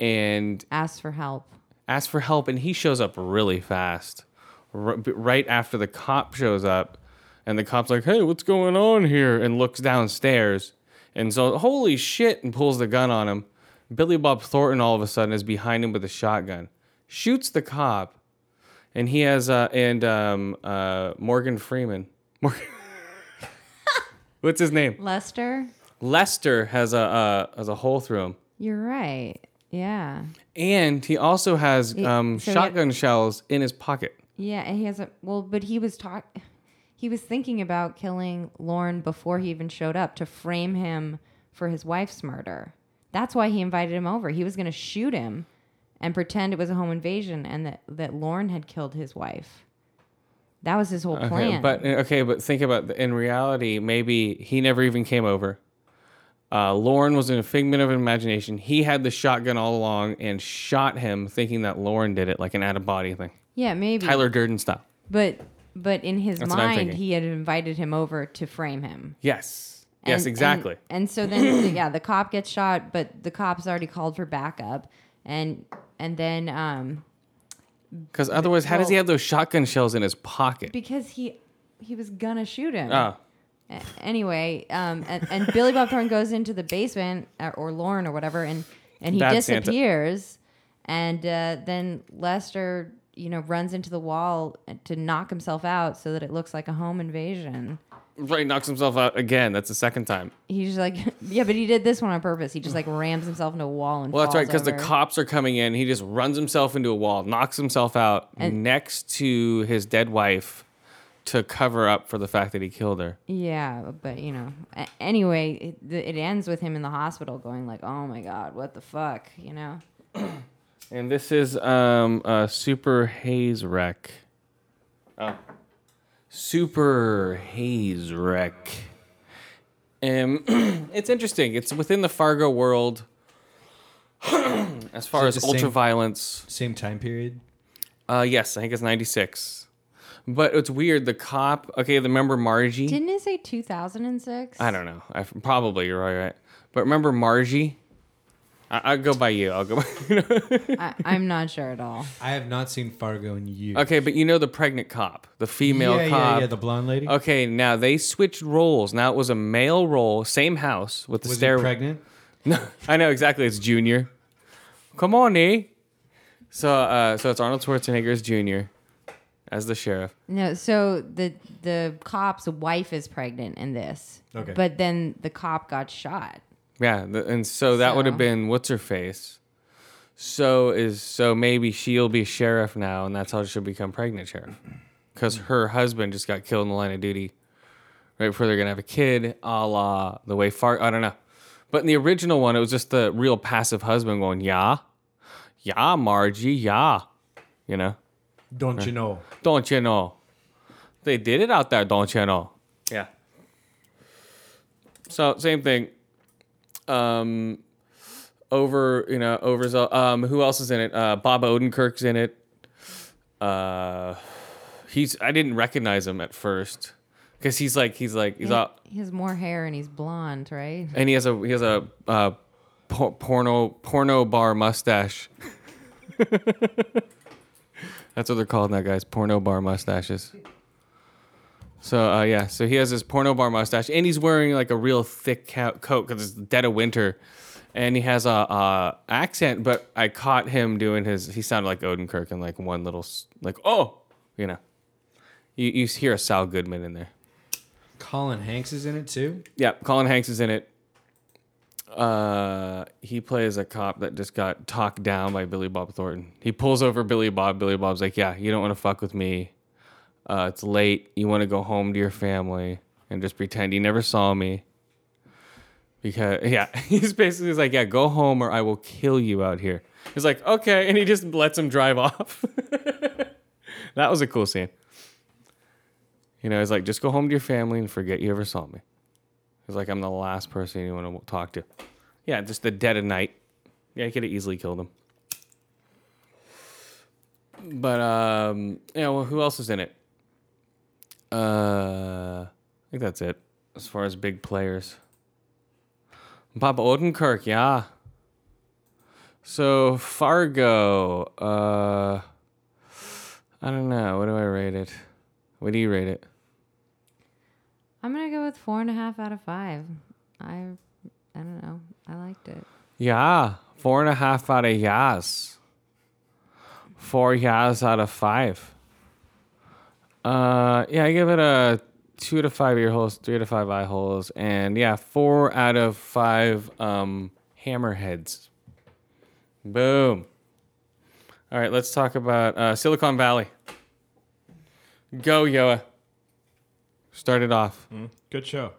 [SPEAKER 2] and
[SPEAKER 5] Asks for help.
[SPEAKER 2] asks for help. And he shows up really fast, r- b- right after the cop shows up. And the cop's like, hey, what's going on here? And looks downstairs. And so, holy shit, and pulls the gun on him. Billy Bob Thornton all of a sudden is behind him with a shotgun, shoots the cop, and he has uh and um uh Morgan Freeman. Morgan What's his name?
[SPEAKER 5] Lester,
[SPEAKER 2] Lester has a uh, has a hole through him,
[SPEAKER 5] you're right. Yeah.
[SPEAKER 2] and he also has um,
[SPEAKER 5] so he had-
[SPEAKER 2] shotgun shells in his pocket.
[SPEAKER 5] Yeah, and he has a well, but he was talk he was thinking about killing Lauren before he even showed up to frame him for his wife's murder. That's why he invited him over. He was going to shoot him and pretend it was a home invasion and that that Lauren had killed his wife. That was his whole
[SPEAKER 2] Okay,
[SPEAKER 5] plan.
[SPEAKER 2] but eh, okay, but think about the, in reality, maybe he never even came over. Uh, Lauren was in a figment of imagination. He had the shotgun all along and shot him, thinking that Lauren did it, like an out of body thing,
[SPEAKER 5] yeah, maybe.
[SPEAKER 2] Tyler Durden style.
[SPEAKER 5] But but in his
[SPEAKER 2] That's what I'm
[SPEAKER 5] mind,
[SPEAKER 2] thinking.
[SPEAKER 5] he had invited him over to frame him.
[SPEAKER 2] Yes, yes,
[SPEAKER 5] And-
[SPEAKER 2] exactly.
[SPEAKER 5] And, and so then, yeah, the cop gets shot, but the cop's already called for backup, and and then um,
[SPEAKER 2] Because otherwise, how does he
[SPEAKER 5] well-
[SPEAKER 2] have those shotgun shells in his pocket?
[SPEAKER 5] because he he was gonna shoot him.
[SPEAKER 2] Oh,
[SPEAKER 5] A- anyway, um, and, and Billy Bob Thornton goes into the basement uh, or Lauren or whatever, and and he
[SPEAKER 2] Bad Santa.
[SPEAKER 5] disappears, and uh, then Lester, you know, runs into the wall to knock himself out so that it looks like a home invasion.
[SPEAKER 2] right, knocks himself out again. That's the second time.
[SPEAKER 5] He's just like, yeah, but he did this one on purpose. He just like rams himself into a wall and
[SPEAKER 2] Well, that's right, because
[SPEAKER 5] falls
[SPEAKER 2] the
[SPEAKER 5] over.
[SPEAKER 2] cops are coming in. He just runs himself into a wall, knocks himself out
[SPEAKER 5] And-
[SPEAKER 2] next to his dead wife to cover up for the fact that he killed her.
[SPEAKER 5] Yeah, but you know. A- anyway, it, the- it ends with him in the hospital, going like, "Oh my god, what the fuck," you know.
[SPEAKER 2] And this is um uh, Super Haze Wreck. Oh. Super Haze Wreck. Um it's interesting. It's within the Fargo world. as far as
[SPEAKER 3] Is it the same-
[SPEAKER 2] ultra violence.
[SPEAKER 3] Same time period.
[SPEAKER 2] Uh yes, I think it's 96. But it's weird the cop, okay, remember Margie?
[SPEAKER 5] Didn't it say 2006?
[SPEAKER 2] I don't know. I probably you're right, right. But remember Margie? I, I'll go by you. I'll go by
[SPEAKER 5] I, I'm not sure at all.
[SPEAKER 3] I have not seen Fargo in years.
[SPEAKER 2] Okay, but you know the pregnant cop, the female
[SPEAKER 3] yeah,
[SPEAKER 2] cop. Oh,
[SPEAKER 3] yeah, yeah, the blonde lady.
[SPEAKER 2] Okay, now they switched roles. Now it was a male role, same house with the
[SPEAKER 3] Was
[SPEAKER 2] stair.
[SPEAKER 3] he pregnant?
[SPEAKER 2] I know exactly. It's Junior. Come on, eh? So, uh, so it's Arnold Schwarzenegger as Junior, as the sheriff.
[SPEAKER 5] No, so the the cop's wife is pregnant in this.
[SPEAKER 3] Okay.
[SPEAKER 5] But then the cop got shot.
[SPEAKER 2] Yeah, th- and so that would have
[SPEAKER 5] So-
[SPEAKER 2] been what's her face. So is so maybe she'll be sheriff now, and that's how she'll become pregnant sheriff, because her husband just got killed in the line of duty, right before they're gonna have a kid, a la the way far I don't know, but in the original one it was just the real passive husband going yeah, yeah Margie yeah, you know
[SPEAKER 3] Don't you know?
[SPEAKER 2] don't you know, they did it out there don't you know, yeah. So same thing, um over you know over um who else is in it uh bob odenkirk's in it uh he's i didn't recognize him at first because he's like he's like
[SPEAKER 5] Mm-hmm.
[SPEAKER 2] he's out
[SPEAKER 5] He has more hair and he's blonde, right?
[SPEAKER 2] and he has a he has a uh por- porno porno bar mustache that's what they're called now guys porno bar mustaches so uh, yeah, so he has his porno bar mustache, and he's wearing like a real thick co- coat because it's the dead of winter, and he has a, a accent. But I caught him doing his. He sounded like Odenkirk in like one little s- like oh, you know, you you hear a Sal Goodman in there.
[SPEAKER 3] Colin Hanks is in it too.
[SPEAKER 2] Yeah, Colin Hanks is in it. Uh, he plays a cop that just got talked down by Billy Bob Thornton. He pulls over Billy Bob. Billy Bob's like, "Yeah, you don't want to fuck with me. Uh, it's late. You want to go home to your family and just pretend you never saw me." Because yeah, he's basically like, "Yeah, go home or I will kill you out here." He's like, "Okay," and he just lets him drive off. that was a cool scene. You know, he's like, "Just go home to your family and forget you ever saw me." He's like, I'm the last person you want to talk to. Yeah, just the dead of night. Yeah, he could have easily killed him. But um, yeah. Well, who else is in it? Uh, I think that's it as far as big players. Bob Odenkirk, yeah. So Fargo. Uh, I don't know. What do I rate it? What do you rate it?
[SPEAKER 5] I'm gonna go with four and a half out of five. I I don't know. I liked it.
[SPEAKER 2] Yeah, four and a half out of yes. Four yes out of five. Uh, yeah, I give it a two to five ear holes, three to five eye holes, and yeah, four out of five um hammerheads. Boom. All right, let's talk about uh, Silicon Valley. Go, Yoa. Start it off.
[SPEAKER 6] Good show.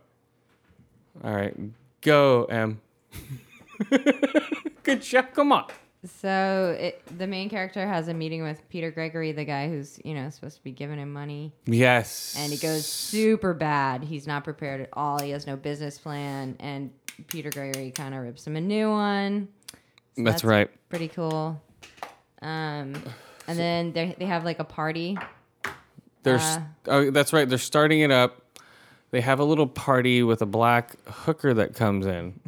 [SPEAKER 2] All right, go, M. Good shot. Come on.
[SPEAKER 5] So it, the main character has a meeting with Peter Gregory, the guy who's you know supposed to be giving him money,
[SPEAKER 2] Yes.
[SPEAKER 5] and it goes super bad. He's not prepared at all. He has no business plan, and Peter Gregory kind of rips him a new one. So
[SPEAKER 2] That's right.
[SPEAKER 5] Pretty cool. Um, and then they they have like a party.
[SPEAKER 2] They're
[SPEAKER 5] uh,
[SPEAKER 2] s oh, that's right. They're starting it up. They have a little party with a black hooker that comes in,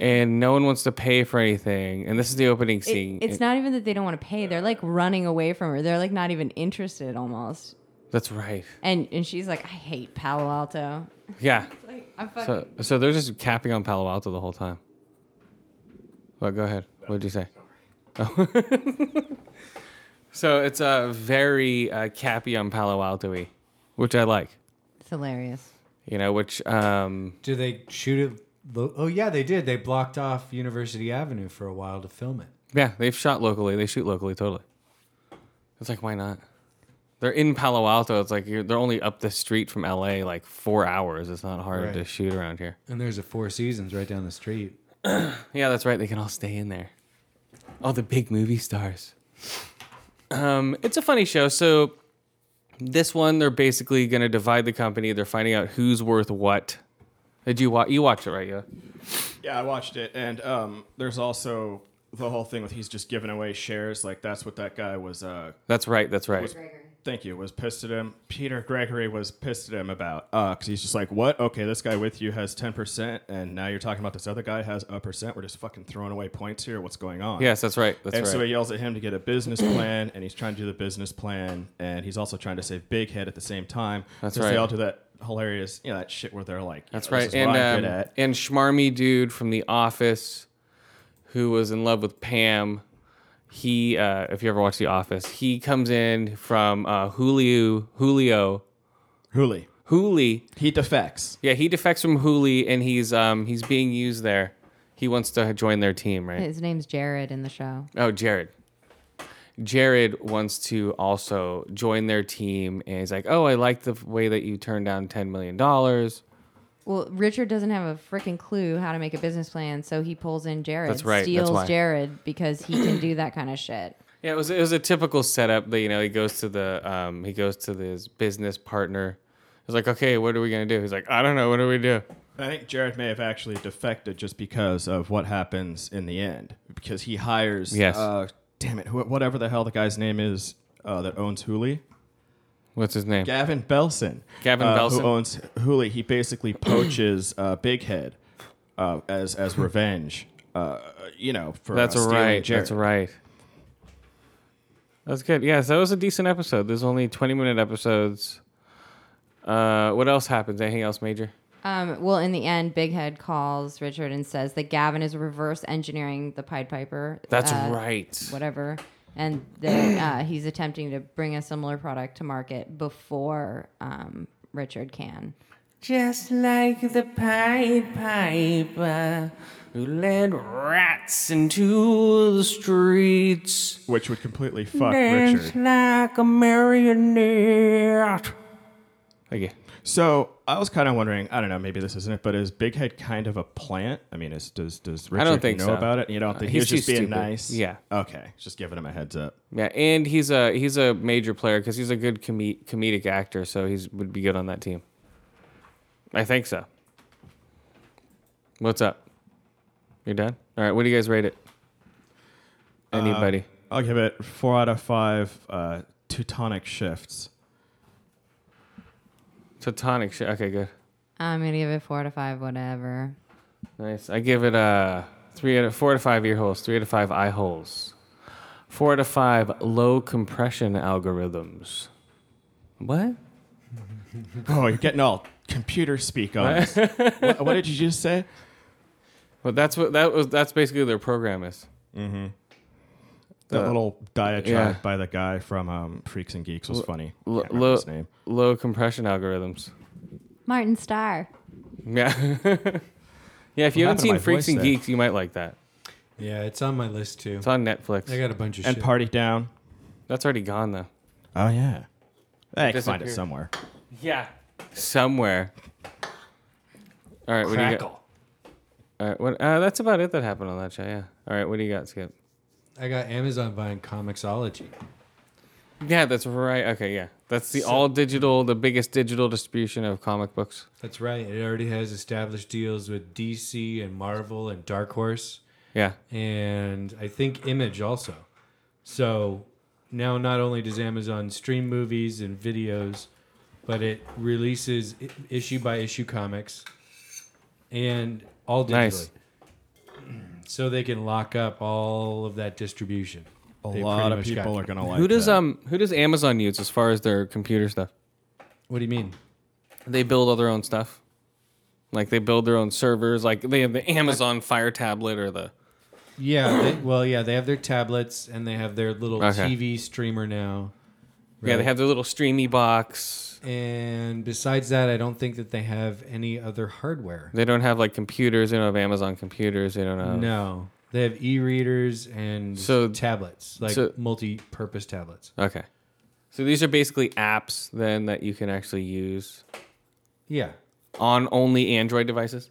[SPEAKER 2] and no one wants to pay for anything. And this is the opening
[SPEAKER 5] It-
[SPEAKER 2] scene.
[SPEAKER 5] it's not even that they don't want to pay. They're like running away from her. They're like not even interested almost.
[SPEAKER 2] That's right.
[SPEAKER 5] And and she's like, I hate Palo Alto.
[SPEAKER 2] Yeah.
[SPEAKER 5] Like I'm fucking.
[SPEAKER 2] So, so they're just capping on Palo Alto the whole time. Well, go ahead. What did you say? Oh. so it's uh, very uh, cappy on Palo Alto-y, which I like.
[SPEAKER 5] it's hilarious.
[SPEAKER 2] You know, which um,
[SPEAKER 3] Do they shoot it? Lo- oh yeah, they did. They blocked off University Avenue for a while to film it.
[SPEAKER 2] Yeah, they've shot locally. They shoot locally, totally. It's like, why not? They're in Palo Alto. It's like you're, they're only up the street from LA, like four hours. It's not hard
[SPEAKER 3] Right.
[SPEAKER 2] to shoot around here.
[SPEAKER 3] And there's a Four Seasons right down the street.
[SPEAKER 2] Yeah, that's right. They can all stay in there. All the big movie stars. Um, it's a funny show. So, this one, they're basically going to divide the company. They're finding out who's worth what. Did you watch? You watched it, right? Yeah.
[SPEAKER 6] Yeah, I watched it, and um, there's also the whole thing with he's just giving away shares. Like that's what that guy was. Uh,
[SPEAKER 2] That's right. That's right.
[SPEAKER 6] thank you. Was pissed at him. Peter Gregory was pissed at him about because he's just like, what? Okay, this guy with you has ten percent, and now you're talking about this other guy has a percent. We're just fucking throwing away points here. What's going on?
[SPEAKER 2] Yes, that's right. That's
[SPEAKER 6] and
[SPEAKER 2] right.
[SPEAKER 6] so he yells at him to get a business plan, and he's trying to do the business plan, and he's also trying to save Big Head at the same time.
[SPEAKER 2] That's
[SPEAKER 6] 'Cause
[SPEAKER 2] right.
[SPEAKER 6] They all do that hilarious, you know, that shit where they're like,
[SPEAKER 2] That's
[SPEAKER 6] "Yo, this
[SPEAKER 2] right.
[SPEAKER 6] is
[SPEAKER 2] And
[SPEAKER 6] what I'm
[SPEAKER 2] um,
[SPEAKER 6] good at.
[SPEAKER 2] and schmarmy dude from The Office, who was in love with Pam. He, uh, if you ever watch The Office, he comes in from uh, Julio, Julio,
[SPEAKER 6] Hooli.
[SPEAKER 2] Huli.
[SPEAKER 6] He defects.
[SPEAKER 2] Yeah, he defects from Huli, and he's um he's being used there. He wants to join their team, right?
[SPEAKER 5] His name's Jared in the show.
[SPEAKER 2] Oh, Jared. Jared wants to also join their team, and he's like, "Oh, I like the way that you turned down ten million dollars."
[SPEAKER 5] Well, Richard doesn't have a freaking clue how to make a business plan, so he pulls in Jared.
[SPEAKER 2] That's right, that's
[SPEAKER 5] Steals
[SPEAKER 2] why.
[SPEAKER 5] Jared because he can do that kind of shit.
[SPEAKER 2] Yeah, it was it was a typical setup that you know he goes to the um he goes to his business partner. He's like, okay, what are we gonna do? He's like, I don't know, what do we do?
[SPEAKER 6] I think Jared may have actually defected just because of what happens in the end, because he hires.
[SPEAKER 2] Yes.
[SPEAKER 6] Uh, damn it, wh- whatever the hell the guy's name is uh, that owns Hooli.
[SPEAKER 2] What's his name?
[SPEAKER 6] Gavin Belson.
[SPEAKER 2] Gavin
[SPEAKER 6] uh,
[SPEAKER 2] Belson?
[SPEAKER 6] who owns Hooli, he basically poaches uh, Big Head uh, as as revenge. Uh, you know, for
[SPEAKER 2] That's
[SPEAKER 6] uh, stealing
[SPEAKER 2] right.
[SPEAKER 6] Jared.
[SPEAKER 2] That's right. That's good. Yes, that was a decent episode. There's only 20 minute episodes. Uh, what else happens? Anything else major?
[SPEAKER 5] Um, well, in the end, Big Head calls Richard and says that Gavin is reverse engineering the Pied Piper.
[SPEAKER 2] That's
[SPEAKER 5] uh,
[SPEAKER 2] right.
[SPEAKER 5] Whatever. And that uh, he's attempting to bring a similar product to market before um, Richard can.
[SPEAKER 7] Just like the Pied Piper who led rats into the streets.
[SPEAKER 6] Which would completely fuck
[SPEAKER 7] Dance
[SPEAKER 6] Richard.
[SPEAKER 7] like a marionette.
[SPEAKER 2] Okay.
[SPEAKER 6] So I was kind of wondering. I don't know. Maybe this isn't it, but is Big Head kind of a plant? I mean, is, does does Richard
[SPEAKER 2] don't think
[SPEAKER 6] know
[SPEAKER 2] so.
[SPEAKER 6] about it? You don't
[SPEAKER 2] Uh,
[SPEAKER 6] think
[SPEAKER 2] he's
[SPEAKER 6] he's just
[SPEAKER 2] too
[SPEAKER 6] being
[SPEAKER 2] stupid.
[SPEAKER 6] nice?
[SPEAKER 2] Yeah.
[SPEAKER 6] Okay. Just giving him a heads up.
[SPEAKER 2] Yeah, and he's a he's a major player because he's a good com- comedic actor, so he's would be good on that team. I think so. What's up? You're done. All right. What do you guys rate it? Anybody?
[SPEAKER 6] I'll give it four out of five uh, Teutonic shifts.
[SPEAKER 2] Teutonic. Sh- okay, good.
[SPEAKER 5] I'm gonna give it four to five, whatever.
[SPEAKER 2] Nice. I give it a three out of four to five ear holes, three out of five eye holes, four out of five low compression algorithms. What?
[SPEAKER 6] Oh, you're getting all computer speak on us. what, what did you just say?
[SPEAKER 2] Well, that's what that was. That's basically their program is.
[SPEAKER 6] That
[SPEAKER 2] Uh,
[SPEAKER 6] little diatribe
[SPEAKER 2] yeah.
[SPEAKER 6] by the guy from um, Freaks and Geeks was funny.
[SPEAKER 2] L-
[SPEAKER 6] Can't remember
[SPEAKER 2] low,
[SPEAKER 6] his name.
[SPEAKER 2] low compression algorithms.
[SPEAKER 5] Martin Starr.
[SPEAKER 2] Yeah. yeah, if you
[SPEAKER 6] What happened
[SPEAKER 2] haven't
[SPEAKER 6] to
[SPEAKER 2] seen
[SPEAKER 6] my
[SPEAKER 2] Freaks
[SPEAKER 6] voice
[SPEAKER 2] and
[SPEAKER 6] there?
[SPEAKER 2] Geeks, you might like that.
[SPEAKER 3] Yeah, it's on my list too.
[SPEAKER 2] It's on Netflix.
[SPEAKER 3] I got a bunch of
[SPEAKER 6] And
[SPEAKER 3] shit.
[SPEAKER 6] Party Down.
[SPEAKER 2] That's already gone, though.
[SPEAKER 6] Oh yeah. I can find it
[SPEAKER 2] disappeared.
[SPEAKER 6] somewhere.
[SPEAKER 2] Yeah. Somewhere. All right, what do you got?
[SPEAKER 3] Crackle.
[SPEAKER 2] All right, what, uh, that's about it that happened on that show, yeah. All right, what do you got, Skip?
[SPEAKER 3] I got Amazon buying Comixology.
[SPEAKER 2] Yeah, that's right. Okay, yeah. That's the all digital, the biggest digital distribution of comic books.
[SPEAKER 3] That's right. It already has established deals with DC and Marvel and Dark Horse
[SPEAKER 2] Yeah.
[SPEAKER 3] and I think Image also. So now not only does Amazon stream movies and videos, but it releases i- issue by issue comics and all digitally.
[SPEAKER 2] Nice.
[SPEAKER 3] So they can lock up all of that distribution.
[SPEAKER 6] A lot of people are gonna like.
[SPEAKER 2] Who does
[SPEAKER 6] that.
[SPEAKER 2] um who does Amazon use as far as their computer stuff?
[SPEAKER 3] What do you mean?
[SPEAKER 2] They build all their own stuff. Like they build their own servers, like they have the Amazon Fire tablet or the
[SPEAKER 3] Yeah, they, well, yeah, they have their tablets and they have their little
[SPEAKER 2] Okay.
[SPEAKER 3] TV streamer now.
[SPEAKER 2] Yeah, they
[SPEAKER 3] Right.
[SPEAKER 2] have their little streamy box.
[SPEAKER 3] And besides that, I don't think that they have any other hardware.
[SPEAKER 2] They don't have like computers. They don't have Amazon computers. They don't have.
[SPEAKER 3] No, they have e-readers and
[SPEAKER 2] So-
[SPEAKER 3] tablets, like
[SPEAKER 2] so-
[SPEAKER 3] multi-purpose tablets.
[SPEAKER 2] Okay. So these are basically apps then that you can actually use
[SPEAKER 3] Yeah.
[SPEAKER 2] on only Android devices.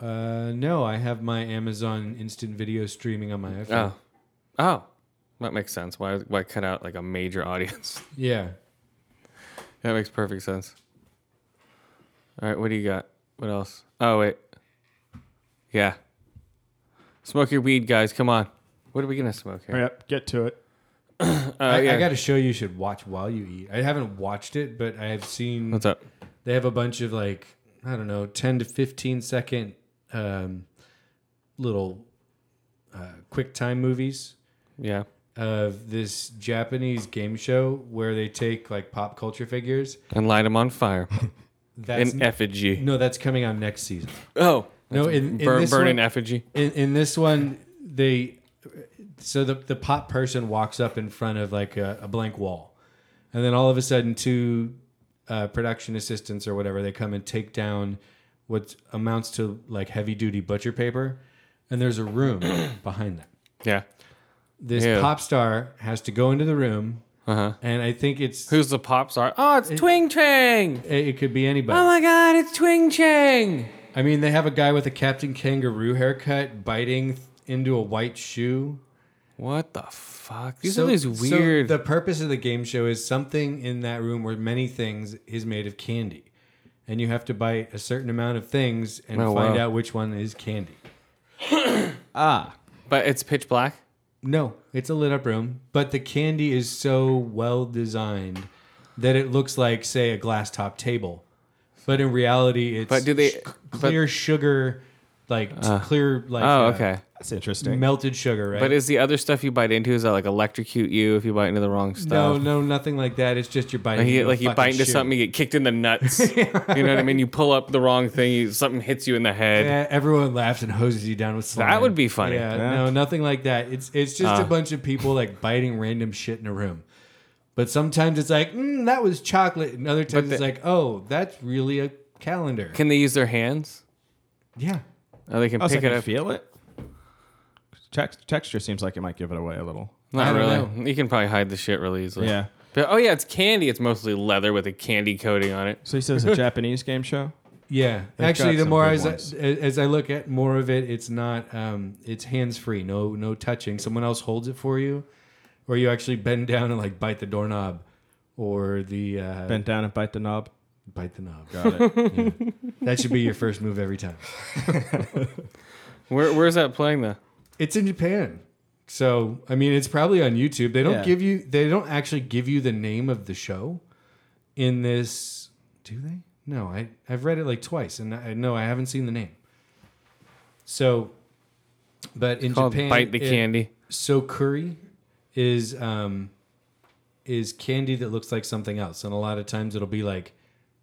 [SPEAKER 3] Uh, no, I have my Amazon Instant Video streaming on my iPhone.
[SPEAKER 2] Oh. Oh. That makes sense. Why, why cut out like a major audience?
[SPEAKER 3] Yeah.
[SPEAKER 2] that makes perfect sense. All right. What do you got? What else? Oh, wait. Yeah. Smoke your weed, guys. Come on. What are we going to smoke here?
[SPEAKER 6] Hurry up, get to it.
[SPEAKER 2] Uh,
[SPEAKER 3] I,
[SPEAKER 2] yeah.
[SPEAKER 3] I got a show you should watch while you eat. I haven't watched it, but I have seen.
[SPEAKER 2] What's up?
[SPEAKER 3] They have a bunch of like I don't know, ten to fifteen second um, little uh, quick time movies
[SPEAKER 2] Yeah.
[SPEAKER 3] of this Japanese game show where they take like pop culture figures.
[SPEAKER 2] And light them on fire
[SPEAKER 3] That's
[SPEAKER 2] in effigy.
[SPEAKER 3] no, that's coming out next season.
[SPEAKER 2] Oh
[SPEAKER 3] No, in, in
[SPEAKER 2] burn,
[SPEAKER 3] this
[SPEAKER 2] burn
[SPEAKER 3] one,
[SPEAKER 2] in effigy.
[SPEAKER 3] in, in this one, they so the the pop person walks up in front of like a, a blank wall, and then all of a sudden, two uh, production assistants or whatever they come and take down what amounts to like heavy duty butcher paper, and there's a room behind that.
[SPEAKER 2] Yeah.
[SPEAKER 3] This
[SPEAKER 2] Ew. Uh-huh.
[SPEAKER 3] pop star has to go into the room, and I think it's
[SPEAKER 2] Who's the pop star? Oh, it's Twing Chang.
[SPEAKER 3] it, it could be anybody.
[SPEAKER 2] Oh my God, it's Twing Chang.
[SPEAKER 3] I mean, they have a guy with a Captain Kangaroo haircut biting into a white shoe.
[SPEAKER 2] What the fuck? These
[SPEAKER 3] So-
[SPEAKER 2] are these
[SPEAKER 3] so
[SPEAKER 2] weird.
[SPEAKER 3] the purpose of the game show is something in that room where many things is made of candy, and you have to bite a certain amount of things and
[SPEAKER 2] Oh,
[SPEAKER 3] find
[SPEAKER 2] wow.
[SPEAKER 3] out which one is candy.
[SPEAKER 2] but it's pitch black.
[SPEAKER 3] No, it's a lit up room, but the candy is so well designed that it looks like, say, a glass top table, but in reality, it's
[SPEAKER 2] But do they-
[SPEAKER 3] sh-
[SPEAKER 2] but-
[SPEAKER 3] clear sugar, like t- clear like
[SPEAKER 2] Oh,
[SPEAKER 3] uh,
[SPEAKER 2] okay.
[SPEAKER 6] That's interesting.
[SPEAKER 3] melted sugar, right?
[SPEAKER 2] But is the other stuff you bite into is that like electrocute you if you bite into the wrong
[SPEAKER 3] no,
[SPEAKER 2] stuff?
[SPEAKER 3] no, nothing like that. It's just you're biting.
[SPEAKER 2] Like you,
[SPEAKER 3] into a
[SPEAKER 2] like you
[SPEAKER 3] fucking
[SPEAKER 2] bite into
[SPEAKER 3] shoe.
[SPEAKER 2] something, you get kicked in the nuts. you know what I mean? You pull up the wrong thing, you, something hits you in the head.
[SPEAKER 3] Yeah, Eh, everyone laughs and hoses you down with slime.
[SPEAKER 2] That would be funny.
[SPEAKER 3] Yeah, no, nothing like that. It's it's just a bunch of people like biting random shit in a room. But sometimes it's like, mm, that was chocolate, and other times
[SPEAKER 2] But
[SPEAKER 3] it's
[SPEAKER 2] the-
[SPEAKER 3] like, oh, that's really a calendar.
[SPEAKER 2] Can they use their hands?
[SPEAKER 3] yeah.
[SPEAKER 2] Oh, they can
[SPEAKER 6] Oh, so I
[SPEAKER 2] pick it
[SPEAKER 6] can
[SPEAKER 2] up.
[SPEAKER 6] feel it. Text, texture seems like it might give it away a little.
[SPEAKER 3] I
[SPEAKER 2] Not
[SPEAKER 3] don't
[SPEAKER 2] really. You can probably hide the shit really easily.
[SPEAKER 6] Yeah.
[SPEAKER 2] But, oh yeah, it's candy. It's mostly leather with a candy coating on it.
[SPEAKER 6] So he says a Japanese game show.
[SPEAKER 3] Yeah.
[SPEAKER 6] They've
[SPEAKER 3] Actually,
[SPEAKER 6] got
[SPEAKER 3] the
[SPEAKER 6] some
[SPEAKER 3] more
[SPEAKER 6] good
[SPEAKER 3] as I,
[SPEAKER 6] ones.
[SPEAKER 3] as I look at more of it, it's not um, it's hands free. No no touching. Someone else holds it for you, or you actually bend down and like bite the doorknob, or the uh,
[SPEAKER 6] Bend down and bite the knob.
[SPEAKER 3] bite the knob.
[SPEAKER 6] Got it.
[SPEAKER 3] That should be your first move every time.
[SPEAKER 2] Where, where's that playing though?
[SPEAKER 3] It's in Japan. So I mean, it's probably on YouTube. They don't
[SPEAKER 6] Yeah.
[SPEAKER 3] give you. They don't actually give you the name of the show in this. Do they? No, I I've read it like twice, and I no, I haven't seen the name. So, but in
[SPEAKER 2] Called
[SPEAKER 3] Japan,
[SPEAKER 2] Bite the
[SPEAKER 3] it-
[SPEAKER 2] Candy.
[SPEAKER 3] So curry is um is candy that looks like something else, and a lot of times it'll be like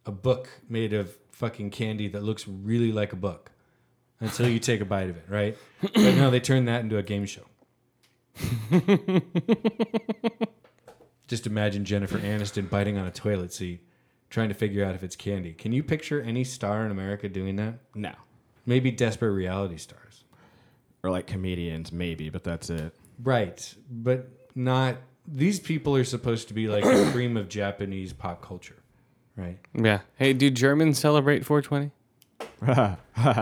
[SPEAKER 3] a book made of fucking candy that looks really like a book until you take a bite of it, right? but now they turn that into a game show. Just imagine Jennifer Aniston biting on a toilet seat, trying to figure out if it's candy. Can you picture any star in America doing that?
[SPEAKER 6] no.
[SPEAKER 3] Maybe desperate reality stars.
[SPEAKER 6] Or like comedians, maybe, but that's it.
[SPEAKER 3] Right, but not these people are supposed to be like the cream of Japanese pop culture, right?
[SPEAKER 2] Yeah. Hey, do Germans celebrate 420?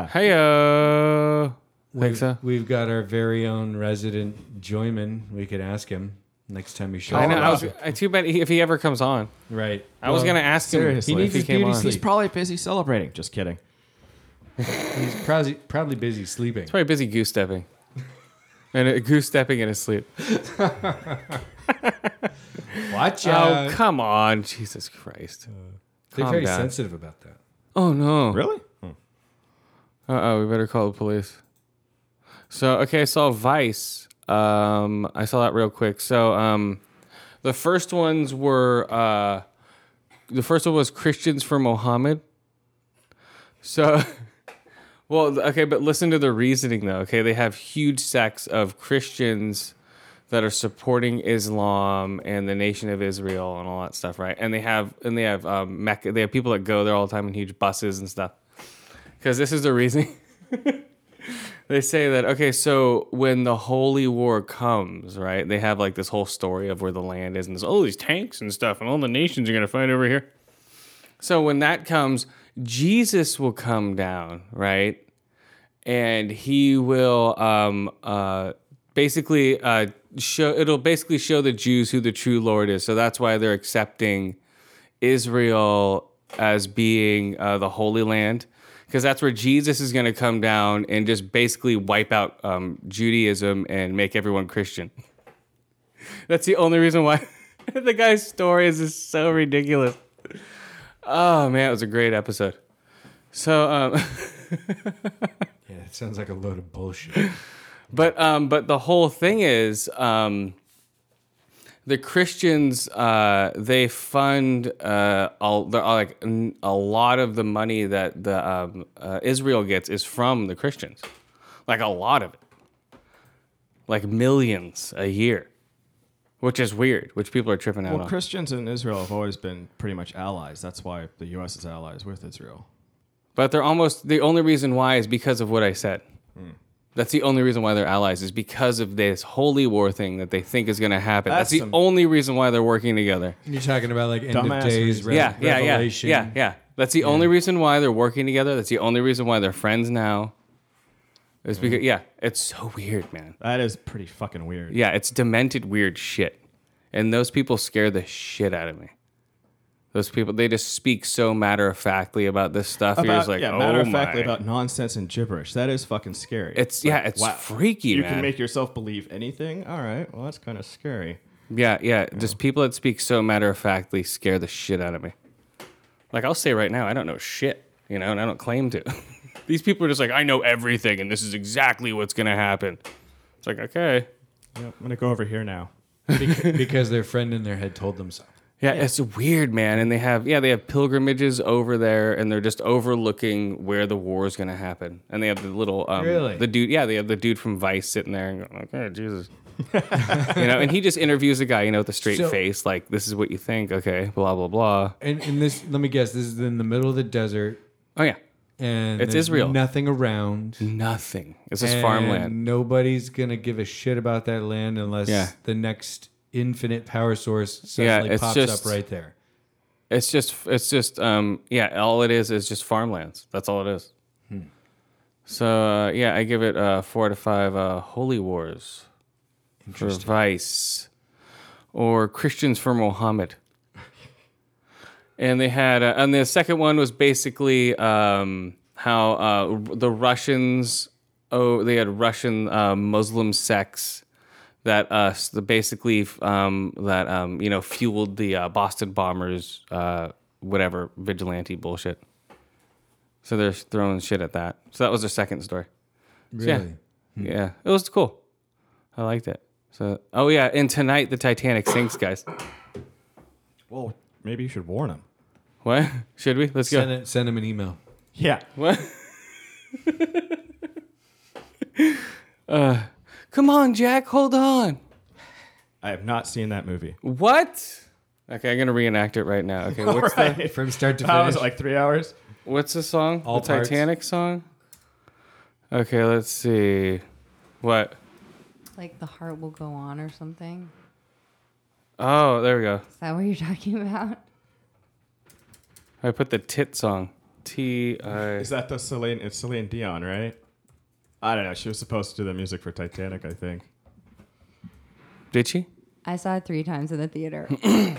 [SPEAKER 2] Heyo. Think
[SPEAKER 3] We've,
[SPEAKER 2] so?
[SPEAKER 3] we've got our very own resident Joyman. We could ask him next time he shows
[SPEAKER 2] I know. I
[SPEAKER 3] up.
[SPEAKER 2] was, I, too bad he, if he ever comes on.
[SPEAKER 3] Right.
[SPEAKER 2] I was
[SPEAKER 3] Well,
[SPEAKER 2] gonna ask him
[SPEAKER 6] seriously. He
[SPEAKER 2] if
[SPEAKER 6] needs
[SPEAKER 2] he
[SPEAKER 3] his
[SPEAKER 2] came
[SPEAKER 3] beauty
[SPEAKER 2] on.
[SPEAKER 3] sleep.
[SPEAKER 6] He's probably busy celebrating. Just kidding.
[SPEAKER 3] He's probably probably busy sleeping.
[SPEAKER 2] Probably busy goose stepping, and uh, goose stepping in his sleep.
[SPEAKER 3] Watch
[SPEAKER 2] oh
[SPEAKER 3] out.
[SPEAKER 2] come on, Jesus Christ!
[SPEAKER 3] They're
[SPEAKER 2] calm
[SPEAKER 3] very
[SPEAKER 2] down.
[SPEAKER 3] sensitive about that.
[SPEAKER 2] Oh no!
[SPEAKER 6] Really?
[SPEAKER 2] Uh oh, we better call the police. So okay, I saw Vice. Um, I saw that real quick. So um, the first ones were uh, the first one was Christians for Mohammed. So, well, okay, but listen to the reasoning though. Okay, they have huge sects of Christians that are supporting Islam and the Nation of Israel and all that stuff, right? And they have and they have um, Mecca. They have people that go there all the time in huge buses and stuff because this is the reason they say that okay so when the holy war comes right they have like this whole story of where the land is and there's all these tanks and stuff and all the nations are going to fight over here so when that comes jesus will come down right and he will um, uh, basically uh, show it'll basically show the jews who the true lord is so that's why they're accepting Israel as being uh, the Holy Land, because that's where Jesus is going to come down and just basically wipe out um, Judaism and make everyone Christian. That's the only reason why the guy's story is just so ridiculous. Oh man, it was a great episode. So, um,
[SPEAKER 3] Yeah, it sounds like a load of bullshit.
[SPEAKER 2] but um, but the whole thing is. Um, the Christians uh, they fund uh, all, the, all, like n- a lot of the money that the um, uh, Israel gets is from the Christians, like a lot of it, like millions a year, which is weird, which people are tripping out
[SPEAKER 6] Well,
[SPEAKER 2] on.
[SPEAKER 6] Christians in Israel have always been pretty much allies. That's why the U.S. is allies with Israel.
[SPEAKER 2] But they're almost the only reason why is because of what I said.
[SPEAKER 6] Hmm.
[SPEAKER 2] That's the only reason why they're allies is because of this holy war thing that they think is going to happen. That's,
[SPEAKER 6] That's
[SPEAKER 2] the
[SPEAKER 6] some-
[SPEAKER 2] only reason why they're working together.
[SPEAKER 3] You're talking about like end
[SPEAKER 6] Dumbass
[SPEAKER 3] of days,
[SPEAKER 6] reason.
[SPEAKER 3] re-
[SPEAKER 2] yeah, yeah, yeah,
[SPEAKER 3] revelation.
[SPEAKER 2] yeah, yeah. That's the only reason why they're working together. That's the only reason why they're friends now. It's
[SPEAKER 6] Mm.
[SPEAKER 2] because yeah, it's so weird, man.
[SPEAKER 6] That is pretty fucking weird.
[SPEAKER 2] Yeah, it's demented, weird shit, and those people scare the shit out of me. Those people, they just speak so matter of factly about this stuff. You're
[SPEAKER 6] About,
[SPEAKER 2] just like,
[SPEAKER 6] yeah,
[SPEAKER 2] oh
[SPEAKER 6] matter of factly
[SPEAKER 2] my.
[SPEAKER 6] about nonsense and gibberish. That is fucking scary.
[SPEAKER 2] It's
[SPEAKER 6] Like,
[SPEAKER 2] yeah, it's
[SPEAKER 6] wow.
[SPEAKER 2] freaky,
[SPEAKER 6] You
[SPEAKER 2] man.
[SPEAKER 6] can make yourself believe anything. All right. Well, that's kind of scary.
[SPEAKER 2] Yeah, yeah. Just people that speak so matter of factly scare the shit out of me. Like I'll say right now, I don't know shit, you know, and I don't claim to. These people are just like, I know everything, and this is exactly what's gonna happen. It's like, okay,
[SPEAKER 6] Yep, I'm gonna go over here now.
[SPEAKER 3] Bec- because their friend in their head told them so.
[SPEAKER 2] yeah, it's weird, man. And they have, yeah, they have pilgrimages over there, and they're just overlooking where the war is gonna happen. And they have the little, um,
[SPEAKER 3] Really?
[SPEAKER 2] the dude, yeah, they have the dude from Vice sitting there and going, like, oh Jesus, you know, and he just interviews a guy, you know, with a straight
[SPEAKER 3] So-
[SPEAKER 2] face, like, this is what you think, okay, blah blah blah.
[SPEAKER 3] And and this, let me guess, this is in the middle of the desert.
[SPEAKER 2] Oh yeah,
[SPEAKER 3] and
[SPEAKER 2] It's
[SPEAKER 3] there's
[SPEAKER 2] Israel.
[SPEAKER 3] Nothing around.
[SPEAKER 2] nothing. This is
[SPEAKER 3] and
[SPEAKER 2] farmland.
[SPEAKER 3] Nobody's gonna give a shit about that land unless
[SPEAKER 2] Yeah.
[SPEAKER 3] the next infinite power source
[SPEAKER 2] Yeah,
[SPEAKER 3] suddenly
[SPEAKER 2] it's
[SPEAKER 3] pops
[SPEAKER 2] just-
[SPEAKER 3] up right there.
[SPEAKER 2] It's just, it's just, um, yeah. All it is is just farmlands. That's all it is. So uh, yeah, I give it uh, four to five. Uh, Holy wars for Vice, or Christians for Mohammed. and they had, uh, and the second one was basically um, how uh, the Russians, oh, they had Russian uh, Muslim sects that uh, s- the basically um, that um, you know fueled the uh, Boston bombers, uh, whatever vigilante bullshit. So they're throwing shit at that. So that was their second story.
[SPEAKER 3] Really?
[SPEAKER 2] yeah. Yeah, it was cool. I liked it. So, oh yeah, and tonight the Titanic sinks, guys.
[SPEAKER 6] Well, maybe you should warn him.
[SPEAKER 2] What should we? Let's
[SPEAKER 3] Send
[SPEAKER 2] go.
[SPEAKER 3] it, send him an email.
[SPEAKER 6] Yeah.
[SPEAKER 2] What? uh, come on, Jack. Hold on.
[SPEAKER 6] I have not seen that movie.
[SPEAKER 2] What? Okay, I'm gonna reenact it right now. Okay, what's the
[SPEAKER 3] From start to
[SPEAKER 6] How was
[SPEAKER 3] finish.
[SPEAKER 6] it, like three hours?
[SPEAKER 2] what's the song?
[SPEAKER 3] All
[SPEAKER 2] the
[SPEAKER 3] parts.
[SPEAKER 2] Titanic song. Okay, let's see. What?
[SPEAKER 5] Like the heart will go on or something.
[SPEAKER 2] Oh, there we go.
[SPEAKER 5] Is that what you're talking about?
[SPEAKER 2] I put the tit song. T I.
[SPEAKER 6] Is that the Celine? It's Celine Dion, right? I don't know. She was supposed to do the music for Titanic, I think.
[SPEAKER 2] Did she?
[SPEAKER 5] I saw it three times in the theater.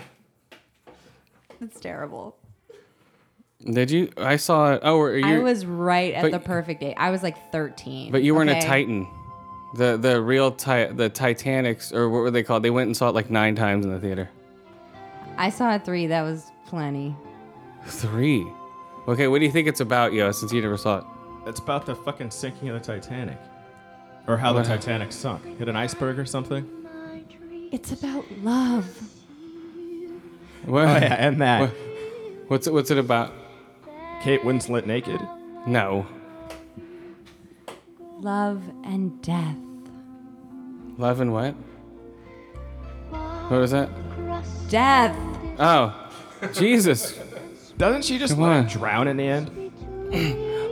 [SPEAKER 5] It's terrible.
[SPEAKER 2] Did you? I saw it. Oh, were you?
[SPEAKER 5] I was right at
[SPEAKER 2] but-
[SPEAKER 5] the perfect date. I was like 13.
[SPEAKER 2] But you weren't
[SPEAKER 5] okay?
[SPEAKER 2] a Titan. The the real ti- the Titanics or what were they called? They went and saw it like nine times in the theater.
[SPEAKER 5] I saw it three. That was plenty.
[SPEAKER 2] Three. Okay, what do you think it's about, yo? Since you never saw it.
[SPEAKER 6] It's about the fucking sinking of the Titanic, or how the Titanic sunk. Hit an iceberg or something.
[SPEAKER 5] It's about love.
[SPEAKER 2] What,
[SPEAKER 6] Oh yeah, and that
[SPEAKER 2] What? What's it? What's it about?
[SPEAKER 6] Kate Winslet naked.
[SPEAKER 2] No.
[SPEAKER 5] Love and death.
[SPEAKER 2] Love and what? What was that?
[SPEAKER 5] Death.
[SPEAKER 2] Oh, Jesus!
[SPEAKER 6] Doesn't she just
[SPEAKER 2] Come
[SPEAKER 6] let
[SPEAKER 2] on.
[SPEAKER 6] him drown in the end?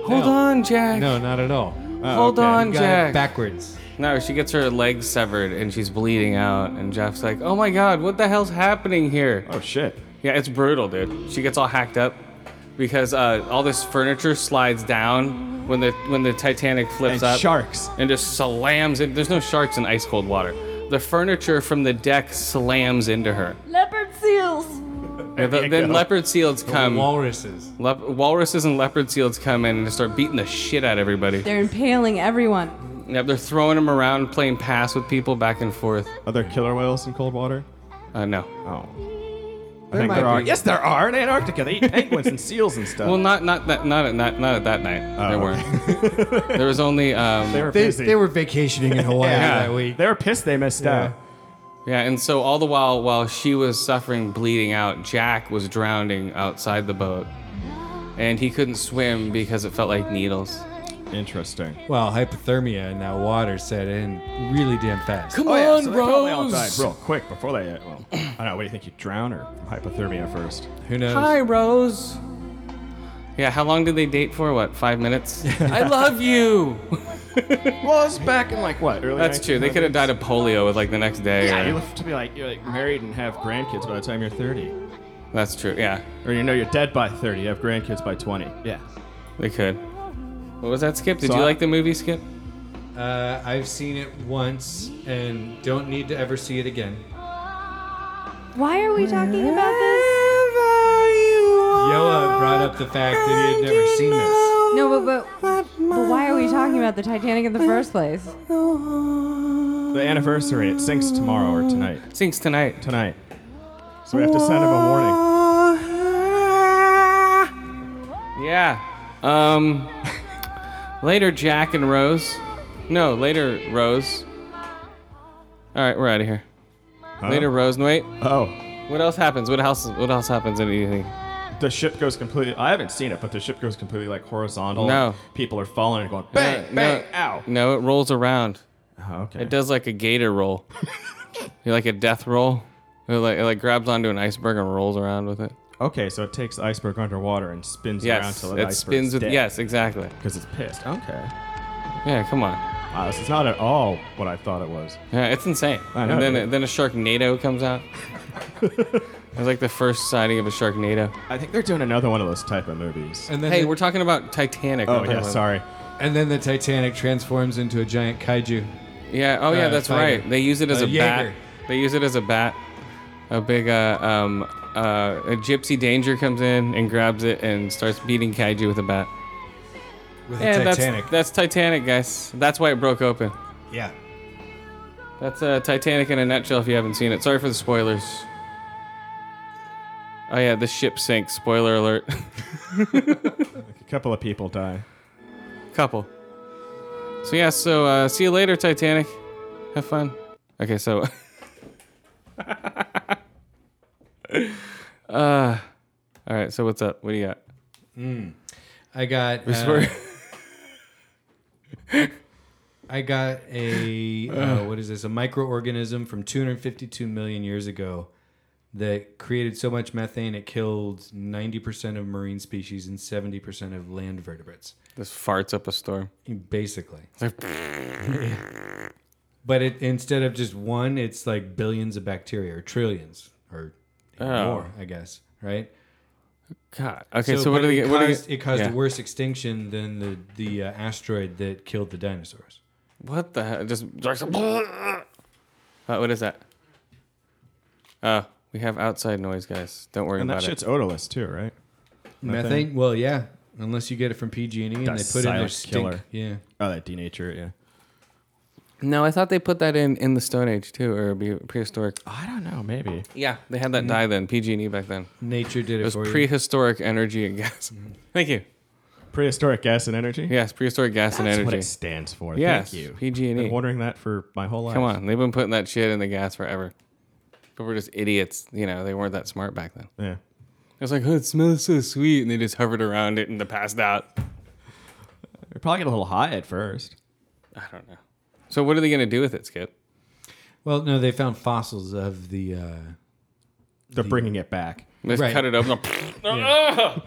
[SPEAKER 2] Hold on, Jack.
[SPEAKER 3] no, not at all.
[SPEAKER 2] Hold on,
[SPEAKER 3] You got it
[SPEAKER 2] Jack.
[SPEAKER 3] backwards.
[SPEAKER 2] No, she gets her leg severed and she's bleeding out, and Jeff's like, "Oh my God, what the hell's happening here?"
[SPEAKER 6] Oh shit.
[SPEAKER 2] Yeah, it's brutal, dude. She gets all hacked up because uh, all this furniture slides down when the when the Titanic flips
[SPEAKER 6] And
[SPEAKER 2] up
[SPEAKER 6] sharks.
[SPEAKER 2] and just slams in. There's no sharks in ice cold water. The furniture from the deck slams into her.
[SPEAKER 5] Leopard seals.
[SPEAKER 2] And the-
[SPEAKER 6] you
[SPEAKER 2] then
[SPEAKER 6] go.
[SPEAKER 2] leopard seals come.
[SPEAKER 3] Walruses.
[SPEAKER 2] lep- walruses and leopard seals come in and just start beating the shit out of everybody.
[SPEAKER 5] They're impaling everyone.
[SPEAKER 2] Yep, they're throwing them around, playing pass with people back and forth.
[SPEAKER 6] Are there killer whales in cold water?
[SPEAKER 2] Uh, no.
[SPEAKER 6] Oh. I think
[SPEAKER 3] might
[SPEAKER 6] there are.
[SPEAKER 3] be.
[SPEAKER 6] Yes, there are in Antarctica. They eat penguins and seals and stuff.
[SPEAKER 2] Well, not not that not at not, not at that night.
[SPEAKER 6] Oh,
[SPEAKER 2] there weren't. there was only um,
[SPEAKER 6] they were
[SPEAKER 3] They,
[SPEAKER 6] busy.
[SPEAKER 3] they were vacationing in Hawaii
[SPEAKER 6] Yeah.
[SPEAKER 3] that week.
[SPEAKER 6] They were pissed they missed out.
[SPEAKER 2] Yeah, and so all the while, while she was suffering, bleeding out, Jack was drowning outside the boat. And he couldn't swim because it felt like needles.
[SPEAKER 6] Interesting.
[SPEAKER 3] Well, hypothermia in that water set in really damn fast.
[SPEAKER 2] Come
[SPEAKER 6] Oh,
[SPEAKER 2] on,
[SPEAKER 6] yeah, so they probably all died
[SPEAKER 2] Rose!
[SPEAKER 6] real quick before they. uh, Well, I don't know. What do you think? You drown or hypothermia first?
[SPEAKER 3] Who knows?
[SPEAKER 2] Hi, Rose! Yeah, how long did they date for? What, five minutes? I love you!
[SPEAKER 6] Well, it's back in like what? Early
[SPEAKER 2] That's true. They could have died of polio with like the next day.
[SPEAKER 6] Yeah,
[SPEAKER 2] or-
[SPEAKER 6] you have to be like you're like married and have grandkids by the time you're 30,
[SPEAKER 2] That's true. Yeah,
[SPEAKER 6] or you know you're dead by 30. You have grandkids by 20. Yeah.
[SPEAKER 2] they could. What was that, Skip? Did
[SPEAKER 6] So
[SPEAKER 2] you
[SPEAKER 6] I-
[SPEAKER 2] like the movie, Skip?
[SPEAKER 3] Uh, I've seen it once and don't need to ever see it again.
[SPEAKER 5] Why are we talking about this?
[SPEAKER 3] Yoa brought up the fact that he had never seen this.
[SPEAKER 5] No, but, but but why are we talking about the Titanic in the first place?
[SPEAKER 6] The anniversary. It sinks tomorrow or tonight.
[SPEAKER 2] Sinks tonight.
[SPEAKER 6] Tonight. So we have to send him a warning.
[SPEAKER 2] Yeah. Um. later, Jack and Rose. No, later, Rose. All right, we're out of here. Later, Rose. No, wait.
[SPEAKER 6] Oh,
[SPEAKER 2] What else happens? What else? What else happens? in Anything?
[SPEAKER 6] the ship goes completely. I haven't seen it, but the ship goes completely like horizontal.
[SPEAKER 2] No.
[SPEAKER 6] People are falling and going bang,
[SPEAKER 2] no,
[SPEAKER 6] bang, ow.
[SPEAKER 2] No, it rolls around.
[SPEAKER 6] Oh, okay.
[SPEAKER 2] It does like a gator roll. You're like a death roll. It like, it like grabs onto an iceberg and rolls around with it.
[SPEAKER 6] Okay, so it takes the iceberg underwater and spins around
[SPEAKER 2] Yes,
[SPEAKER 6] till the
[SPEAKER 2] it
[SPEAKER 6] iceberg's
[SPEAKER 2] spins with.
[SPEAKER 6] dead
[SPEAKER 2] Yes, exactly.
[SPEAKER 6] because it's pissed. Okay,
[SPEAKER 2] Yeah, come on.
[SPEAKER 6] wow, this is not at all what I thought it was.
[SPEAKER 2] Yeah, it's insane.
[SPEAKER 6] I know,
[SPEAKER 2] and then
[SPEAKER 6] dude.
[SPEAKER 2] then a Sharknado comes out. It's like the first sighting of a Sharknado.
[SPEAKER 6] I think they're doing another one of those type of movies.
[SPEAKER 3] And then
[SPEAKER 2] Hey,
[SPEAKER 3] the,
[SPEAKER 2] we're talking about Titanic.
[SPEAKER 6] Oh
[SPEAKER 2] not
[SPEAKER 6] yeah,
[SPEAKER 2] about-
[SPEAKER 6] sorry.
[SPEAKER 3] and then the Titanic transforms into a giant kaiju.
[SPEAKER 2] Yeah. Oh yeah,
[SPEAKER 3] Uh,
[SPEAKER 2] that's
[SPEAKER 3] tiger.
[SPEAKER 2] right. They use it as
[SPEAKER 3] Uh,
[SPEAKER 2] a bat.
[SPEAKER 3] Jaeger.
[SPEAKER 2] They use it as a bat. A big uh, um, uh, a gypsy danger comes in and grabs it and starts beating kaiju with a bat.
[SPEAKER 3] With
[SPEAKER 2] Yeah,
[SPEAKER 3] the Titanic.
[SPEAKER 2] that's that's Titanic, guys. That's why it broke open.
[SPEAKER 3] yeah.
[SPEAKER 2] That's uh, Titanic in a nutshell. If you haven't seen it, sorry for the spoilers. Oh yeah, the ship sinks. Spoiler alert.
[SPEAKER 6] A couple of people die.
[SPEAKER 2] Couple. So yeah. So uh, see you later, Titanic. Have fun. Okay. So. uh, all right. So what's up? What do you got?
[SPEAKER 3] I got. uh,
[SPEAKER 2] We're-
[SPEAKER 3] I got a uh, what is this? A microorganism from 252 million years ago that created so much methane it killed 90% of marine species and 70% of land vertebrates,
[SPEAKER 2] this farts up a storm.
[SPEAKER 3] basically. but it instead of just one, it's like billions of bacteria or trillions or even
[SPEAKER 2] Oh.
[SPEAKER 3] more, I guess, right?
[SPEAKER 2] God. Okay. So,
[SPEAKER 3] but
[SPEAKER 2] what do they
[SPEAKER 3] it
[SPEAKER 2] get? What do they
[SPEAKER 3] caused,
[SPEAKER 2] get?
[SPEAKER 3] it caused
[SPEAKER 2] yeah.
[SPEAKER 3] a worse extinction than the the uh, asteroid that killed the dinosaurs.
[SPEAKER 2] What the hell? Just. just uh, what is that? Uh, we have outside noise, guys. Don't worry
[SPEAKER 6] And that
[SPEAKER 2] about it.
[SPEAKER 6] shit's odorless too, right?
[SPEAKER 3] Methane? Well, yeah. Unless you get it from PG&E E and they
[SPEAKER 6] That's
[SPEAKER 3] put it in their
[SPEAKER 6] silent
[SPEAKER 3] stink.
[SPEAKER 6] killer.
[SPEAKER 3] Yeah.
[SPEAKER 6] Oh, that denature it. Yeah.
[SPEAKER 2] No, I thought they put that in in the Stone Age too, or be prehistoric.
[SPEAKER 6] I don't know. Maybe.
[SPEAKER 2] Yeah, they had that
[SPEAKER 6] Mm-hmm.
[SPEAKER 2] dye then. PG&E E back then.
[SPEAKER 3] Nature did it,
[SPEAKER 2] It was
[SPEAKER 3] for you.
[SPEAKER 2] prehistoric energy and gas.
[SPEAKER 6] Mm-hmm.
[SPEAKER 2] Thank you.
[SPEAKER 6] Prehistoric gas and energy.
[SPEAKER 2] Yes, prehistoric gas and
[SPEAKER 6] That's
[SPEAKER 2] energy.
[SPEAKER 6] what it stands for.
[SPEAKER 2] Yes,
[SPEAKER 6] Thank you.
[SPEAKER 2] PG&E.
[SPEAKER 6] Been wondering that for my whole life.
[SPEAKER 2] E. Come on, they've been putting that shit in the gas forever. But we're just idiots, you know. They weren't that smart back then.
[SPEAKER 6] Yeah.
[SPEAKER 2] It was like, oh, it smells so sweet, and they just hovered around it and they passed out.
[SPEAKER 6] They probably get a little high at first.
[SPEAKER 2] I don't know. So what are they gonna do with it, Skip?
[SPEAKER 3] Well, no, they found fossils of the. Uh,
[SPEAKER 6] They're bringing it back.
[SPEAKER 2] Let's
[SPEAKER 3] Right.
[SPEAKER 2] cut it open,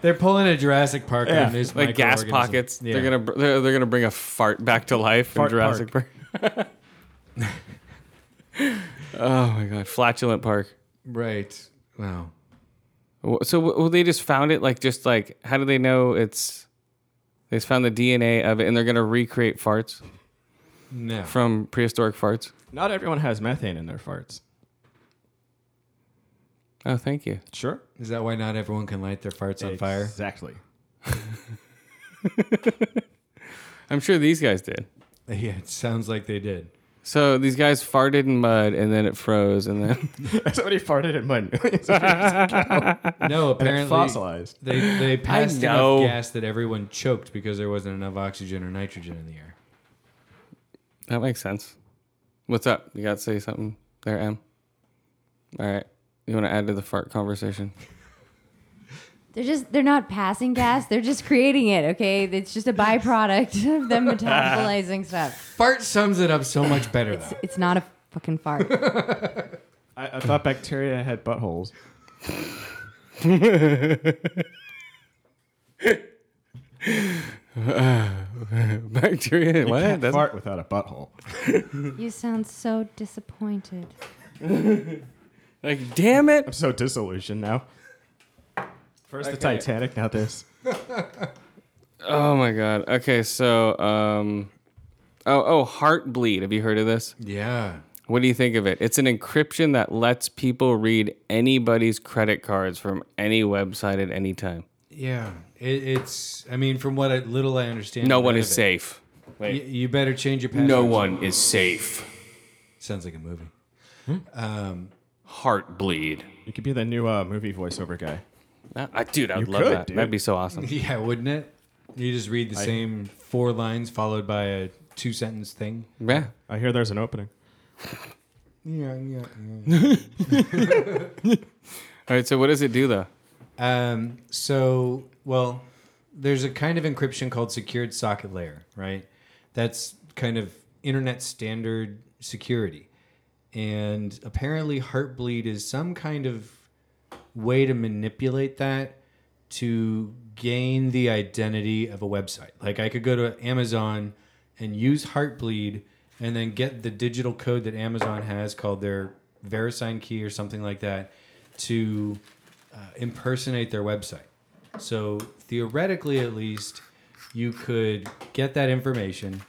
[SPEAKER 3] they're pulling a Jurassic Park
[SPEAKER 6] Yeah,
[SPEAKER 3] on this
[SPEAKER 2] like gas
[SPEAKER 3] microorganism.
[SPEAKER 2] pockets.
[SPEAKER 3] Yeah.
[SPEAKER 2] They're gonna br- they're, they're gonna bring a fart back to life
[SPEAKER 6] Fart
[SPEAKER 2] in Jurassic Park. oh my god, flatulent park.
[SPEAKER 3] Right. Wow.
[SPEAKER 2] Wh- So w- well, they just found it, like just like how do they know it's? They just found the DNA of it, and they're gonna recreate farts
[SPEAKER 3] No.
[SPEAKER 2] from prehistoric farts.
[SPEAKER 6] Not everyone has methane in their farts.
[SPEAKER 2] Oh, thank you.
[SPEAKER 6] Sure.
[SPEAKER 3] Is that why not everyone can light their farts on fire?
[SPEAKER 6] Exactly.
[SPEAKER 2] I'm sure these guys did.
[SPEAKER 3] Yeah, it sounds like they did.
[SPEAKER 2] So these guys farted in mud, and then it froze, and then
[SPEAKER 6] Somebody farted in mud. Apparently,
[SPEAKER 3] No, apparently.
[SPEAKER 6] fossilized.
[SPEAKER 3] They, they passed
[SPEAKER 2] know.
[SPEAKER 3] enough gas that everyone choked because there wasn't enough oxygen or nitrogen in the air.
[SPEAKER 2] that makes sense. What's up? You got to say something there, Em. All right, you want to add to the fart conversation?
[SPEAKER 5] They're just they're not passing gas. They're just creating it. Okay, it's just a byproduct of them metabolizing stuff.
[SPEAKER 3] Fart sums it up so much better, though.
[SPEAKER 5] It's not a fucking fart.
[SPEAKER 6] I, I thought bacteria had buttholes.
[SPEAKER 2] Bacteria? What?
[SPEAKER 6] Can't
[SPEAKER 2] That's-
[SPEAKER 6] fart without a butthole.
[SPEAKER 5] You sound so disappointed.
[SPEAKER 2] like, damn it!
[SPEAKER 6] I'm so disillusioned now. First the
[SPEAKER 2] Okay.
[SPEAKER 6] Titanic, now this.
[SPEAKER 2] Oh my god. Okay, so um oh oh Heartbleed. Have you heard of this?
[SPEAKER 3] Yeah.
[SPEAKER 2] What do you think of it? It's an encryption that lets people read anybody's credit cards from any website at any time.
[SPEAKER 3] Yeah, it, it's. I mean, from what I, little I understand,
[SPEAKER 2] No
[SPEAKER 3] I've
[SPEAKER 2] one
[SPEAKER 3] read
[SPEAKER 2] is
[SPEAKER 3] of it,
[SPEAKER 2] safe.
[SPEAKER 3] y- You, better change your password.
[SPEAKER 2] No one is safe.
[SPEAKER 3] Sounds like a movie.
[SPEAKER 2] Heartbleed.
[SPEAKER 6] You could be the new uh, movie voiceover guy.
[SPEAKER 2] Uh, I, dude, I'd
[SPEAKER 6] You
[SPEAKER 2] love
[SPEAKER 6] could,
[SPEAKER 2] that.
[SPEAKER 6] dude.
[SPEAKER 2] That'd be so awesome.
[SPEAKER 3] Yeah, wouldn't it? You just read the same four lines followed by a two sentence thing.
[SPEAKER 2] Yeah.
[SPEAKER 6] I hear there's an opening.
[SPEAKER 3] Yeah, yeah,
[SPEAKER 2] All right, so what does it do though?
[SPEAKER 3] yeah. Um, so, well, there's a kind of encryption called secured socket layer, right? That's kind of internet standard security. And apparently, Heartbleed is some kind of way to manipulate that to gain the identity of a website. Like I could go to Amazon and use Heartbleed and then get the digital code that Amazon has called their VeriSign key or something like that to uh, impersonate their website. So theoretically, at least, you could get that information,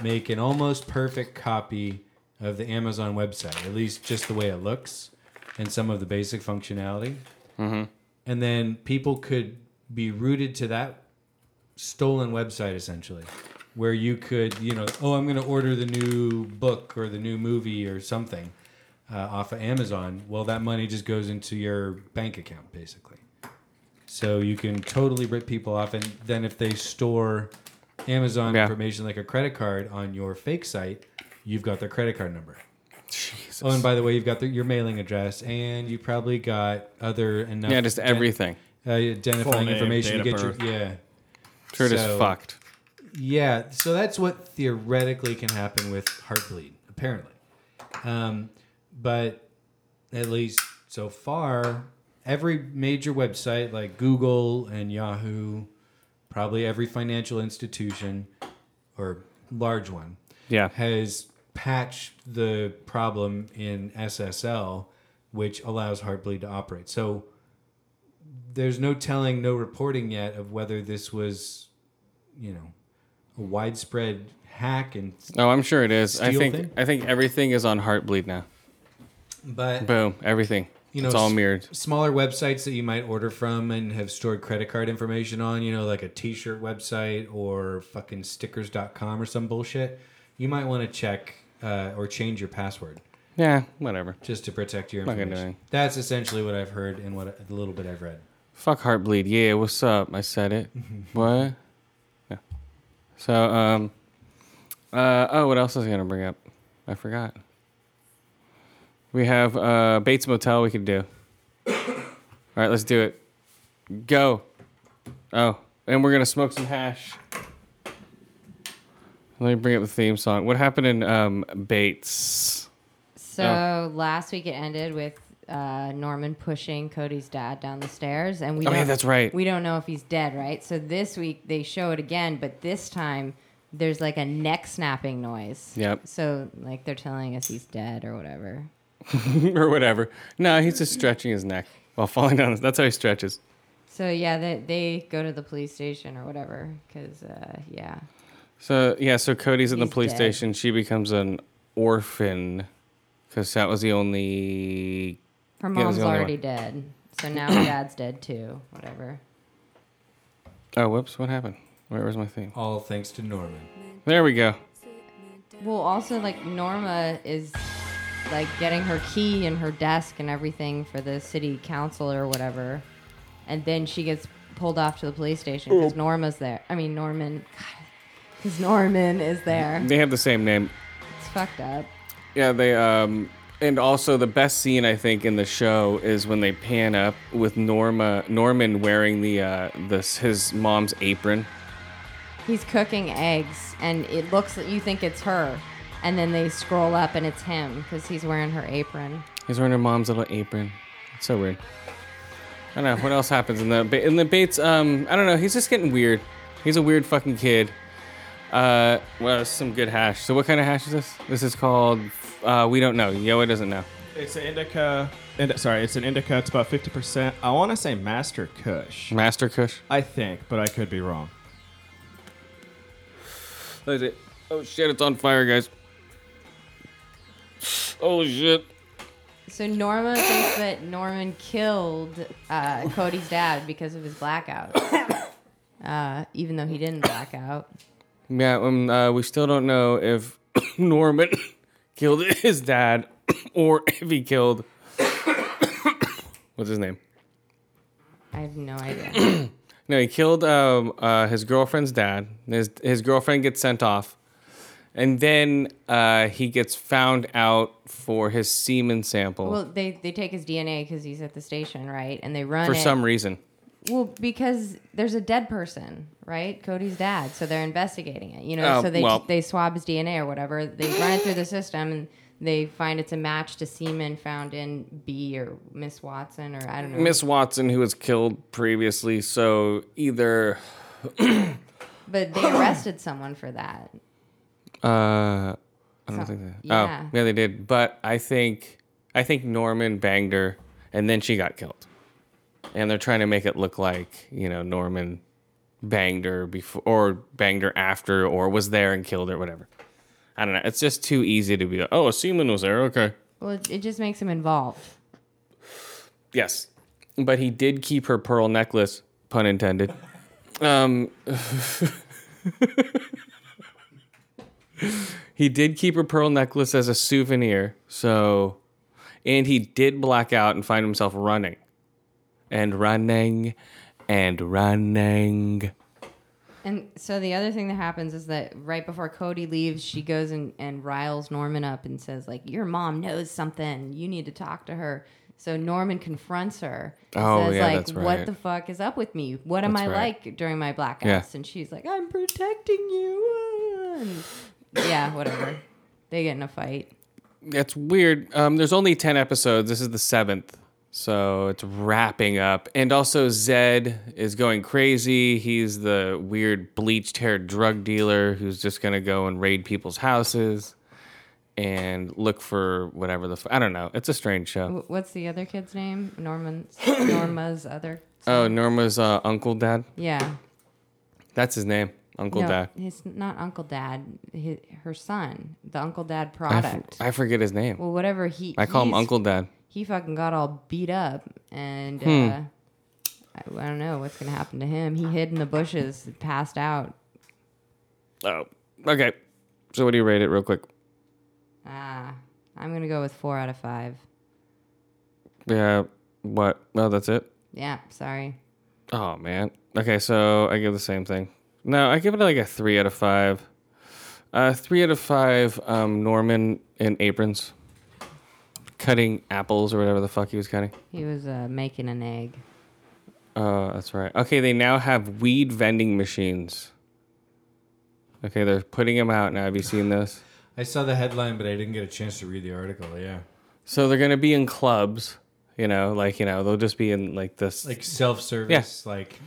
[SPEAKER 3] make an almost perfect copy of the Amazon website, at least just the way it looks and some of the basic functionality. And then people could be rooted to that stolen website essentially where you could you know oh i'm going to order the new book or the new movie or something uh, off of amazon well that money just goes into your bank account basically so you can totally rip people off and then if they store amazon
[SPEAKER 2] Yeah.
[SPEAKER 3] information like a credit card on your fake site you've got their credit card number oh and by the way you've got their, your mailing address and you probably got other enough
[SPEAKER 2] Yeah, just
[SPEAKER 3] ident-
[SPEAKER 2] everything.
[SPEAKER 3] uh, identifying
[SPEAKER 6] name,
[SPEAKER 3] information to
[SPEAKER 6] date
[SPEAKER 3] get
[SPEAKER 6] of
[SPEAKER 3] your
[SPEAKER 6] birth.
[SPEAKER 3] yeah
[SPEAKER 2] Sure, it is
[SPEAKER 3] So-
[SPEAKER 2] fucked.
[SPEAKER 3] yeah, so that's what theoretically can happen with Heartbleed, apparently. Um, but at least so far, every major website like Google and Yahoo, probably every financial institution or large one,
[SPEAKER 2] Yeah.
[SPEAKER 3] has patched the problem in SSL, which allows Heartbleed to operate. So there's no telling, no reporting yet of whether this was, you know, a widespread hack. And
[SPEAKER 2] Oh, I'm sure it is. I
[SPEAKER 3] Steel
[SPEAKER 2] think
[SPEAKER 3] thing?
[SPEAKER 2] I think everything is on Heartbleed now.
[SPEAKER 3] but
[SPEAKER 2] Boom, everything.
[SPEAKER 3] you know,
[SPEAKER 2] it's all
[SPEAKER 3] s-
[SPEAKER 2] mirrored.
[SPEAKER 3] Smaller websites that you might order from and have stored credit card information on, you know, like a T-shirt website or fucking stickers.com or some bullshit. You might want to check uh, or change your password.
[SPEAKER 2] Yeah, whatever.
[SPEAKER 3] just to protect your
[SPEAKER 2] Not gonna do
[SPEAKER 3] information.
[SPEAKER 2] anything.
[SPEAKER 3] That's essentially what I've heard and what the little bit I've read.
[SPEAKER 2] Fuck Heartbleed. Yeah, what's up? I said it. what? Yeah. So, um, uh, oh, what else was I gonna bring up? I forgot. We have uh, Bates Motel. We could do. all right, let's do it. Go. Oh, and we're gonna smoke some hash. Let me bring up the theme song. What happened in um, Bates?
[SPEAKER 5] So
[SPEAKER 2] Oh.
[SPEAKER 5] last week it ended with uh, Norman pushing Cody's dad down the stairs, and we.
[SPEAKER 2] Oh, yeah,
[SPEAKER 5] don't-
[SPEAKER 2] that's right.
[SPEAKER 5] We don't know if he's dead, right? So this week they show it again, but this time there's like a neck snapping noise.
[SPEAKER 2] Yep.
[SPEAKER 5] So like they're telling us he's dead or whatever.
[SPEAKER 2] or whatever. No, he's just stretching his neck while falling down. That's how he stretches.
[SPEAKER 5] So yeah, they, they go to the police station or whatever, because uh, yeah,
[SPEAKER 2] So yeah, so Cody's in the
[SPEAKER 5] He's
[SPEAKER 2] police
[SPEAKER 5] dead.
[SPEAKER 2] station. She becomes an orphan because that was the only.
[SPEAKER 5] her
[SPEAKER 2] Yeah,
[SPEAKER 5] mom's
[SPEAKER 2] there's the only
[SPEAKER 5] already dead. So now her dad's dead too. Whatever.
[SPEAKER 2] Oh, whoops! What happened? Where was my thing?
[SPEAKER 3] All thanks to Norman.
[SPEAKER 2] There we go.
[SPEAKER 5] Well, also like Norma is like getting her key and her desk and everything for the city council or whatever, and then she gets pulled off to the police station because Norma's there. I mean Norman, because Norman is there.
[SPEAKER 2] They have the same name.
[SPEAKER 5] It's fucked up.
[SPEAKER 2] Yeah, they um. And also the best scene I think in the show is when they pan up with Norma Norman wearing the uh this his mom's apron.
[SPEAKER 5] He's cooking eggs, and it looks you think it's her, and then they scroll up and it's him because he's wearing her apron.
[SPEAKER 2] He's wearing her mom's little apron. It's so weird. I don't know what else happens in the ba- in the Bates. Um, I don't know. He's just getting weird. He's a weird fucking kid. Uh, well, it's some good hash. So what kind of hash is this? This is called. Uh, we don't know. Yoa doesn't know.
[SPEAKER 6] It's an indica. Ind- sorry, it's an indica. It's about 50%. I want to say Master Kush.
[SPEAKER 2] Master Kush.
[SPEAKER 6] I think, but I could be wrong.
[SPEAKER 2] What is it? Oh shit! It's on fire, guys. Oh shit!
[SPEAKER 5] So Norma thinks that Norman killed uh, Cody's dad because of his blackout, uh, even though he didn't black out.
[SPEAKER 2] Yeah. Um. Uh, we still don't know if Norman killed his dad or if he killed. What's his name?
[SPEAKER 5] I have no idea.
[SPEAKER 2] No, he killed um, uh, his girlfriend's dad. His his girlfriend gets sent off, and then uh, he gets found out for his semen sample
[SPEAKER 5] well, they, they take his DNA because he's at the station, right? And they run
[SPEAKER 2] for
[SPEAKER 5] it.
[SPEAKER 2] some reason.
[SPEAKER 5] well, because there's a dead person, right? Cody's dad, so they're investigating it. You know,
[SPEAKER 2] Oh,
[SPEAKER 5] so they
[SPEAKER 2] well.
[SPEAKER 5] they swab his DNA or whatever. They run it through the system, and They find it's a match to semen found in B or Miss Watson or I don't know.
[SPEAKER 2] Miss Watson, who was killed previously, so either
[SPEAKER 5] But they arrested someone for that.
[SPEAKER 2] Uh, I don't think they.
[SPEAKER 5] yeah.
[SPEAKER 2] Oh, yeah, they did. But I think I think Norman banged her, and then she got killed. And they're trying to make it look like you know Norman banged her before, or banged her after, or was there and killed her, whatever. I don't know. It's just too easy to be like, oh, a seaman was there. Okay.
[SPEAKER 5] Well, it, it just makes them involved.
[SPEAKER 2] Yes. But he did keep her pearl necklace, pun intended. Um, he did keep her pearl necklace as a souvenir. So, and he did black out and find himself running and running and running.
[SPEAKER 5] And so the other thing that happens is that right before Cody leaves, she goes and, and riles Norman up and says, like, your mom knows something. You need to talk to her. So Norman confronts her. and
[SPEAKER 2] Oh,
[SPEAKER 5] says,
[SPEAKER 2] yeah,
[SPEAKER 5] like,
[SPEAKER 2] that's right.
[SPEAKER 5] what the fuck is up with me? What am
[SPEAKER 2] That's
[SPEAKER 5] I
[SPEAKER 2] right.
[SPEAKER 5] like during my blackouts?
[SPEAKER 2] Yeah.
[SPEAKER 5] And she's like, I'm protecting you. And yeah, whatever. They get in a fight.
[SPEAKER 2] That's weird. Um, there's only 10 episodes. This is the seventh. So it's wrapping up. And also, Zed is going crazy. He's the weird bleached haired drug dealer who's just going to go and raid people's houses and look for whatever the. F- I don't know. It's a strange show.
[SPEAKER 5] Wh- What's the other kid's name? Norman's Norma's other.
[SPEAKER 2] Oh, Norma's uh, Uncle Dad.
[SPEAKER 5] Yeah.
[SPEAKER 2] That's his name. Uncle
[SPEAKER 5] no,
[SPEAKER 2] Dad.
[SPEAKER 5] His, not Uncle Dad. His, her son, the Uncle
[SPEAKER 2] I
[SPEAKER 5] Dad
[SPEAKER 2] f-
[SPEAKER 5] product.
[SPEAKER 2] I forget his name.
[SPEAKER 5] well, whatever he.
[SPEAKER 2] I call him
[SPEAKER 5] he's-
[SPEAKER 2] Uncle Hmm. Dad.
[SPEAKER 5] He fucking got all beat up, and uh, I, I don't know what's gonna happen to him. He hid in the bushes, passed out.
[SPEAKER 2] Oh, okay. So, what do you rate it, real quick?
[SPEAKER 5] Ah, I'm gonna go with four out of five.
[SPEAKER 2] Yeah. What? Oh, that's it?
[SPEAKER 5] Yeah, sorry.
[SPEAKER 2] Oh man. Okay, so I give the same thing. No, I give it like a three out of five. Uh, three out of five. Um, Norman in aprons, cutting apples or whatever the fuck he was cutting.
[SPEAKER 5] He was uh, making an egg.
[SPEAKER 2] Uh, that's right. Okay, they now have weed vending machines. Okay, they're putting them out now. Have you seen this?
[SPEAKER 3] I saw the headline, but I didn't get a chance to read the article. Yeah,
[SPEAKER 2] So they're gonna be in clubs. You know, like you know, they'll just be in like this.
[SPEAKER 3] like self-service. Like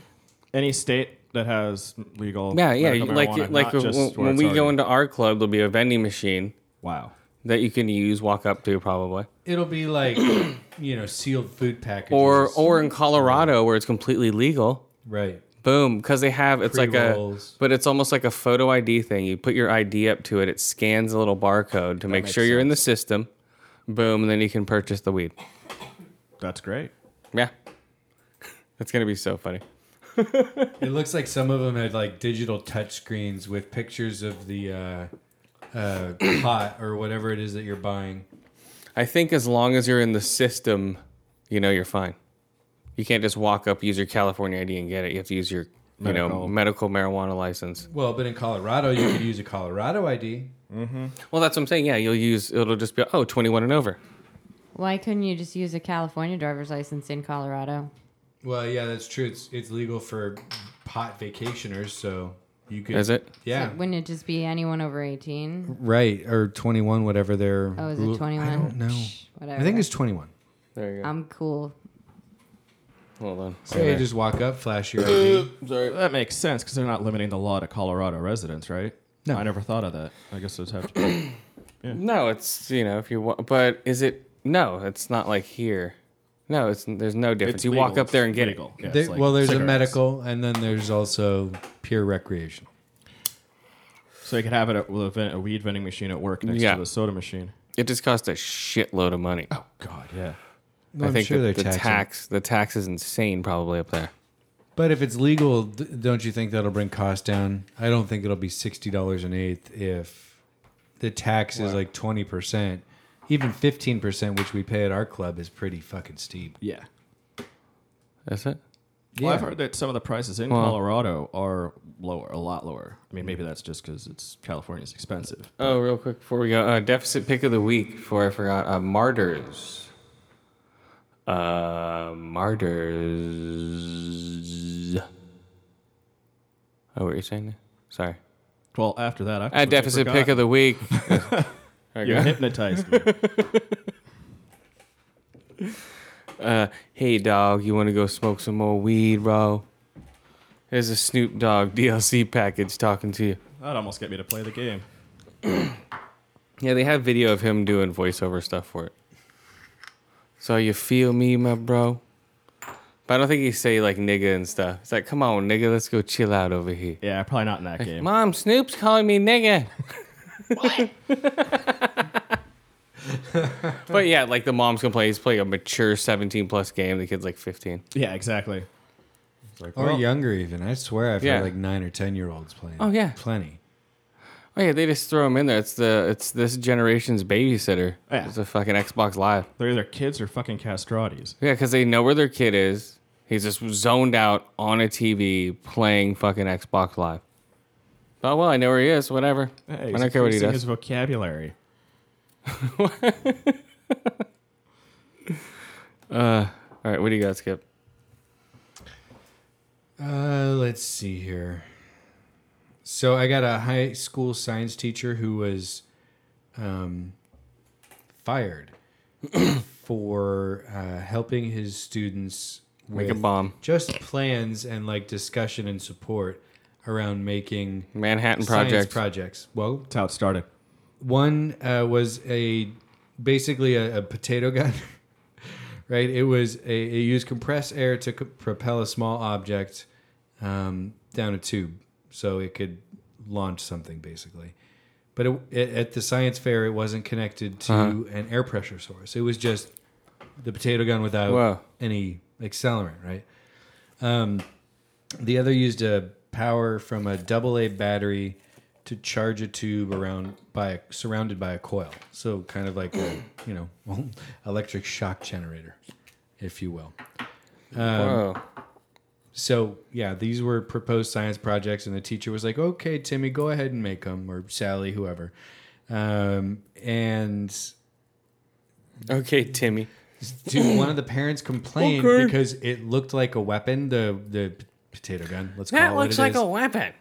[SPEAKER 6] Any state that has legal.
[SPEAKER 2] yeah, yeah.
[SPEAKER 6] medical
[SPEAKER 2] Like
[SPEAKER 6] marijuana,
[SPEAKER 2] like
[SPEAKER 6] not just
[SPEAKER 2] when,
[SPEAKER 6] where
[SPEAKER 2] when
[SPEAKER 6] it's
[SPEAKER 2] we go
[SPEAKER 6] already-
[SPEAKER 2] into our club, there'll be a vending machine.
[SPEAKER 6] Wow.
[SPEAKER 2] that you can use, walk up to probably,
[SPEAKER 3] it'll be like you know sealed food packages.
[SPEAKER 2] or or in Colorado where it's completely legal.
[SPEAKER 3] right.
[SPEAKER 2] Boom, because they have it's
[SPEAKER 3] Pre-rolls.
[SPEAKER 2] like a, but it's almost like a photo ID thing. You put your ID up to it, it scans a little barcode to make
[SPEAKER 3] makes
[SPEAKER 2] sure you're in the system. Boom, and then you can purchase the weed.
[SPEAKER 6] That's great.
[SPEAKER 2] Yeah, that's gonna be so funny.
[SPEAKER 3] It looks like some of them had like digital touchscreens with pictures of the uh, uh, pot or whatever it is that you're buying.
[SPEAKER 2] I think as long as you're in the system, you know you're fine. You can't just walk up, use your California ID, and get it. You have to use your, you know,
[SPEAKER 6] Medical.
[SPEAKER 2] medical marijuana license.
[SPEAKER 3] Well, but in Colorado, you could use a Colorado ID.
[SPEAKER 2] Well, that's what I'm saying. Yeah, you'll use. It'll just be oh, 21 and over.
[SPEAKER 5] Why couldn't you just use a California driver's license in Colorado?
[SPEAKER 3] Well, yeah, that's true. It's it's legal for pot vacationers, so you could.
[SPEAKER 2] Is it?
[SPEAKER 3] Yeah.
[SPEAKER 5] So wouldn't it just be anyone over 18?
[SPEAKER 3] Right or twenty one, whatever their.
[SPEAKER 5] Oh, is
[SPEAKER 3] rule-
[SPEAKER 5] it 21?
[SPEAKER 3] I don't know.
[SPEAKER 5] Psh, whatever.
[SPEAKER 3] I think it's twenty one.
[SPEAKER 2] There you go.
[SPEAKER 5] I'm cool.
[SPEAKER 2] Hold on.
[SPEAKER 3] So you just walk up, flash your ID.
[SPEAKER 6] That makes sense because they're not limiting the law to Colorado residents, right?
[SPEAKER 3] No.
[SPEAKER 6] I never thought of that. I guess it's have to.
[SPEAKER 2] No, it's you know if you want, but is it? No, it's not like here. No, it's there's no difference.
[SPEAKER 6] It's
[SPEAKER 2] you walk
[SPEAKER 6] legal.
[SPEAKER 2] up there and get
[SPEAKER 6] legal. Yeah, it's
[SPEAKER 3] There-
[SPEAKER 6] like
[SPEAKER 3] well, there's a
[SPEAKER 6] cigarettes.
[SPEAKER 3] medical, and then there's also pure recreational.
[SPEAKER 6] So you could have it at with a, ven- a weed vending machine at work next
[SPEAKER 2] Yeah.
[SPEAKER 6] to the soda machine.
[SPEAKER 2] it. It just costs a shitload of money. Oh,
[SPEAKER 6] God, yeah.
[SPEAKER 3] Well,
[SPEAKER 2] I
[SPEAKER 3] I'm
[SPEAKER 2] think
[SPEAKER 3] sure
[SPEAKER 2] the, the
[SPEAKER 3] they're taxing.
[SPEAKER 2] tax the tax is insane probably up there.
[SPEAKER 3] But if it's legal, d- don't you think that'll bring costs down? I don't think it'll be sixty dollars an eighth if the tax is like twenty percent. Even fifteen percent, which we pay at our club, is pretty fucking steep.
[SPEAKER 6] Yeah.
[SPEAKER 2] Is it?
[SPEAKER 6] Well, I've heard that some of the prices in Colorado are lower, a lot lower. I mean, maybe that's just because it's California's expensive.
[SPEAKER 2] Oh, real quick before we go, uh, deficit pick of the week. Before I forgot, uh, martyrs. Uh, martyrs. Oh, what were you saying? There? Sorry.
[SPEAKER 6] Well, after that, I
[SPEAKER 2] At
[SPEAKER 6] completely
[SPEAKER 2] deficit
[SPEAKER 6] forgot.
[SPEAKER 2] pick of the week. I There you
[SPEAKER 6] You
[SPEAKER 2] go.
[SPEAKER 6] hypnotized me.
[SPEAKER 2] uh, hey dog, you want to go smoke some more weed, bro? Here's a Snoop Dogg DLC package talking to you.
[SPEAKER 6] That almost get me to play the game.
[SPEAKER 2] Yeah, they have video of him doing voiceover stuff for it. So you feel me, my bro? But I don't think he say like nigga and stuff. It's like, come on, nigga, let's go chill out over here.
[SPEAKER 6] Yeah, probably not in that game.
[SPEAKER 2] Mom, Snoop's calling me nigga. but yeah, like the mom's gonna play. He's playing a mature 17 plus game. The kid's like 15.
[SPEAKER 6] Yeah, exactly.
[SPEAKER 3] or younger even. I swear I've
[SPEAKER 2] Yeah.
[SPEAKER 3] had like nine or ten year olds playing.
[SPEAKER 2] Oh, yeah.
[SPEAKER 3] plenty.
[SPEAKER 2] Oh yeah, they just throw him in there. It's the it's this generation's babysitter.
[SPEAKER 6] Yeah.
[SPEAKER 2] It's a fucking Xbox Live.
[SPEAKER 6] They're either kids or fucking castratis.
[SPEAKER 2] Yeah, because they know where their kid is. He's just zoned out on a TV playing fucking Xbox Live. Oh well, I know where he is. Whatever.
[SPEAKER 6] Hey,
[SPEAKER 2] I
[SPEAKER 6] he's
[SPEAKER 2] don't care what he
[SPEAKER 6] increasing
[SPEAKER 2] does.
[SPEAKER 6] His vocabulary.
[SPEAKER 2] All right, what do you got, Skip?
[SPEAKER 3] Uh, let's see here. So I got a high school science teacher who was um, fired for uh, helping his students
[SPEAKER 2] Make a
[SPEAKER 3] with
[SPEAKER 2] bomb.
[SPEAKER 3] just plans and like discussion and support around making
[SPEAKER 2] Manhattan
[SPEAKER 3] science
[SPEAKER 2] Project.
[SPEAKER 3] projects. Well,
[SPEAKER 6] That's how it started.
[SPEAKER 3] one uh, was a basically a, a potato gun, right? It was a it used compressed air to co- propel a small object um, down a tube, so it could launch something basically. But it, it, at the science fair, it wasn't connected to an air pressure source. It was just the potato gun without
[SPEAKER 2] Wow.
[SPEAKER 3] any accelerant, right? The other used a power from a double A battery to charge a tube around by a, surrounded by a coil. So kind of like a, you know, electric shock generator, if you will.
[SPEAKER 2] Whoa.
[SPEAKER 3] So yeah, these were proposed science projects, and the teacher was like, "Okay, Timmy, go ahead and make them," or Sally, whoever. Um, and
[SPEAKER 2] Okay, Timmy.
[SPEAKER 3] dude, one of the parents complained
[SPEAKER 2] Okay.
[SPEAKER 3] because it looked like a weapon. The the potato gun. Let's call
[SPEAKER 2] Oh,
[SPEAKER 3] it what it is.
[SPEAKER 2] weapon.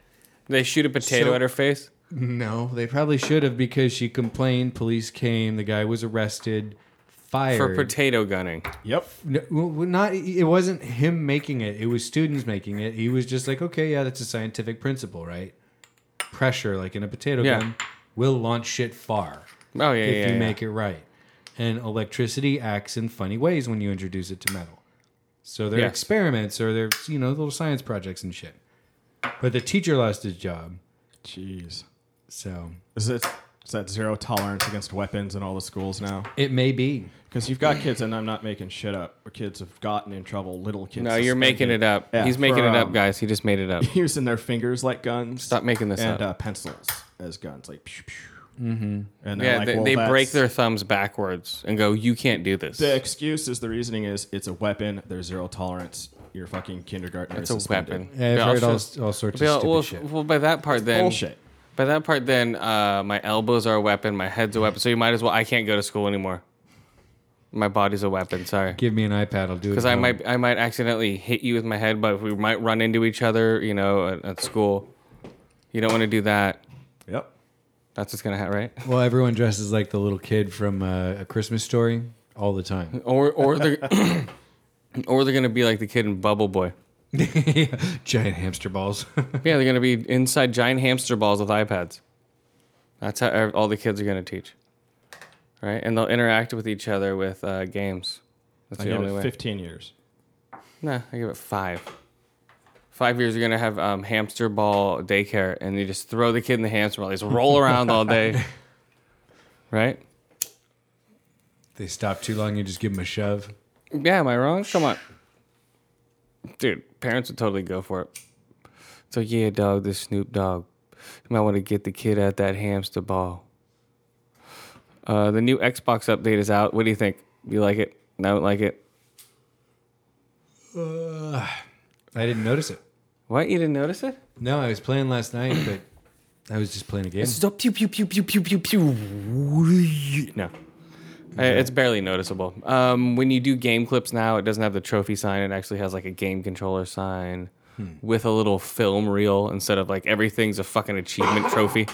[SPEAKER 2] They shoot a potato
[SPEAKER 3] So-
[SPEAKER 2] at her face.
[SPEAKER 3] No, they probably should have because she complained. Police came. The guy was arrested, fired.
[SPEAKER 2] for potato gunning.
[SPEAKER 6] Yep.
[SPEAKER 3] No, well, not it wasn't him making it. It was students making it. He was just like, okay, yeah, that's a scientific principle, right? Pressure, like in a potato
[SPEAKER 2] Yeah.
[SPEAKER 3] gun, will launch shit far
[SPEAKER 2] Oh yeah,
[SPEAKER 3] if
[SPEAKER 2] yeah.
[SPEAKER 3] you
[SPEAKER 2] yeah.
[SPEAKER 3] make it right. And electricity acts in funny ways when you introduce it to metal. So they're
[SPEAKER 2] Yes.
[SPEAKER 3] experiments or they're you know little science projects and shit. But the teacher lost his job,
[SPEAKER 6] Jeez.
[SPEAKER 3] so
[SPEAKER 6] Is it? Is that zero tolerance against weapons in all the schools now?
[SPEAKER 3] it may be.
[SPEAKER 6] Because you've got kids, and I'm not making shit up. Where kids have gotten in trouble, little kids.
[SPEAKER 2] No, you're making it
[SPEAKER 6] suspended.
[SPEAKER 2] up.
[SPEAKER 6] Yeah,
[SPEAKER 2] He's making
[SPEAKER 6] for,
[SPEAKER 2] it up,
[SPEAKER 6] um,
[SPEAKER 2] guys. He just made it up.
[SPEAKER 6] Using their fingers like guns.
[SPEAKER 2] Stop making this
[SPEAKER 6] and,
[SPEAKER 2] up.
[SPEAKER 6] uh, pencils as guns, like. Pew, pew. Mm-hmm. And they're
[SPEAKER 2] yeah,
[SPEAKER 6] like,
[SPEAKER 2] they,
[SPEAKER 6] well,
[SPEAKER 2] they break
[SPEAKER 6] that's-
[SPEAKER 2] their thumbs backwards and go, "You can't do this."
[SPEAKER 6] The excuse is the reasoning is it's a weapon. There's zero tolerance. You're fucking kindergarten.
[SPEAKER 2] It's a weapon.
[SPEAKER 3] Yeah, I've
[SPEAKER 2] I'll
[SPEAKER 3] heard all, all
[SPEAKER 2] just-
[SPEAKER 3] sorts of stupid
[SPEAKER 2] Yeah, well,
[SPEAKER 3] shit.
[SPEAKER 2] well, by that part, then
[SPEAKER 6] Bullshit.
[SPEAKER 2] By that part, then uh, my elbows are a weapon, my head's a weapon. So you might as well. I can't go to school anymore. My body's a weapon. Sorry,
[SPEAKER 3] Give me an iPad, I'll do it.
[SPEAKER 2] because I might I might accidentally hit you with my head, but we might run into each other. You know, at, at school, you don't want to do that.
[SPEAKER 6] Yep.
[SPEAKER 2] That's what's gonna happen, right?
[SPEAKER 3] Well, everyone dresses like the little kid from uh, A Christmas Story all the time.
[SPEAKER 2] Or or they're or they're gonna be like the kid in Bubble Boy.
[SPEAKER 3] Giant hamster balls.
[SPEAKER 2] Yeah, they're gonna be inside giant hamster balls with iPads. That's how ev- all the kids are gonna teach, right? And they'll interact with each other with uh, games. That's
[SPEAKER 6] I
[SPEAKER 2] the
[SPEAKER 6] give
[SPEAKER 2] only
[SPEAKER 6] it
[SPEAKER 2] way.
[SPEAKER 6] 15 years.
[SPEAKER 2] Nah, I give it five. Five years, you're gonna have um, hamster ball daycare, and you just throw the kid in the hamster ball. They just roll around all day, right?
[SPEAKER 3] they stop too long, you just give them a shove.
[SPEAKER 2] Yeah, am I wrong? Come on. Dude, parents would totally go for it. So, yeah, dog, this Snoop Dogg. You might want to get the kid at that hamster ball. Uh, the new Xbox update is out. What do you think? You like it? No, don't like it?
[SPEAKER 3] I didn't notice it.
[SPEAKER 2] What? You didn't notice it?
[SPEAKER 3] No, I was playing last night, but I was just playing a game.
[SPEAKER 2] Stop. Pew, pew, pew, pew, pew, pew, pew. No. Uh, It's barely noticeable. Um, when you do game clips now, it doesn't have the trophy sign. It actually has like a game controller Hmm. sign with a little film reel instead of like everything's a fucking achievement trophy.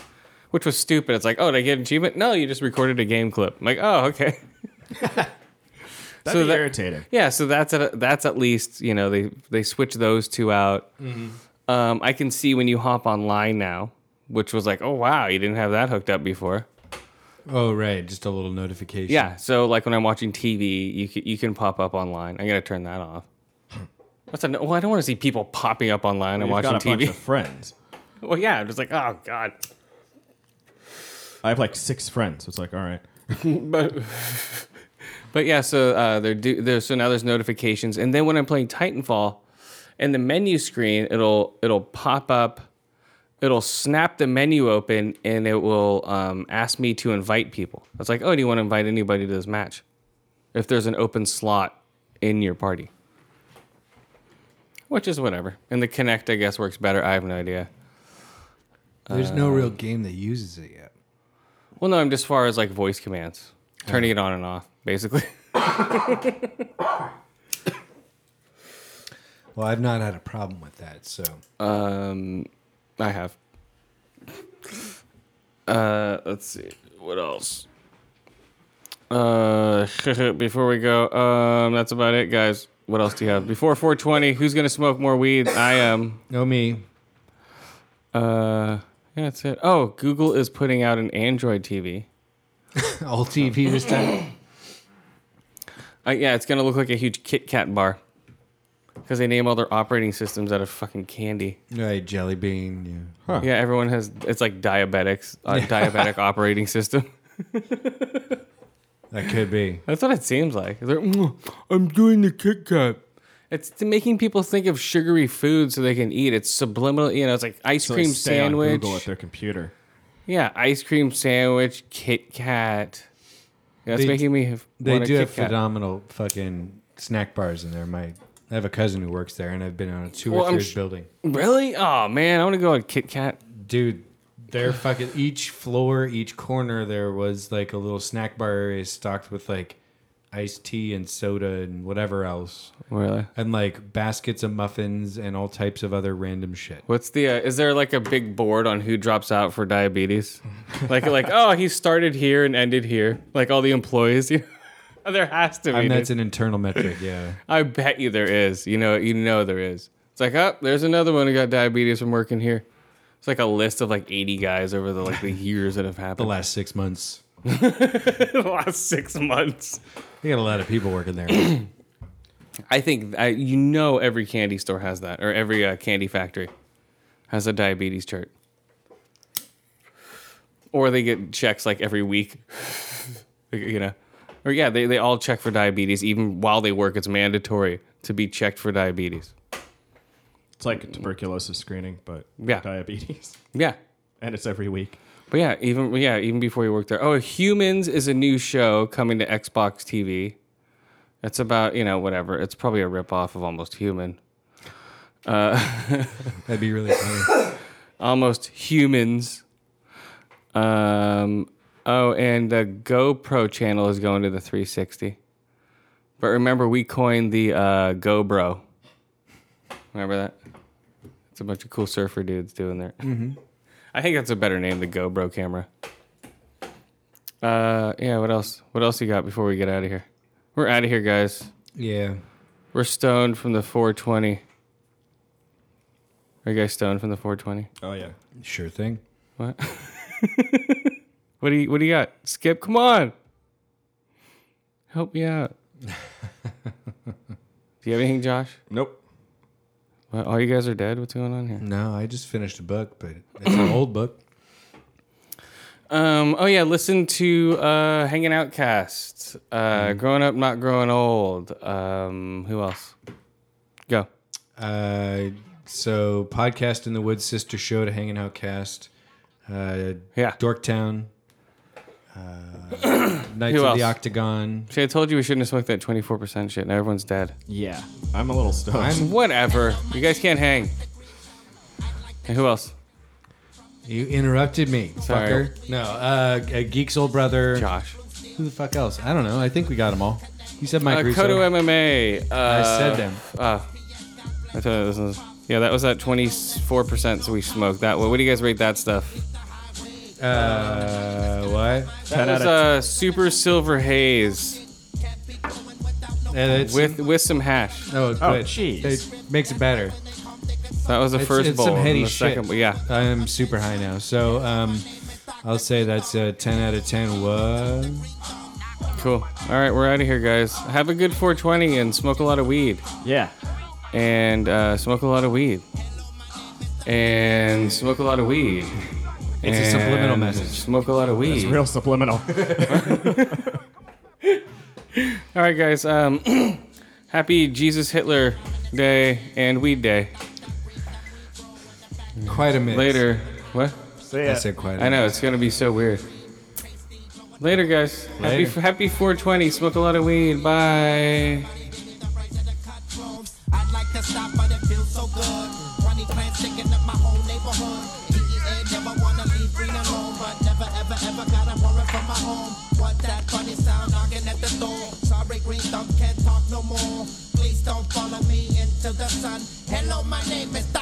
[SPEAKER 2] which was stupid. It's like, oh, did I get an achievement? No, you just recorded a game clip. I'm like, oh, okay.
[SPEAKER 6] That'd
[SPEAKER 2] So
[SPEAKER 6] be
[SPEAKER 2] that-
[SPEAKER 6] irritating.
[SPEAKER 2] Yeah, so that's at that's at least you know they they switch those two out. Um, I can see when you hop online now, which was like, oh wow, you didn't have that hooked up before.
[SPEAKER 3] Oh right, just a little notification.
[SPEAKER 2] Yeah, so like when I'm watching TV, you can, you can pop up online. I'm gonna turn that off. That's a, well, I don't want to see people popping up online and
[SPEAKER 6] You've
[SPEAKER 2] watching
[SPEAKER 6] got a bunch
[SPEAKER 2] TV.
[SPEAKER 6] of friends.
[SPEAKER 2] well, yeah, I'm just like, oh god.
[SPEAKER 6] I have like six friends. So it's like, all right.
[SPEAKER 2] but but yeah, so uh, there do there so now there's notifications, and then when I'm playing Titanfall, in the menu screen it'll it'll pop up, it'll snap the menu open, and it will um, ask me to invite people. It's like, oh, do you want to invite anybody to this match? If there's an open slot in your party, which is whatever. And the Connect, I guess, works better. I have no idea.
[SPEAKER 8] There's no real game that uses it yet.
[SPEAKER 2] Well, no, I'm just far as like voice commands, turning it on and off, basically.
[SPEAKER 8] Well, I've not had a problem with that. So
[SPEAKER 2] Um, I have. Uh, let's see what else. Uh, before we go, um, that's about it, guys. What else do you have before 420? Who's gonna smoke more weed? I am.
[SPEAKER 3] No me.
[SPEAKER 2] Uh, yeah, that's it. Oh, Google is putting out an Android TV.
[SPEAKER 3] All TV this time.
[SPEAKER 2] Uh, yeah, it's gonna look like a huge Kit Kat bar. Because they name all their operating systems out of fucking candy.
[SPEAKER 3] right, jelly bean. Yeah.
[SPEAKER 2] Yeah, everyone has. It's like diabetics, uh, diabetic operating system.
[SPEAKER 3] That could be.
[SPEAKER 2] That's what it seems like. They're, "Mm, I'm doing the Kit Kat. It's to making people think of sugary food so they can eat. It's subliminal, you know. It's like ice
[SPEAKER 6] So they
[SPEAKER 2] cream
[SPEAKER 6] stay on
[SPEAKER 2] sandwich.
[SPEAKER 6] Google at their computer.
[SPEAKER 2] yeah, ice cream sandwich, Kit Kat. Yeah, it's
[SPEAKER 3] They-
[SPEAKER 2] making me. have-
[SPEAKER 3] They
[SPEAKER 2] want a
[SPEAKER 3] do
[SPEAKER 2] Kit
[SPEAKER 3] have
[SPEAKER 2] Kat.
[SPEAKER 3] phenomenal fucking snack bars in there. My I have a cousin who works there, and I've been on a two
[SPEAKER 2] Well,
[SPEAKER 3] or
[SPEAKER 2] I'm
[SPEAKER 3] three
[SPEAKER 2] sh-
[SPEAKER 3] building.
[SPEAKER 2] Really? Oh man, I want to go on Kit Kat.
[SPEAKER 3] Dude, they're fucking each floor, each corner. There was like a little snack bar area stocked with like iced tea and soda and whatever else,
[SPEAKER 2] Really?
[SPEAKER 3] and like baskets of muffins and all types of other random shit.
[SPEAKER 2] What's the? Uh, is there like a big board on who drops out for diabetes? like, like, oh, he started here and ended here. Like all the employees. You know? there has to be.
[SPEAKER 3] And
[SPEAKER 2] dude.
[SPEAKER 3] that's an internal metric, yeah.
[SPEAKER 2] I bet you there is. You know, you know there is. It's like, oh, there's another one who got diabetes from working here. It's like a list of like 80 guys over the like the years that have
[SPEAKER 3] The
[SPEAKER 2] happened.
[SPEAKER 3] last six months,
[SPEAKER 2] The last six months.
[SPEAKER 3] they got a lot of people working there.
[SPEAKER 2] I think I, you know every candy store has that, or every uh, candy factory has a diabetes chart. Or they get checks like every week, you know. Or yeah, they, they all check for diabetes even while they work. It's mandatory to be checked for diabetes.
[SPEAKER 6] It's like tuberculosis screening, but
[SPEAKER 2] Yeah.
[SPEAKER 6] diabetes.
[SPEAKER 2] Yeah,
[SPEAKER 6] And it's every week.
[SPEAKER 2] But yeah, even yeah, even before you worked there. Oh, Humans is a new show coming to Xbox TV. It's about you know whatever. It's probably a ripoff of Almost Human.
[SPEAKER 3] That'd be really funny.
[SPEAKER 2] Almost Humans. Um. Oh, and the GoPro channel is going to the 360. But remember, we coined the uh, GoBro. Remember that? It's a bunch of cool surfer dudes doing there. I think that's a better name, the GoBro camera. Uh, yeah. What else? What else you got before we get out of here? We're out of here, guys.
[SPEAKER 3] Yeah.
[SPEAKER 2] We're stoned from the 420. Are you guys stoned from the 420?
[SPEAKER 6] Oh, yeah.
[SPEAKER 3] Sure thing.
[SPEAKER 2] What? what do you What do you got? Skip, come on. Help me out. do you have anything, Josh?
[SPEAKER 6] Nope.
[SPEAKER 2] What, all you guys are dead. What's going on here?
[SPEAKER 3] No, I just finished a book, but it's an old book.
[SPEAKER 2] Um. Oh yeah. Listen to uh, Hanging Out Cast. Uh,
[SPEAKER 3] Mm-hmm.
[SPEAKER 2] Growing up, not growing old. Um. Who else? Go.
[SPEAKER 3] Uh, so podcast in the woods, sister show to hanging out cast. Uh,
[SPEAKER 2] Yeah.
[SPEAKER 3] Dorktown. Uh, Knights
[SPEAKER 2] Who
[SPEAKER 3] of
[SPEAKER 2] else?
[SPEAKER 3] the Octagon.
[SPEAKER 2] See, I told you we shouldn't have smoked that twenty four percent shit. Now everyone's dead.
[SPEAKER 6] Yeah. I'm a little stoned.
[SPEAKER 2] Whatever. You guys can't hang. And who else?
[SPEAKER 3] You interrupted me,
[SPEAKER 2] Sorry.
[SPEAKER 3] fucker. No, uh, uh, Geek's old brother.
[SPEAKER 2] Josh.
[SPEAKER 3] Who the fuck else? I don't know. I think we got them all. You said Mike
[SPEAKER 2] Uh,
[SPEAKER 3] Russo.
[SPEAKER 2] Kodo MMA. Uh,
[SPEAKER 3] I said them.
[SPEAKER 2] Uh, I told you this was. Yeah, that was at 24%, so we smoked that. What, what do you guys rate that stuff?
[SPEAKER 3] Uh, what?
[SPEAKER 2] That was uh, super silver haze
[SPEAKER 3] And it's,
[SPEAKER 2] with with some hash.
[SPEAKER 3] oh,
[SPEAKER 6] Oh,
[SPEAKER 3] good.
[SPEAKER 6] jeez.
[SPEAKER 3] It makes it better.
[SPEAKER 2] That was the
[SPEAKER 3] It's-
[SPEAKER 2] first
[SPEAKER 3] it's
[SPEAKER 2] bowl.
[SPEAKER 3] some
[SPEAKER 2] and
[SPEAKER 3] heady
[SPEAKER 2] the
[SPEAKER 3] shit.
[SPEAKER 2] second, yeah.
[SPEAKER 3] I am super high now, so um, I'll say that's a ten out of ten. What?
[SPEAKER 2] Cool. All right, we're out of here, guys. Have a good 420 and smoke a lot of weed.
[SPEAKER 6] Yeah.
[SPEAKER 2] And uh, smoke a lot of weed. And smoke a lot of weed.
[SPEAKER 3] It's a subliminal
[SPEAKER 2] And
[SPEAKER 3] message.
[SPEAKER 2] Smoke a lot of weed.
[SPEAKER 6] It's real subliminal.
[SPEAKER 2] All right, guys. Um, happy Jesus Hitler Day and Weed Day.
[SPEAKER 3] Quite a mix.
[SPEAKER 2] Later. What?
[SPEAKER 6] See
[SPEAKER 3] I
[SPEAKER 6] ya.
[SPEAKER 3] said quite. A
[SPEAKER 2] I know it's gonna be so weird. Later, guys.
[SPEAKER 3] Later.
[SPEAKER 2] Happy Happy 420. Smoke a lot of weed. Bye.
[SPEAKER 9] I'd like to stop, but it feels so good. Ronnie Clan's taking up my whole neighborhood. DEA never wanna leave green alone, but never ever ever got a warrant for my home. What that funny sound knocking at the door? Sorry, green thumb can't talk no more. Please don't follow me into the sun. Hello, my name is. Thumb.